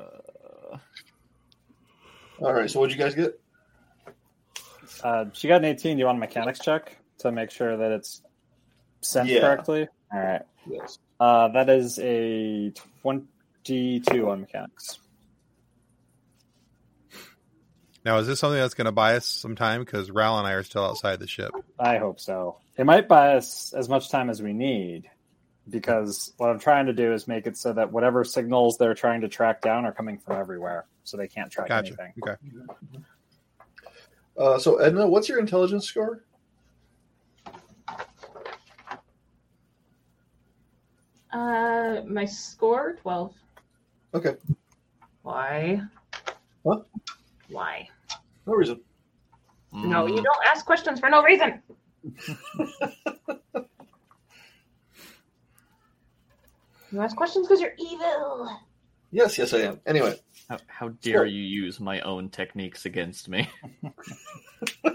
Speaker 8: All right, so what'd you guys get?
Speaker 10: Uh, she got an 18. Do you want a mechanics check to make sure that it's sent
Speaker 8: Yeah.
Speaker 10: correctly? All right.
Speaker 8: Yes.
Speaker 10: Uh, that is a 22 on mechanics.
Speaker 1: Now, is this something that's going to buy us some time? Because Ral and I are still outside the ship.
Speaker 10: I hope so. It might buy us as much time as we need because what I'm trying to do is make it so that whatever signals they're trying to track down are coming from everywhere, so they can't track
Speaker 1: Gotcha.
Speaker 10: anything.
Speaker 1: Okay.
Speaker 8: Uh, so, Edna, what's your intelligence score?
Speaker 2: Uh, my score 12.
Speaker 8: Okay,
Speaker 2: Why?
Speaker 8: What?
Speaker 2: Why?
Speaker 8: no reason.
Speaker 9: Mm.
Speaker 2: No, you don't ask questions for no reason. you ask questions because you're evil.
Speaker 8: Yes, yes, I am. Anyway,
Speaker 9: How, how dare you use my own techniques against me?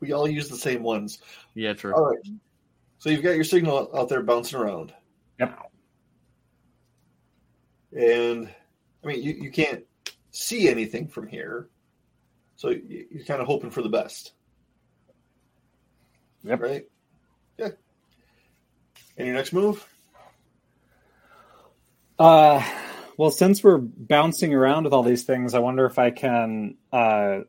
Speaker 8: we all use the same ones.
Speaker 9: Yeah, true.
Speaker 8: All right. So you've got your signal out there bouncing around.
Speaker 10: Yep.
Speaker 8: And I mean, you, you can't see anything from here. So you, you're kind of hoping for the best.
Speaker 10: Yep.
Speaker 8: Right? Yeah. And your next move?
Speaker 10: Uh, well, since we're bouncing around with all these things, I wonder if I can uh,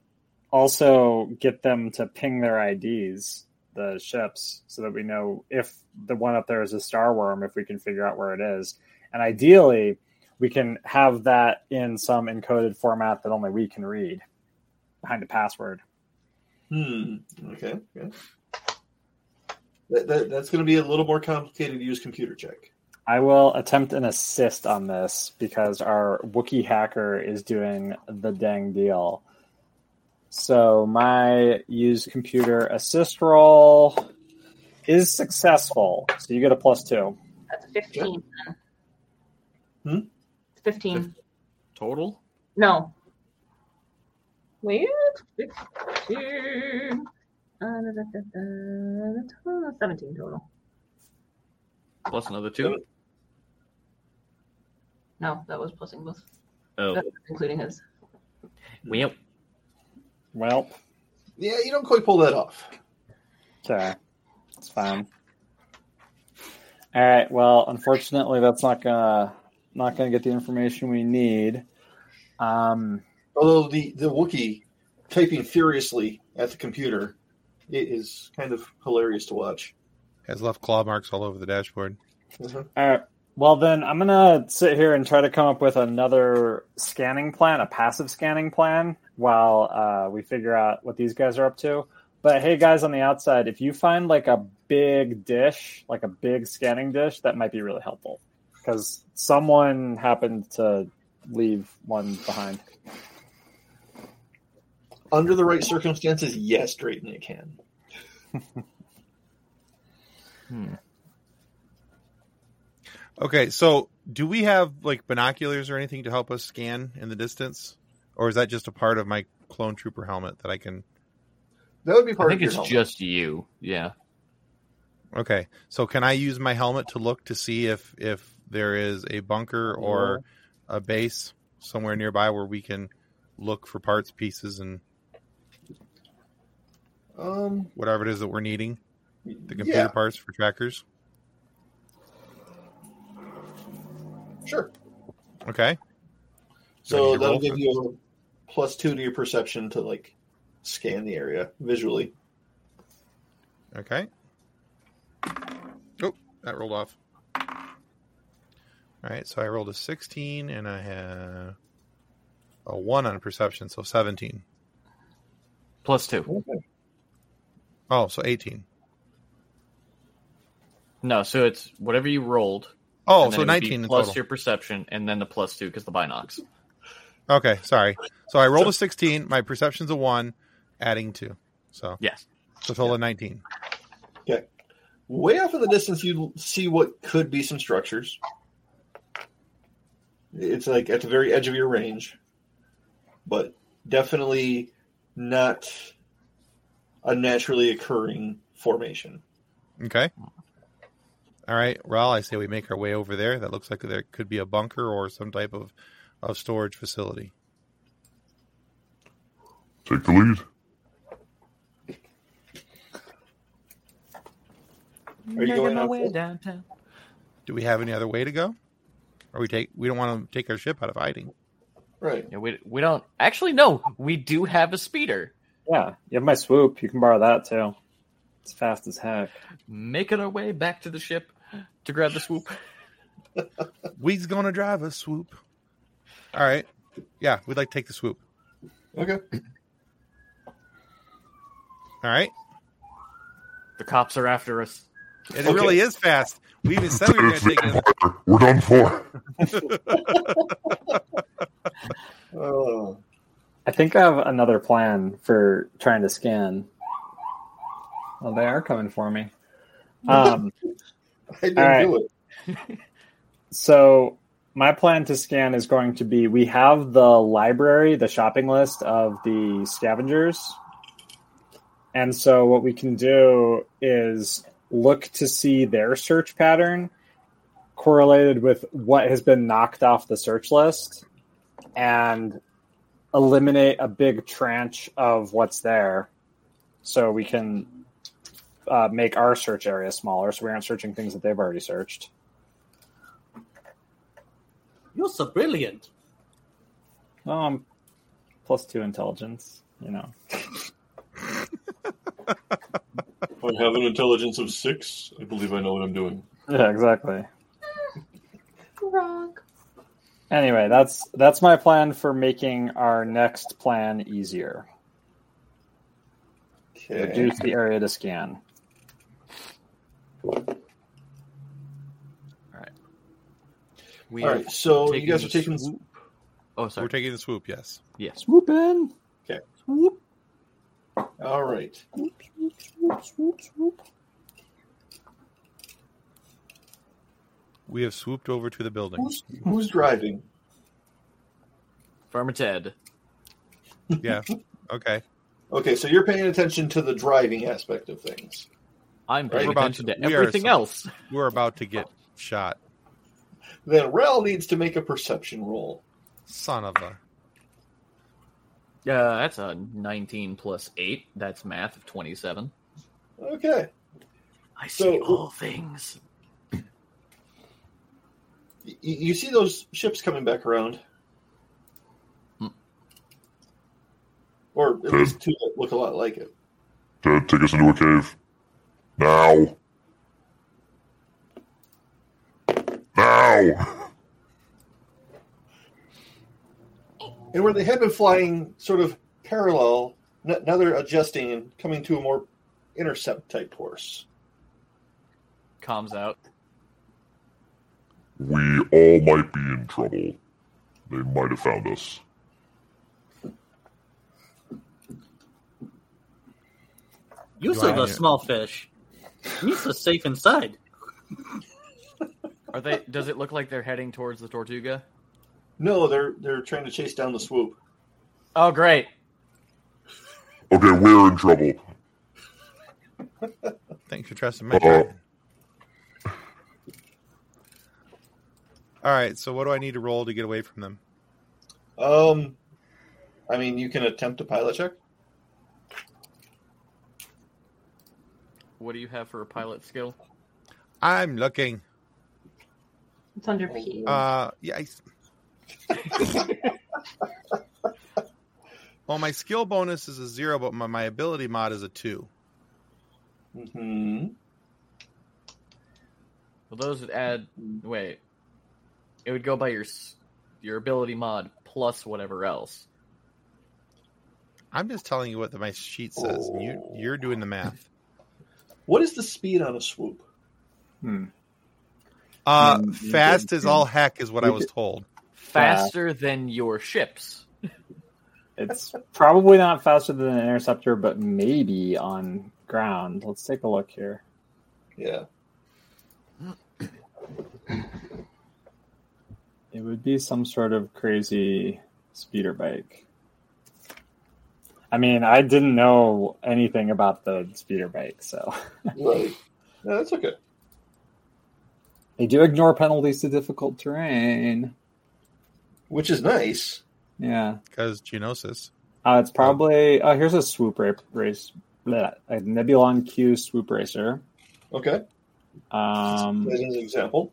Speaker 10: also get them to ping their IDs, the ships, so that we know if the one up there is a star worm, if we can figure out where it is. And ideally, we can have that in some encoded format that only we can read behind a password.
Speaker 8: Hmm. Okay. Yeah. That, that, that's going to be a little more complicated to use computer check.
Speaker 10: I will attempt an assist on this because our Wookiee hacker is doing the dang deal. So my use computer assist roll is successful. So you get a plus two.
Speaker 2: That's a 15.
Speaker 8: Hmm?
Speaker 2: It's 15.
Speaker 9: Total?
Speaker 2: No. Wait. 15. Uh, da, da, da, da, total, 17 total.
Speaker 9: Plus another two?
Speaker 2: No, that was plus Inglis.
Speaker 9: Oh.
Speaker 2: That was including his.
Speaker 9: Well,
Speaker 10: Well,
Speaker 8: yeah, you don't quite pull that off.
Speaker 10: Okay, it's fine. All right. Well, unfortunately, that's not gonna not gonna get the information we need. Um,
Speaker 8: Although the the Wookiee typing furiously at the computer it is kind of hilarious to watch.
Speaker 1: Has left claw marks all over the dashboard.
Speaker 10: All right. Well, then I'm gonna sit here and try to come up with another scanning plan, a passive scanning plan, while uh, we figure out what these guys are up to. But hey, guys on the outside, if you find like a big dish, like a big scanning dish, that might be really helpful because someone happened to leave one behind.
Speaker 8: Under the right circumstances, yes, Drayton, it can.
Speaker 9: Hmm.
Speaker 1: Okay, so do we have like binoculars or anything to help us scan in the distance, or is that just a part of my clone trooper helmet that I can?
Speaker 8: That would be
Speaker 9: I think it's just you. Yeah.
Speaker 1: Okay, so can I use my helmet to look to see if if there is a bunker or a base somewhere nearby where we can look for parts, pieces, and
Speaker 8: Um,
Speaker 1: whatever it is that we're needing? The computer
Speaker 8: Yeah.
Speaker 1: parts for trackers.
Speaker 8: sure.
Speaker 1: Okay. Do I need
Speaker 8: So
Speaker 1: to
Speaker 8: that'll
Speaker 1: roll
Speaker 8: give
Speaker 1: for-
Speaker 8: you a plus two to your perception to like scan the area visually.
Speaker 1: Okay. Oh, that rolled off. All right, so I rolled a 16 and I have a 1 on perception, so 17.
Speaker 9: Plus two.
Speaker 1: Oh, so 18.
Speaker 9: No, so it's whatever you rolled.
Speaker 1: Oh,
Speaker 9: and then
Speaker 1: so
Speaker 9: it would be
Speaker 1: 19 in
Speaker 9: plus
Speaker 1: total.
Speaker 9: your perception, and then the plus two because the binocs.
Speaker 1: Okay, sorry. So I rolled a 16, my perception's a 1, adding 2. So
Speaker 9: Yes.
Speaker 1: So total of 19.
Speaker 8: Okay. Way off in the distance, you see what could be some structures. It's like at the very edge of your range, but definitely not a naturally occurring formation.
Speaker 1: Okay. All right, Ral, I say we make our way over there. That looks like there could be a bunker or some type of, of storage facility.
Speaker 6: Take the lead.
Speaker 8: Are you going on foot?
Speaker 9: downtown?
Speaker 1: Do we have any other way to go? Or we take we don't want to take our ship out of hiding.
Speaker 8: Right.
Speaker 9: Yeah, we we don't actually no. We do have a speeder
Speaker 10: Yeah, you have my swoop. You can borrow that too. It's fast as heck.
Speaker 9: making our way back to the ship to grab the swoop.
Speaker 1: We's gonna drive a swoop. All right. Yeah, we'd like to take the swoop.
Speaker 8: Okay.
Speaker 1: All right.
Speaker 9: The cops are after us.
Speaker 1: It
Speaker 8: Okay.
Speaker 1: really is fast. We even said we were
Speaker 6: It's
Speaker 1: gonna take
Speaker 6: the
Speaker 1: it.
Speaker 6: Empire. We're done for.
Speaker 8: Oh.
Speaker 10: I think I have another plan for trying to scan. Well, they are coming for me. Um,
Speaker 8: I didn't
Speaker 10: All right.
Speaker 8: do it.
Speaker 10: so my plan to scan is going to be: we have the library, the shopping list of the scavengers, and so what we can do is look to see their search pattern correlated with what has been knocked off the search list, and eliminate a big tranche of what's there so we can uh, make our search area smaller so we aren't searching things that they've already searched.
Speaker 11: You're so brilliant.
Speaker 10: Oh, I'm plus two intelligence, you know.
Speaker 8: I have an intelligence of six. I believe I know what I'm doing.
Speaker 10: Yeah, exactly.
Speaker 2: Wrong.
Speaker 10: Anyway, that's that's my plan for making our next plan easier.
Speaker 8: Okay.
Speaker 10: Reduce the area to scan.
Speaker 9: We
Speaker 8: All
Speaker 9: are
Speaker 8: right. So you
Speaker 9: taking
Speaker 8: guys
Speaker 9: the
Speaker 8: are taking.
Speaker 9: swoop. Oh, sorry.
Speaker 1: We're taking the swoop, yes.
Speaker 9: yes.
Speaker 10: Swoop in.
Speaker 8: Okay.
Speaker 10: Swoop,
Speaker 8: All right.
Speaker 10: swoop, swoop, swoop.
Speaker 1: We have swooped over to the building.
Speaker 8: Who's, who's driving?
Speaker 9: Farmer Ted.
Speaker 1: Yeah. Okay.
Speaker 8: Okay, so you're paying attention to the driving aspect of things.
Speaker 9: I'm
Speaker 8: Right.
Speaker 9: paying
Speaker 1: We're about
Speaker 9: attention
Speaker 1: to-
Speaker 9: to,
Speaker 1: we are
Speaker 9: everything
Speaker 1: some-
Speaker 9: else.
Speaker 1: We're about to get shot.
Speaker 8: then Rel needs to make a perception roll.
Speaker 1: Son of a.
Speaker 9: Yeah, that's a 19 plus 8. That's math of 27.
Speaker 8: Okay.
Speaker 9: I see all things.
Speaker 8: You, you see those ships coming back around. Or at least two that look a lot like it.
Speaker 6: Ted, take us into a cave. Now. Now!
Speaker 8: And where they had been flying sort of parallel, n- now they're adjusting and coming to a more intercept type course.
Speaker 9: Calms out.
Speaker 6: We all might be in trouble. They might have found us.
Speaker 11: You
Speaker 9: Do
Speaker 11: said
Speaker 9: I-
Speaker 11: the small fish. You said safe inside.
Speaker 9: Are they? Does it look like they're heading towards the Tortuga?
Speaker 8: No, they're they're trying to chase down the swoop.
Speaker 9: Oh, great!
Speaker 6: Okay, we're in trouble.
Speaker 1: Thanks for trusting me.
Speaker 6: Uh,
Speaker 1: All right, so what do I need to roll to get away from them?
Speaker 8: Um, I mean, you can attempt a pilot check.
Speaker 9: What do you have for a pilot skill?
Speaker 1: I'm looking.
Speaker 2: It's under P.
Speaker 1: Uh, yeah. I- well, my skill bonus is a zero, but my, my ability mod is a two.
Speaker 8: Mm-hmm.
Speaker 9: Well, those would add. Wait, it would go by your s- your ability mod plus whatever else.
Speaker 1: I'm just telling you what the, my sheet says. and You, you're doing the math.
Speaker 8: What is the speed on a swoop?
Speaker 9: Hmm.
Speaker 1: Uh,
Speaker 8: Mm, you
Speaker 1: fast
Speaker 8: did-
Speaker 1: as all heck is what I
Speaker 8: you
Speaker 1: was
Speaker 8: did-
Speaker 1: told.
Speaker 9: Faster than your ships.
Speaker 10: It's probably not faster than an interceptor, but maybe on ground. Let's take a look here.
Speaker 8: Yeah.
Speaker 10: It would be some sort of crazy speeder bike. I mean, I didn't know anything about the speeder bike, so
Speaker 8: Right. No, that's okay.
Speaker 10: they do ignore penalties to difficult terrain.
Speaker 8: Which is nice.
Speaker 10: Yeah.
Speaker 1: Because Genosis.
Speaker 10: Uh, it's probably oh here's a swoop ra- race bleh, a Nebulon Q swoop racer.
Speaker 8: Okay.
Speaker 10: Um,
Speaker 8: That is an example.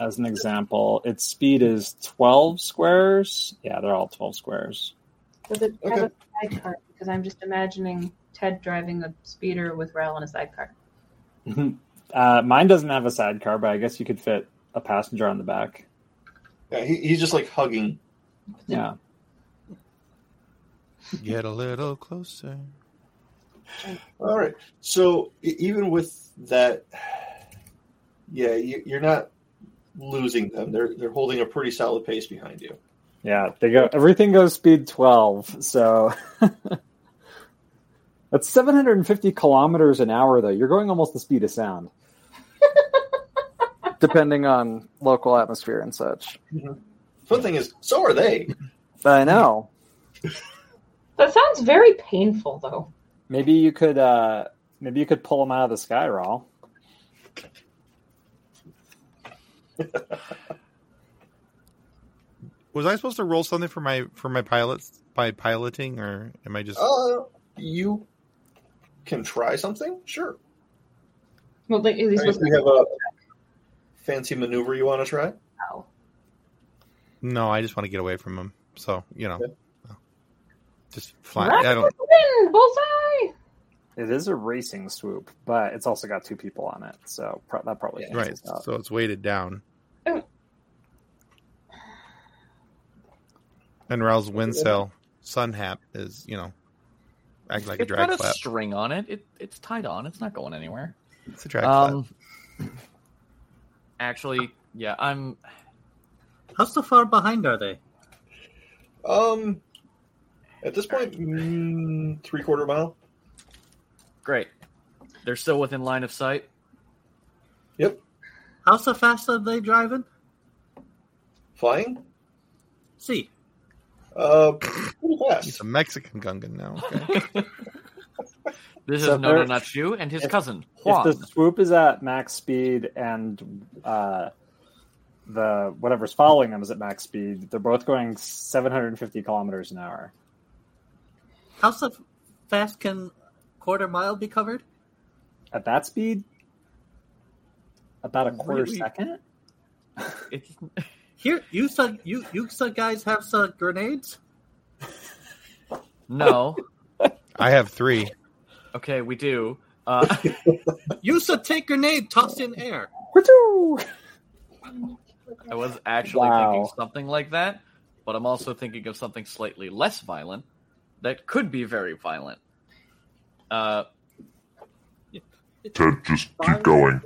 Speaker 10: as an example, its speed is twelve squares. Yeah, they're all twelve squares.
Speaker 2: Does it have a sidecar? Because I'm just imagining Ted driving a speeder with Rel in a sidecar.
Speaker 10: uh, mine doesn't have a sidecar, but I guess you could fit a passenger on the back.
Speaker 8: Yeah, he, he's just like hugging.
Speaker 10: Yeah,
Speaker 1: Get a little closer.
Speaker 8: All right. So e- even with that, yeah, you, you're not losing them. They're they're holding a pretty solid pace behind you.
Speaker 10: yeah. They go everything goes speed twelve, so that's seven hundred and fifty kilometers an hour. Though you're going almost the speed of sound, depending on local atmosphere and such.
Speaker 8: Fun thing is, so are they.
Speaker 10: I know.
Speaker 2: That sounds very painful, though.
Speaker 10: Maybe you could uh maybe you could pull him out of the sky, Rawl.
Speaker 1: Was I supposed to roll something for my for my pilots by piloting, or am I just?
Speaker 8: Uh, you can try something. Sure.
Speaker 2: Well, like, is he
Speaker 8: If
Speaker 2: supposed
Speaker 8: you
Speaker 2: to
Speaker 8: have a fancy maneuver you want to try,
Speaker 2: know?
Speaker 1: No, I just want to get away from him. So you know, just fly.
Speaker 2: Right
Speaker 1: I don't.
Speaker 2: Win, bullseye.
Speaker 10: It is a racing swoop, but it's also got two people on it, so pro- that probably
Speaker 1: Right,
Speaker 10: cancels out.
Speaker 1: so it's weighted down. And Raul's wind sail sun hap is you know act like a
Speaker 9: it's got
Speaker 1: drag
Speaker 9: a
Speaker 1: flap.
Speaker 9: string on it. it. It's tied on. It's not going anywhere.
Speaker 1: It's a drag flap.
Speaker 9: Um, actually, yeah, I'm.
Speaker 11: How so far behind are they?
Speaker 8: um, at this point, mm, three quarter mile.
Speaker 9: Great. They're still within line of sight.
Speaker 8: Yep,
Speaker 11: How so fast are they driving?
Speaker 8: flying.
Speaker 11: See,
Speaker 8: Uh, pretty
Speaker 1: It's
Speaker 8: fast.
Speaker 1: a Mexican Gungan now. Okay.
Speaker 9: This
Speaker 10: So
Speaker 9: is Nono
Speaker 10: they're-
Speaker 9: Nachu and his
Speaker 10: if-
Speaker 9: cousin
Speaker 10: If
Speaker 9: Juan.
Speaker 10: the swoop is at max speed and uh the whatever's following them is at max speed. They're both going 750 kilometers an hour.
Speaker 11: How so fast can quarter mile be covered?
Speaker 10: At that speed, about a quarter second.
Speaker 11: Here, you said you you said guys have some grenades.
Speaker 9: No.
Speaker 1: I have three.
Speaker 9: Okay, we do. Uh,
Speaker 11: you said take grenade, toss in air.
Speaker 9: I was actually
Speaker 10: Wow.
Speaker 9: thinking something like that, but I'm also thinking of something slightly less violent that could be very violent. Uh,
Speaker 6: Ted, just keep going.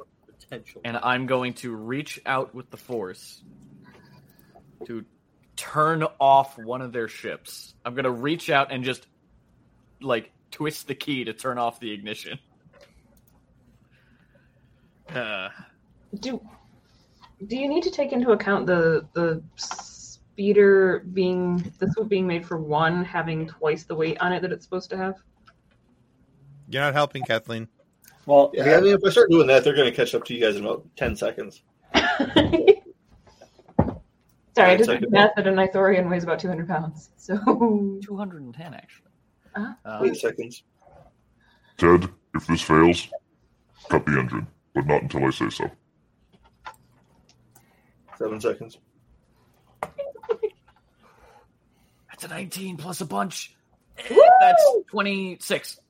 Speaker 9: and I'm going to reach out with the force to turn off one of their ships. I'm going to reach out and just like twist the key to turn off the ignition. Uh,
Speaker 2: Do do you need to take into account the the speeder being the swoop being made for one having twice the weight on it that it's supposed to have?
Speaker 1: You're not helping, Kathleen.
Speaker 10: Well,
Speaker 8: yeah, I mean, if I start doing that, they're going to catch up to you guys in about ten seconds.
Speaker 2: Sorry, I
Speaker 8: It's
Speaker 2: did
Speaker 8: like-
Speaker 2: the math that an Ithorian weighs about 200 pounds. So
Speaker 9: 210 actually.
Speaker 2: Uh,
Speaker 9: Uh,
Speaker 8: Eight seconds.
Speaker 6: Ted, if this fails, cut the engine, but not until I say so.
Speaker 8: Seven seconds.
Speaker 9: that's a 19 plus a bunch. Eh, That's 26.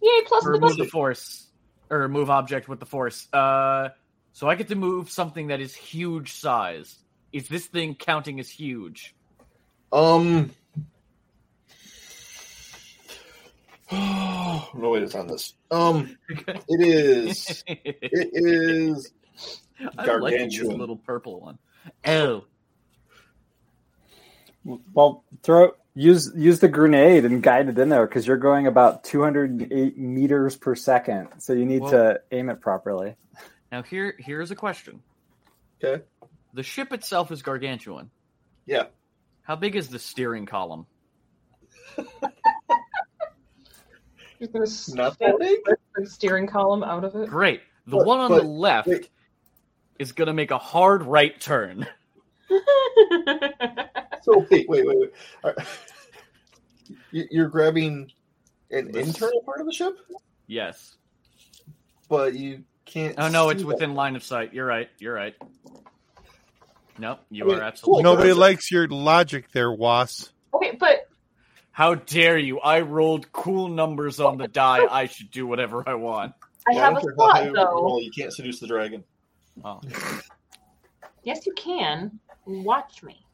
Speaker 2: yay, plus the
Speaker 9: remove
Speaker 2: button.
Speaker 9: the force or move object with the force. Uh, so I get to move something that is huge size. Is this thing counting as huge?
Speaker 8: Um. no way it's on this. Um, it is. It is.
Speaker 9: I like this
Speaker 8: Gargantuan.
Speaker 9: little purple one. Oh,
Speaker 10: Well, throw use use the grenade and guide it in there because you're going about 208 meters per second, so you need
Speaker 9: Whoa.
Speaker 10: to aim it properly.
Speaker 9: now here here's a question.
Speaker 8: Okay.
Speaker 9: The ship itself is gargantuan.
Speaker 8: Yeah.
Speaker 9: How big is the steering column?
Speaker 2: Just gonna s-
Speaker 8: Not that big.
Speaker 2: the steering column out of it.
Speaker 9: Great. The
Speaker 8: But-
Speaker 9: one on
Speaker 8: but-
Speaker 9: the left
Speaker 8: wait.
Speaker 9: is going to make a hard right turn.
Speaker 8: So wait, wait, wait, wait. All right. You- You're grabbing an
Speaker 9: This-
Speaker 8: internal part of the ship,
Speaker 9: Yes.
Speaker 8: but you can't.
Speaker 9: Oh no, it's
Speaker 8: see
Speaker 9: within line of sight. You're right. You're right. Nope, you
Speaker 8: I mean,
Speaker 9: are
Speaker 8: cool.
Speaker 9: absolutely.
Speaker 1: Nobody
Speaker 8: that's it.
Speaker 1: likes your logic there, Was.
Speaker 2: Okay, but
Speaker 9: How dare you? I rolled cool numbers on the die. I should do whatever I want.
Speaker 2: I
Speaker 8: that.
Speaker 2: have
Speaker 8: don't
Speaker 2: a
Speaker 8: care how high
Speaker 2: thought
Speaker 8: you
Speaker 2: though.
Speaker 8: roll, You can't seduce the dragon.
Speaker 9: Oh,
Speaker 2: Yes, you can. Watch me.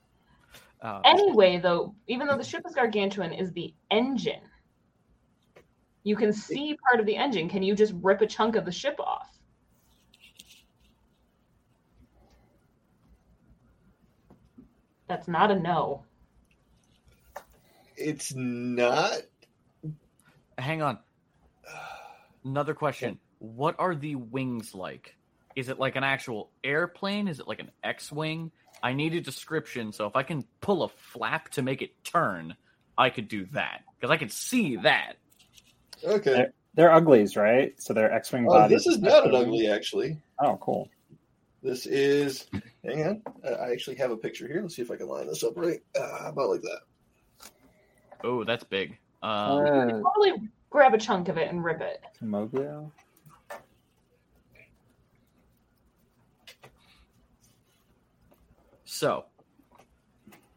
Speaker 9: uh,
Speaker 2: Anyway, though, even though the ship is gargantuan, is the engine. You can see part of the engine. Can you just rip a chunk of the ship off? That's not a no.
Speaker 8: It's not.
Speaker 9: hang on. Another question. What are the wings like? Is it like an actual airplane? Is it like an X-wing? I need a description, so if I can pull a flap to make it turn, I could do that because I can see that.
Speaker 8: Okay.
Speaker 10: They're uglies, right? So they're X-wing
Speaker 8: Oh,
Speaker 10: bodies.
Speaker 8: this is not an ugly, actually.
Speaker 10: Oh, cool.
Speaker 8: This is. Hang on. I- I actually have a picture here. Let's see if I can line this up right. Uh, how about like that?
Speaker 9: Oh, that's big.
Speaker 10: Uh,
Speaker 9: Um,
Speaker 2: Probably grab a chunk of it and rip it.
Speaker 10: Moglio?
Speaker 9: So,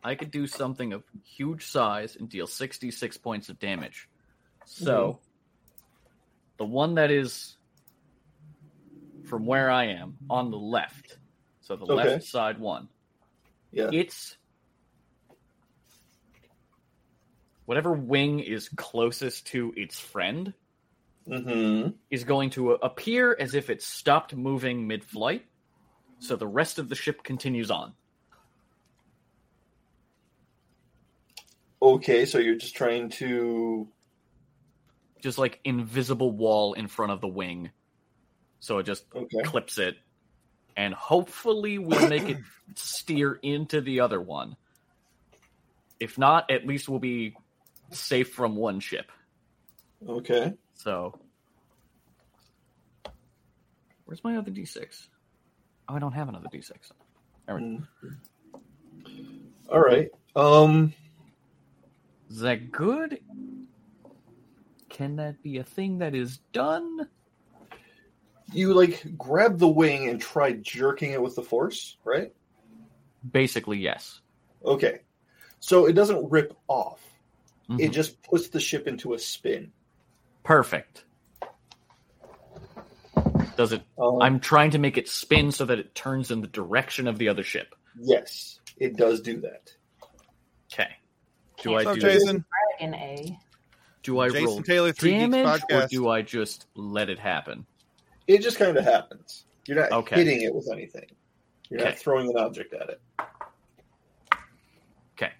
Speaker 9: I could do something of huge size and deal 66 points of damage. So,
Speaker 8: Mm-hmm.
Speaker 9: the one that is from where I am on the left, so the
Speaker 8: Okay.
Speaker 9: left side one,
Speaker 8: Yeah.
Speaker 9: it's whatever wing is closest to its friend
Speaker 8: Mm-hmm.
Speaker 9: is going to appear as if it stopped moving mid flight. So, the rest of the ship continues on.
Speaker 8: Okay, so you're just trying to.
Speaker 9: just like invisible wall in front of the wing. So it just
Speaker 8: Okay.
Speaker 9: clips it and hopefully we'll make it steer into the other one. If not, at least we'll be safe from one ship.
Speaker 8: Okay.
Speaker 9: So Where's my other D6? Oh, I don't have another D6. Everything.
Speaker 8: All right. Um,
Speaker 9: Is that good? Can that be a thing that is done?
Speaker 8: You like grab the wing and try jerking it with the force, right?
Speaker 9: Basically, yes.
Speaker 8: Okay. So it doesn't rip off. It
Speaker 9: Mhm.
Speaker 8: just puts the ship into a spin.
Speaker 9: Perfect. Does it?
Speaker 8: Um,
Speaker 9: I'm trying to make it spin so that it turns in the direction of the other ship.
Speaker 8: Yes, it does do that.
Speaker 9: Okay. Do I do
Speaker 2: Dragon A.
Speaker 9: do I
Speaker 1: Jason
Speaker 9: roll
Speaker 1: Taylor, Three Geeks
Speaker 9: damage or
Speaker 1: Podcast.
Speaker 9: do I just let it happen?
Speaker 8: It just kind of happens. You're not
Speaker 9: Okay.
Speaker 8: hitting it with anything. You're
Speaker 9: Okay.
Speaker 8: not throwing an object at it.
Speaker 9: Okay.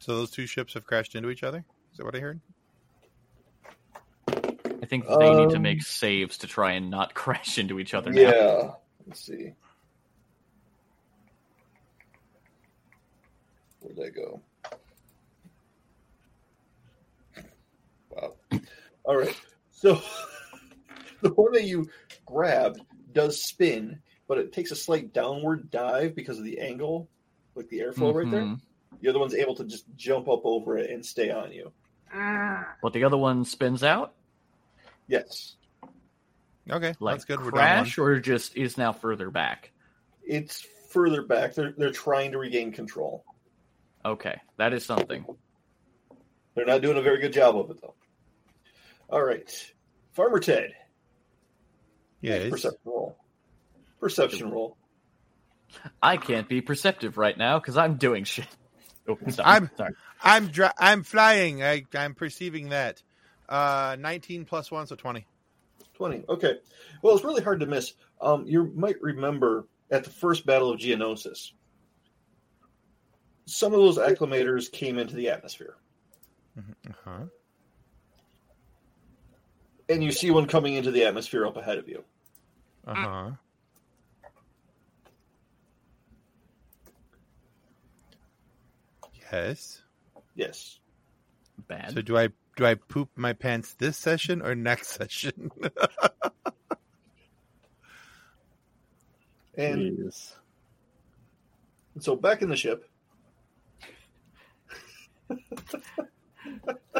Speaker 1: So those two ships have crashed into each other. Is that what I heard?
Speaker 9: I think they need to
Speaker 1: Um,
Speaker 9: make saves to try and not crash into each other.
Speaker 8: Yeah. Let's see. Where'd that go? Wow. All right. So the one that you grabbed does spin, but it takes a slight downward dive because of the angle, like the airflow right there.
Speaker 9: Mhm.
Speaker 8: The other one's able to just jump up over it and stay on you.
Speaker 9: now. But the other one spins out.
Speaker 8: Yes.
Speaker 1: Okay,
Speaker 9: Like
Speaker 1: that's good. We're down
Speaker 9: crash or just is now further back.
Speaker 8: It's further back. They're they're trying to regain control.
Speaker 9: Okay, that is something.
Speaker 8: They're not doing a very good job of it though. All right. Farmer Ted.
Speaker 1: Yes.
Speaker 8: Perception roll. Perception roll.
Speaker 9: I can't be perceptive right now because I'm doing shit. Oh, sorry.
Speaker 1: I'm
Speaker 9: sorry.
Speaker 1: I'm dri- I'm flying. I I'm perceiving that. Uh, nineteen plus one, so twenty.
Speaker 8: 20. Okay. Well, it's really hard to miss. Um, you might remember at the first battle of Geonosis, some of those acclimators came into the atmosphere.
Speaker 1: Uh-huh.
Speaker 8: And you see one coming into the atmosphere up ahead of you.
Speaker 1: Uh huh. Yes.
Speaker 8: Yes.
Speaker 9: Bad.
Speaker 1: So do I do I poop my pants this session or next session?
Speaker 8: And so back in the ship.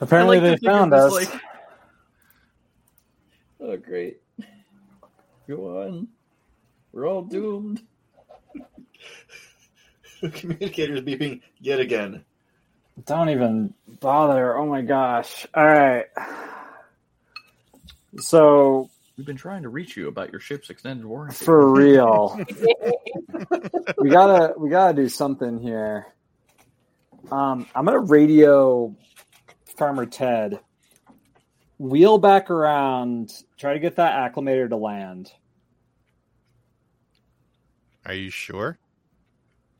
Speaker 10: Apparently,
Speaker 9: I like to
Speaker 10: they
Speaker 9: think of
Speaker 10: found
Speaker 9: this,
Speaker 10: us.
Speaker 9: like- Oh, great. Go on. We're all doomed.
Speaker 8: The communicator's beeping yet again.
Speaker 10: Don't even bother. Oh my gosh. All right. So
Speaker 9: We've been trying to reach you about your ship's extended warranty.
Speaker 10: for real, we gotta we gotta do something here. Um, I'm gonna radio Farmer Ted. Wheel back around. Try to get that acclimator to land.
Speaker 1: Are you sure?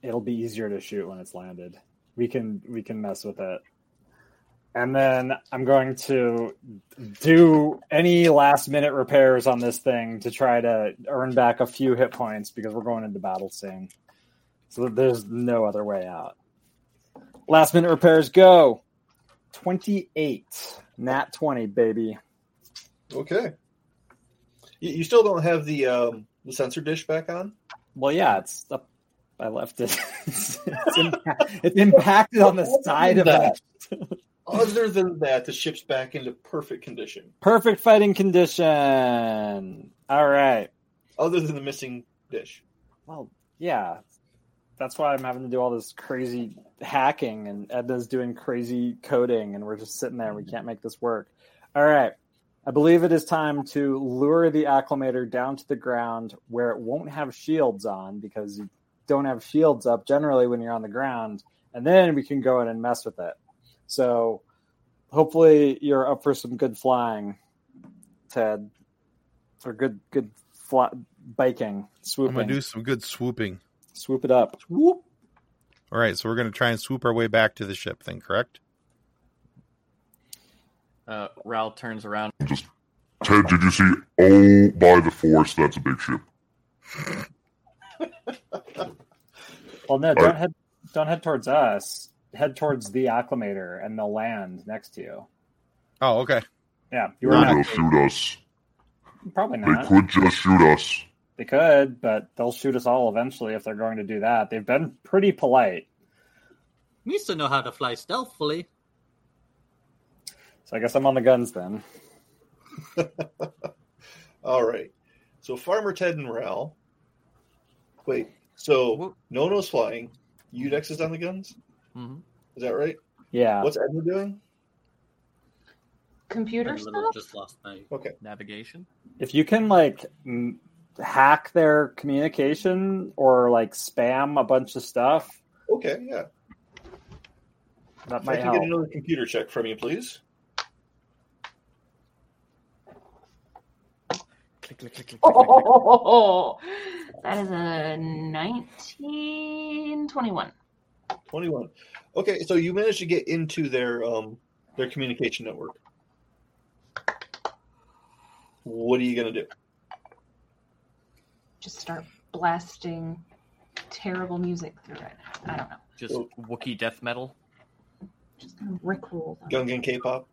Speaker 10: It'll be easier to shoot when it's landed. We can we can mess with it. And then I'm going to do any last minute repairs on this thing to try to earn back a few hit points because we're going into battle soon. So there's no other way out. Last minute repairs go. 28. Nat 20, baby.
Speaker 8: Okay. You, you still don't have the um, the sensor dish back on?
Speaker 10: Well, yeah, it's up. I left it. It's, it's, impa- it's impacted on the side of that.
Speaker 8: Other than that, the ship's back into perfect condition.
Speaker 10: Perfect fighting condition. All right.
Speaker 8: Other than the missing dish.
Speaker 10: Well, yeah. That's why I'm having to do all this crazy hacking, and Edna's doing crazy coding, and we're just sitting there. We can't make this work. All right. I believe it is time to lure the acclimator down to the ground where it won't have shields on because you don't have shields up generally when you're on the ground, and then we can go in and mess with it. So hopefully you're up for some good flying, Ted, or good good fly,
Speaker 1: I'm
Speaker 10: biking, swooping.
Speaker 1: gonna do some good swooping.
Speaker 10: Swoop it up.
Speaker 1: All right, so we're gonna try and swoop our way back to the ship. Then, correct?
Speaker 9: Uh, Ral turns around.
Speaker 6: Ted, did you see? Oh, by the force, that's a big ship.
Speaker 10: Well, no, don't head don't head towards us. Head towards the acclimator, and they'll land next to you.
Speaker 1: Oh, okay.
Speaker 10: Yeah, you
Speaker 6: They
Speaker 10: were
Speaker 6: will
Speaker 10: not
Speaker 6: shoot us.
Speaker 10: probably
Speaker 6: They
Speaker 10: not.
Speaker 6: could just shoot us.
Speaker 10: They could, but they'll shoot us all eventually if they're going to do that. They've been pretty polite.
Speaker 11: Needs to know how to fly stealthily.
Speaker 10: So I guess I'm on the guns then.
Speaker 8: All right. So Farmer Ted and Ral. Wait. So no Nono's flying. Udex is on the guns.
Speaker 9: Mm-hmm.
Speaker 8: Is that right?
Speaker 10: Yeah.
Speaker 8: What's Edna doing?
Speaker 2: Computer stuff?
Speaker 11: Just last night.
Speaker 8: Okay.
Speaker 9: Navigation.
Speaker 10: If you can like m- hack their communication or like spam a bunch of stuff,
Speaker 8: Okay. Yeah.
Speaker 10: that
Speaker 8: If I
Speaker 10: might
Speaker 8: can
Speaker 10: help.
Speaker 8: get another computer check from you, please.
Speaker 9: Click, click, click, click, click, click, click.
Speaker 2: Oh, that is a 1921.
Speaker 8: 21 okay so you managed to get into their um their communication network what are you gonna do
Speaker 2: Just start blasting terrible music through it. I don't know.
Speaker 9: Just Wookiee death metal.
Speaker 2: Just gonna rickroll them.
Speaker 8: gungan k-pop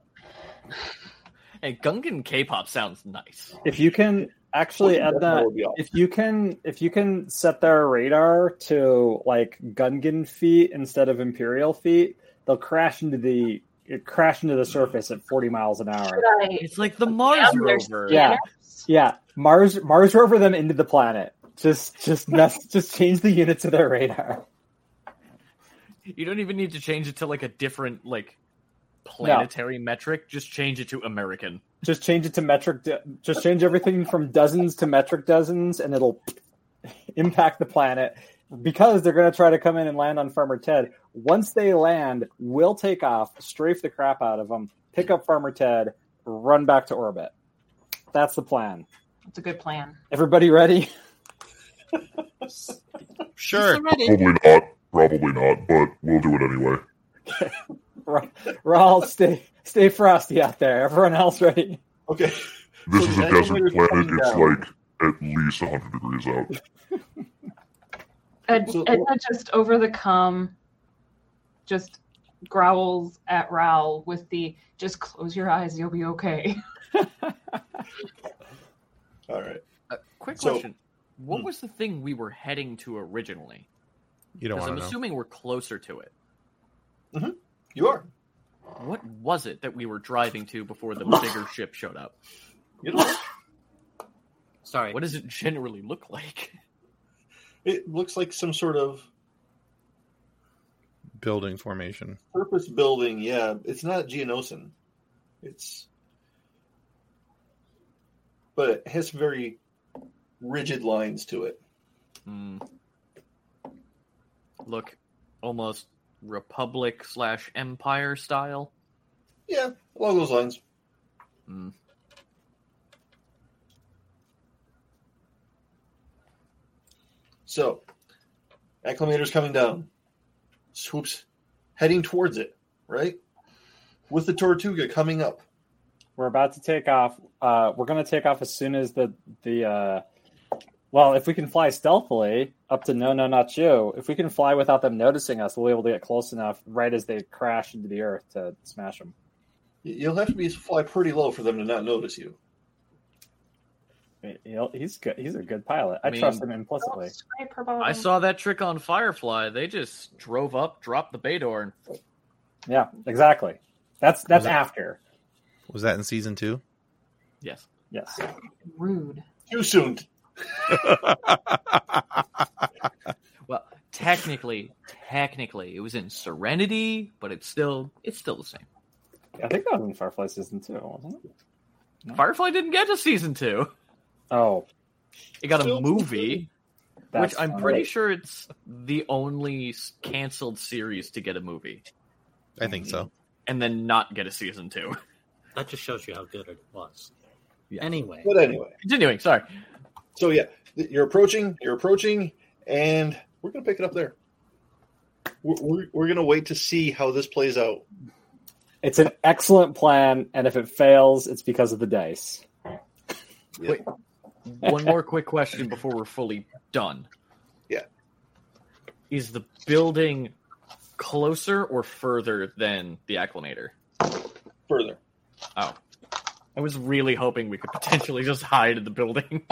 Speaker 9: Hey, Gungan K-pop sounds nice.
Speaker 10: If you can actually
Speaker 9: Wouldn't that
Speaker 10: Edna,
Speaker 9: probably be awesome?
Speaker 10: if you can if you can set their radar to like Gungan feet instead of Imperial feet, they'll crash into the it crash into the surface at 40 miles an hour.
Speaker 9: It's like the Mars rover.
Speaker 10: Yeah. Yeah. Mars Mars rover them into the planet. Just just mess, just change the units of their radar.
Speaker 9: You don't even need to change it to like a different like planetary metric. Just change it to American.
Speaker 10: Just change it to metric do- just change everything from dozens to metric dozens and it'll impact the planet because they're going to try to come in and land on Farmer Ted. Once they land, we'll take off, strafe the crap out of them, pick up Farmer Ted, run back to orbit. That's the plan.
Speaker 2: That's a good plan.
Speaker 10: Everybody ready?
Speaker 1: Sure.
Speaker 6: Probably not. Probably not. But we'll do it anyway.
Speaker 10: Ra- Raul, stay stay frosty out there. Everyone else ready?
Speaker 8: Okay.
Speaker 6: This is a
Speaker 10: that
Speaker 6: desert
Speaker 10: elevator's
Speaker 6: planet.
Speaker 10: coming down.
Speaker 6: It's like at least 100 degrees out.
Speaker 2: Ed, Edna just over the com, just growls at Raoul with the just close your eyes, you'll be okay.
Speaker 8: all right
Speaker 9: Uh, quick
Speaker 1: So-
Speaker 9: question: What
Speaker 1: Hmm.
Speaker 9: was the thing we were heading to originally?
Speaker 1: You don't
Speaker 9: Because
Speaker 1: want
Speaker 9: I'm
Speaker 1: to know.
Speaker 9: assuming we're closer to it.
Speaker 8: you are
Speaker 9: What was it that we were driving to before the bigger ship showed up?
Speaker 8: you know
Speaker 11: Sorry.
Speaker 9: What does it generally look like?
Speaker 8: it looks like some sort of
Speaker 1: Building formation.
Speaker 8: purpose building yeah it's not geonosin it's but it has very rigid lines to it
Speaker 9: Hmm. Look, almost republic slash empire style.
Speaker 8: yeah along those lines
Speaker 9: Hmm.
Speaker 8: So, acclimator's coming down, swoops, heading towards it, right? With the Tortuga coming up.
Speaker 10: We're about to take off. Uh, we're going to take off as soon as the the. Uh, well, if we can fly stealthily up to no, no, not you. If we can fly without them noticing us, we'll be able to get close enough right as they crash into the earth to smash them.
Speaker 8: Y- You'll have to be fly pretty low for them to not notice you.
Speaker 10: He's good. He's a good pilot. I,
Speaker 9: I mean-
Speaker 10: trust him implicitly.
Speaker 2: Scrape her bottom.
Speaker 9: I saw that trick on Firefly. They just drove up, dropped the bay door, and
Speaker 10: Yeah, exactly. That's that's
Speaker 1: that-
Speaker 10: after.
Speaker 1: Was that in season two?
Speaker 9: yes,
Speaker 10: Yes.
Speaker 2: Rude.
Speaker 8: Too soon.
Speaker 9: Well, technically, technically, it was in Serenity, but it's still it's still the same.
Speaker 10: I think that was in Firefly season two, wasn't it?
Speaker 9: Firefly didn't get to season two.
Speaker 10: Oh,
Speaker 9: It got a
Speaker 8: Still-
Speaker 9: movie,
Speaker 10: that's
Speaker 9: which I'm
Speaker 10: not
Speaker 9: pretty
Speaker 10: it.
Speaker 9: sure it's the only s- canceled series to get a movie
Speaker 1: I think so.
Speaker 9: and then not get a season two.
Speaker 11: That just shows you how good it was.
Speaker 9: Yeah.
Speaker 11: Anyway,
Speaker 8: But anyway,
Speaker 9: Continuing, sorry.
Speaker 8: so yeah, th- you're approaching, you're approaching, and we're going to pick it up there. We're, we're, we're going to wait to see how this plays out.
Speaker 10: It's an excellent plan, and if it fails, it's because of the dice.
Speaker 9: Wait, one more quick question before we're fully done.
Speaker 8: Yeah.
Speaker 9: Is the building closer or further than the acclimator?
Speaker 8: Further.
Speaker 9: Oh, I was really hoping we could potentially just hide in the building.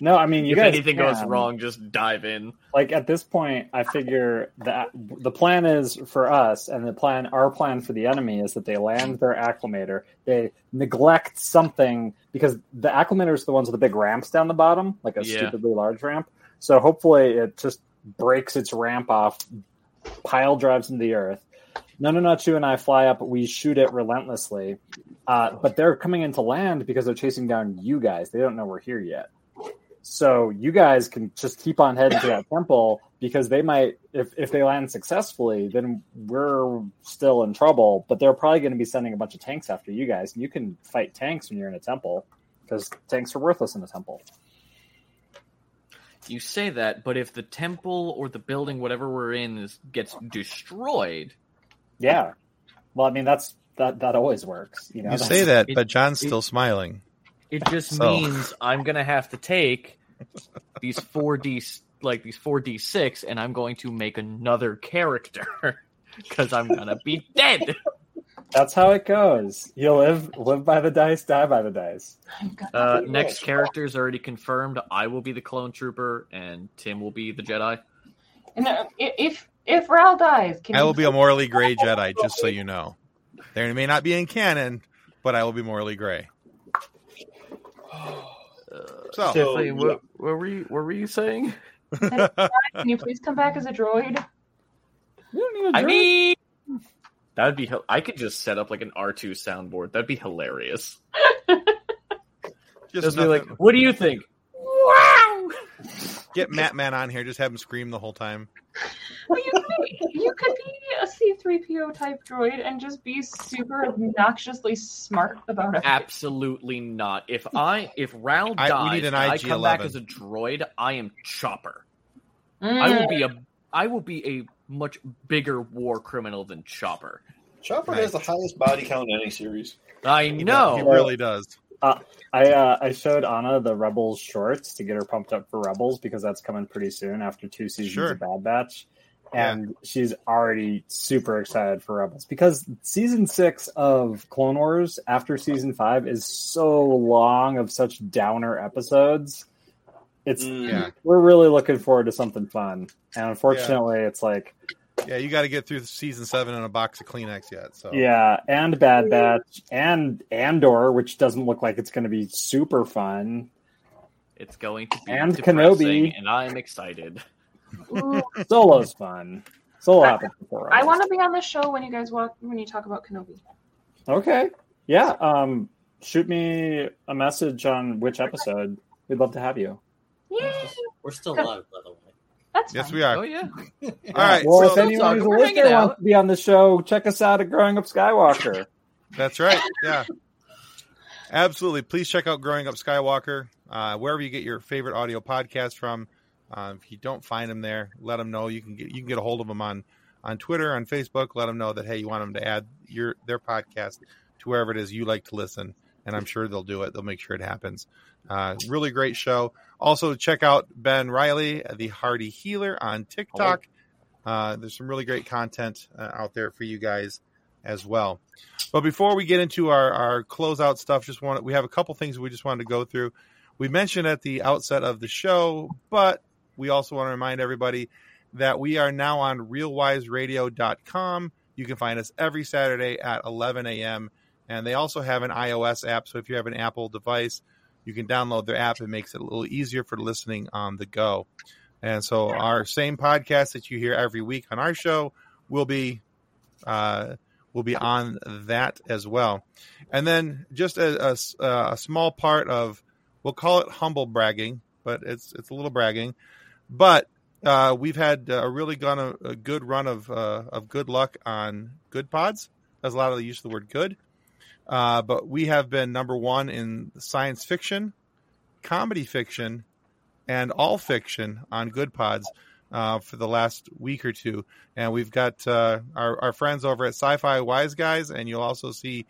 Speaker 10: No, I mean you
Speaker 9: if
Speaker 10: guys.
Speaker 9: anything goes
Speaker 10: can.
Speaker 9: wrong, just dive in.
Speaker 10: Like at this point, I figure that the plan is for us, and the plan, our plan for the enemy is that they land their acclimator. They neglect something because the acclimators are the ones with the big ramps down the bottom, like a
Speaker 9: Yeah.
Speaker 10: stupidly large ramp. So hopefully, it just breaks its ramp off, pile drives into the earth. No, no, no. Chu and I fly up. We shoot it relentlessly, uh, but they're coming into land because they're chasing down you guys. They don't know we're here yet. So you guys can just keep on heading to that temple because they might, if, if they land successfully, then we're still in trouble. But they're probably going to be sending a bunch of tanks after you guys. And you can fight tanks when you're in a temple because tanks are worthless in a temple.
Speaker 9: You say that, but if the temple or the building, whatever we're in, is gets destroyed,
Speaker 10: Yeah. Well, I mean that's that that always works. You know.
Speaker 1: You
Speaker 10: That's-
Speaker 1: say that,
Speaker 9: it-
Speaker 1: but John's
Speaker 9: it-
Speaker 1: still smiling.
Speaker 9: it just
Speaker 1: So-
Speaker 9: means I'm gonna have to take these four d like these four d six, and I'm going to make another character because I'm gonna be dead.
Speaker 10: That's how it goes. You live live by the dice, die by the dice.
Speaker 9: Uh, next character is already confirmed. I will be the clone trooper, and Tim will be the Jedi.
Speaker 2: And uh, i- if if Ral dies, can
Speaker 1: I
Speaker 2: you
Speaker 1: will be a morally gray Jedi, just so you know. They may not be in canon, but I will be morally gray. So,
Speaker 9: Stephanie, Uh, what, what were you? What were you saying?
Speaker 2: can you please come back as a droid?
Speaker 9: I mean, that'd be. hil- I could just set up like an R two soundboard. That'd be hilarious.
Speaker 1: just
Speaker 9: Just be like,
Speaker 1: nothing-
Speaker 9: what do you think? Wow!
Speaker 1: get Matt Man on here. Just have him scream the whole time.
Speaker 2: Well, you could be, you could be a C three PO type droid and just be super obnoxiously smart about it.
Speaker 9: Absolutely not. If I if Ral dies,
Speaker 1: I- we need an
Speaker 9: and I come back
Speaker 1: IG-11.
Speaker 9: as a droid. I am Chopper. I will be a. I will be a much bigger war criminal than Chopper.
Speaker 8: Chopper has the highest body count in any series.
Speaker 9: I know.
Speaker 1: He really does.
Speaker 10: Uh, I uh, I showed Anna the Rebels shorts to get her pumped up for Rebels because that's coming pretty soon after two seasons
Speaker 1: Sure. Oh,
Speaker 10: of Bad Batch, and she's already super excited for Rebels because season six of Clone Wars after season five is so long of such downer episodes. It's
Speaker 1: Mm. Yeah.
Speaker 10: we're really looking forward to something fun, and unfortunately, it's like
Speaker 1: Yeah, you got to get through season seven in a box of Kleenex yet. So
Speaker 10: Yeah, and Bad Batch and Andor, which doesn't look like it's going to be super fun.
Speaker 9: It's going to be
Speaker 10: And
Speaker 9: depressing,
Speaker 10: Kenobi.
Speaker 9: and I'm excited.
Speaker 2: Mm. Ooh,
Speaker 10: Solo's fun. Solo happens before us.
Speaker 2: I want to be on the show when you guys walk when you talk about Kenobi.
Speaker 10: Okay. Yeah. Um. Shoot me a message on which episode. We'd love to have you.
Speaker 2: Yeah,
Speaker 11: We're still alive, by the way.
Speaker 2: that's
Speaker 1: yes,
Speaker 2: fine.
Speaker 1: we are.
Speaker 9: Oh yeah.
Speaker 1: All right,
Speaker 10: Well, if
Speaker 1: so-
Speaker 10: anyone who's a
Speaker 9: We're hanging
Speaker 10: listener wants
Speaker 9: out.
Speaker 10: to be on the show, check us out at Growing Up Skywalker.
Speaker 1: That's right. Yeah. Absolutely. Please check out Growing Up Skywalker, uh, wherever you get your favorite audio podcast from. Uh, if you don't find them there, let them know. You can get you can get a hold of them on on Twitter, on Facebook. Let them know that hey, you want them to add your their podcast to wherever it is you like to listen, and I'm sure they'll do it. They'll make sure it happens. Uh, really great show. Also check out Ben Riley, the Hardy Healer, on TikTok. Uh, there's some really great content uh, out there for you guys as well. But before we get into our, our closeout stuff, just want we have a couple things we just wanted to go through. We mentioned at the outset of the show, but we also want to remind everybody that we are now on realwiseradio.com. You can find us every Saturday at 11 a.m. And they also have an iOS app. So if you have an Apple device, you can download their app. It makes it a little easier for listening on the go. And so our same podcast that you hear every week on our show will be uh, will be on that as well. And then just a, a s- uh, a small part of, we'll call it humble bragging, but it's it's a little bragging. But uh, we've had a really gone a, a good run of uh, of good luck on good pods. That's a lot of the use of the word good. Uh, but we have been number one in science fiction, comedy fiction, and all fiction on Good Pods uh, for the last week or two. And we've got uh, our, our friends over at Sci Fi Wise Guys, and you'll also see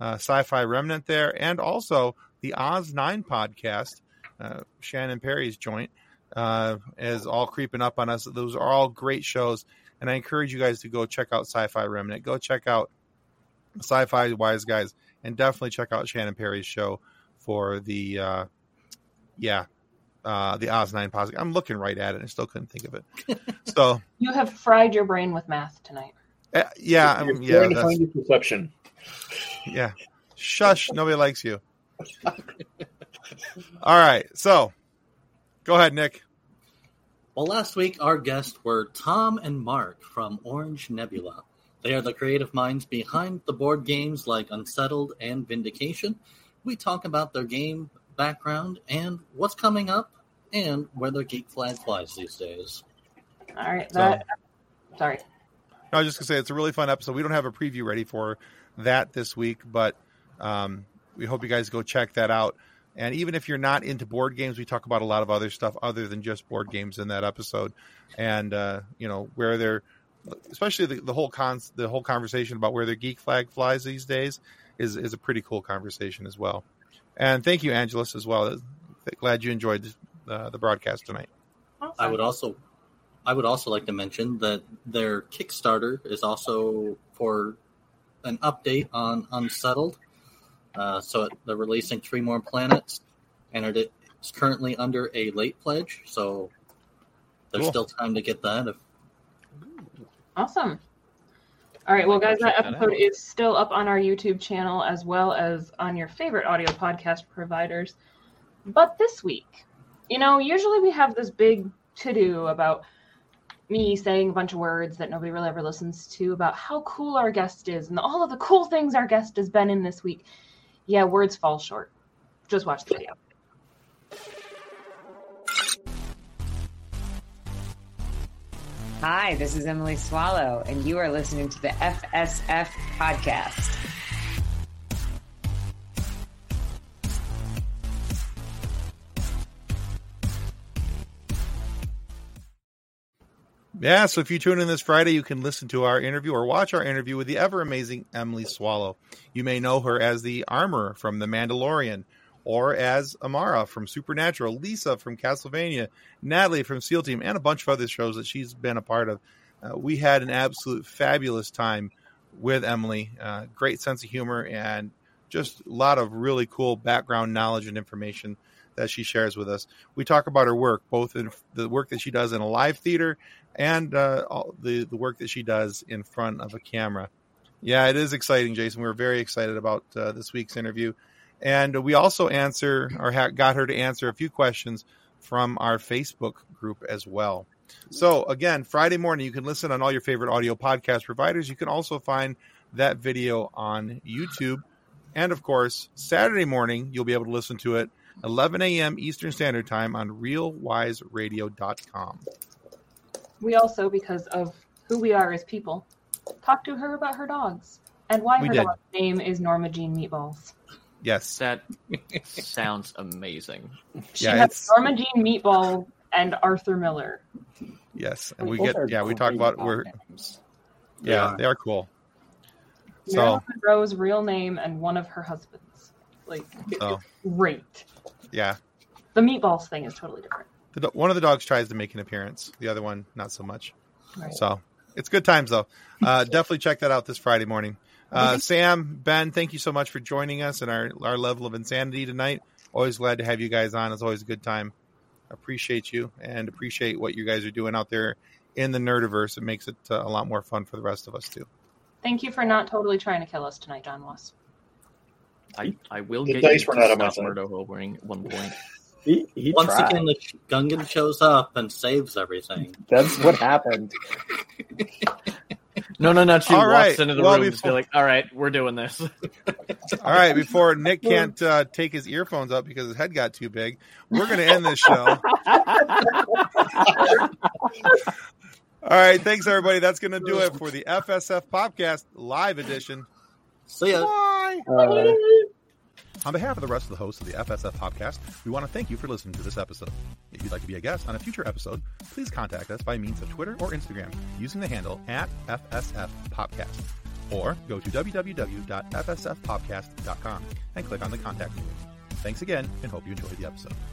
Speaker 1: uh, Sci Fi Remnant there, and also the Oz 9 podcast, uh, Shannon Perry's joint, uh, is all creeping up on us. Those are all great shows. And I encourage you guys to go check out Sci Fi Remnant. Go check out Sci Fi Wise Guys and definitely check out Shannon Perry's show for the uh, yeah uh, the Oz Nine Positive. I'm looking right at it. and I still couldn't think of it. So
Speaker 2: You have fried your brain with math tonight.
Speaker 1: uh, yeah,
Speaker 8: You're
Speaker 1: I'm, yeah,
Speaker 8: trying to
Speaker 1: that's,
Speaker 8: find your perception.
Speaker 1: yeah. Shush, nobody likes you. All right, so go ahead, Nick.
Speaker 11: Well, last week our guests were Tom and Mark from Orange Nebula. They are the creative minds behind the board games like Unsettled and Vindication. We talk about their game background and what's coming up and where their geek flag flies these days.
Speaker 2: All right,
Speaker 1: So-
Speaker 2: that. Sorry.
Speaker 1: No, I was just gonna say it's a really fun episode. We don't have a preview ready for that this week, but um, we hope you guys go check that out. And even if you're not into board games, we talk about a lot of other stuff other than just board games in that episode. And uh, you know where they're, especially the, the whole con the whole conversation about where their geek flag flies these days is is a pretty cool conversation as well. And thank you, Angelus, as well. Glad you enjoyed uh, the, the broadcast tonight.
Speaker 11: I would also I would also like to mention that their Kickstarter is also for an update on Unsettled. Uh, so it, they're releasing three more planets, and it is currently under a late pledge. So there's
Speaker 2: Cool.
Speaker 11: still time to get that. If,
Speaker 2: Awesome. All right, well,
Speaker 11: I'll
Speaker 2: guys, that
Speaker 11: check that
Speaker 2: episode
Speaker 11: out.
Speaker 2: is still up on our YouTube channel as well as on your favorite audio podcast providers. But this week, you know, usually we have this big to do about me saying a bunch of words that nobody really ever listens to about how cool our guest is and all of the cool things our guest has been in this week. Yeah, words fall short. Just watch the video.
Speaker 13: Hi, this is Emily Swallow, and you are listening to the FSF podcast.
Speaker 1: Yeah, so if you tune in this Friday, you can listen to our interview or watch our interview with the ever amazing Emily Swallow. You may know her as the Armorer from The Mandalorian, or as Amara from Supernatural, Lisa from Castlevania, Natalie from SEAL Team, and a bunch of other shows that she's been a part of. Uh, we had an absolute fabulous time with Emily. Uh, great sense of humor and just a lot of really cool background knowledge and information that she shares with us. We talk about her work, both in the work that she does in a live theater and uh, all the, the work that she does in front of a camera. Yeah, it is exciting, Jason. We were very excited about uh, this week's interview. And we also answer or ha- got her to answer a few questions from our Facebook group as well. So, again, Friday morning, you can listen on all your favorite audio podcast providers. You can also find that video on YouTube. And of course, Saturday morning, you'll be able to listen to it 11 a.m. Eastern Standard Time on realwiseradio.com.
Speaker 2: We also, because of who we are as people, talked to her about her dogs and why
Speaker 1: We
Speaker 2: her
Speaker 1: did.
Speaker 2: dog's name is Norma Jean Meatballs.
Speaker 1: Yes.
Speaker 9: That sounds amazing.
Speaker 2: She has Norma Jean Meatball and Arthur Miller.
Speaker 1: Yes, and we
Speaker 2: Those
Speaker 1: get
Speaker 2: are
Speaker 1: yeah. We talk
Speaker 2: great
Speaker 1: about we're
Speaker 2: They
Speaker 1: yeah
Speaker 2: are.
Speaker 1: they are cool. So
Speaker 2: Marilyn Monroe's real name and one of her husbands. Like,
Speaker 1: so
Speaker 2: great.
Speaker 1: yeah.
Speaker 2: The Meatballs thing is totally different.
Speaker 1: The, do- one of the dogs tries to make an appearance. The other one not so much.
Speaker 2: Right.
Speaker 1: So it's good times though. Uh, definitely check that out this Friday morning. Uh, Sam, Ben, thank you so much for joining us and our our level of insanity tonight. Always glad to have you guys on. It's always a good time. Appreciate you and appreciate what you guys are doing out there in the nerdiverse. It makes it uh, a lot more fun for the rest of us too.
Speaker 2: Thank you for not totally trying to kill us tonight, John Was.
Speaker 9: I, I will
Speaker 8: The
Speaker 9: get
Speaker 8: dice
Speaker 9: you
Speaker 8: were
Speaker 9: to
Speaker 8: not on my
Speaker 9: stop
Speaker 8: side.
Speaker 9: Murdo Holbring at one point.
Speaker 11: once
Speaker 9: tried.
Speaker 11: again, the Gungan shows up and saves everything.
Speaker 10: That's what happened.
Speaker 9: No, no, no. She
Speaker 1: All
Speaker 9: walks
Speaker 1: right,
Speaker 9: into the
Speaker 1: well,
Speaker 9: room and just be
Speaker 1: before-
Speaker 9: like, all right, we're doing this.
Speaker 1: All right, before Nick can't uh, take his earphones up because his head got too big, we're going to end this show. All right, thanks everybody. That's going to do it for the FSF podcast live edition.
Speaker 11: See ya.
Speaker 1: Bye.
Speaker 10: Bye.
Speaker 1: On behalf of the rest of the hosts of the FSF podcast, we want to thank you for listening to this episode. If you'd like to be a guest on a future episode, please contact us by means of Twitter or Instagram using the handle at FSF Podcast. Or go to www.fsfpodcast.com and click on the contact link. Thanks again and hope you enjoyed the episode.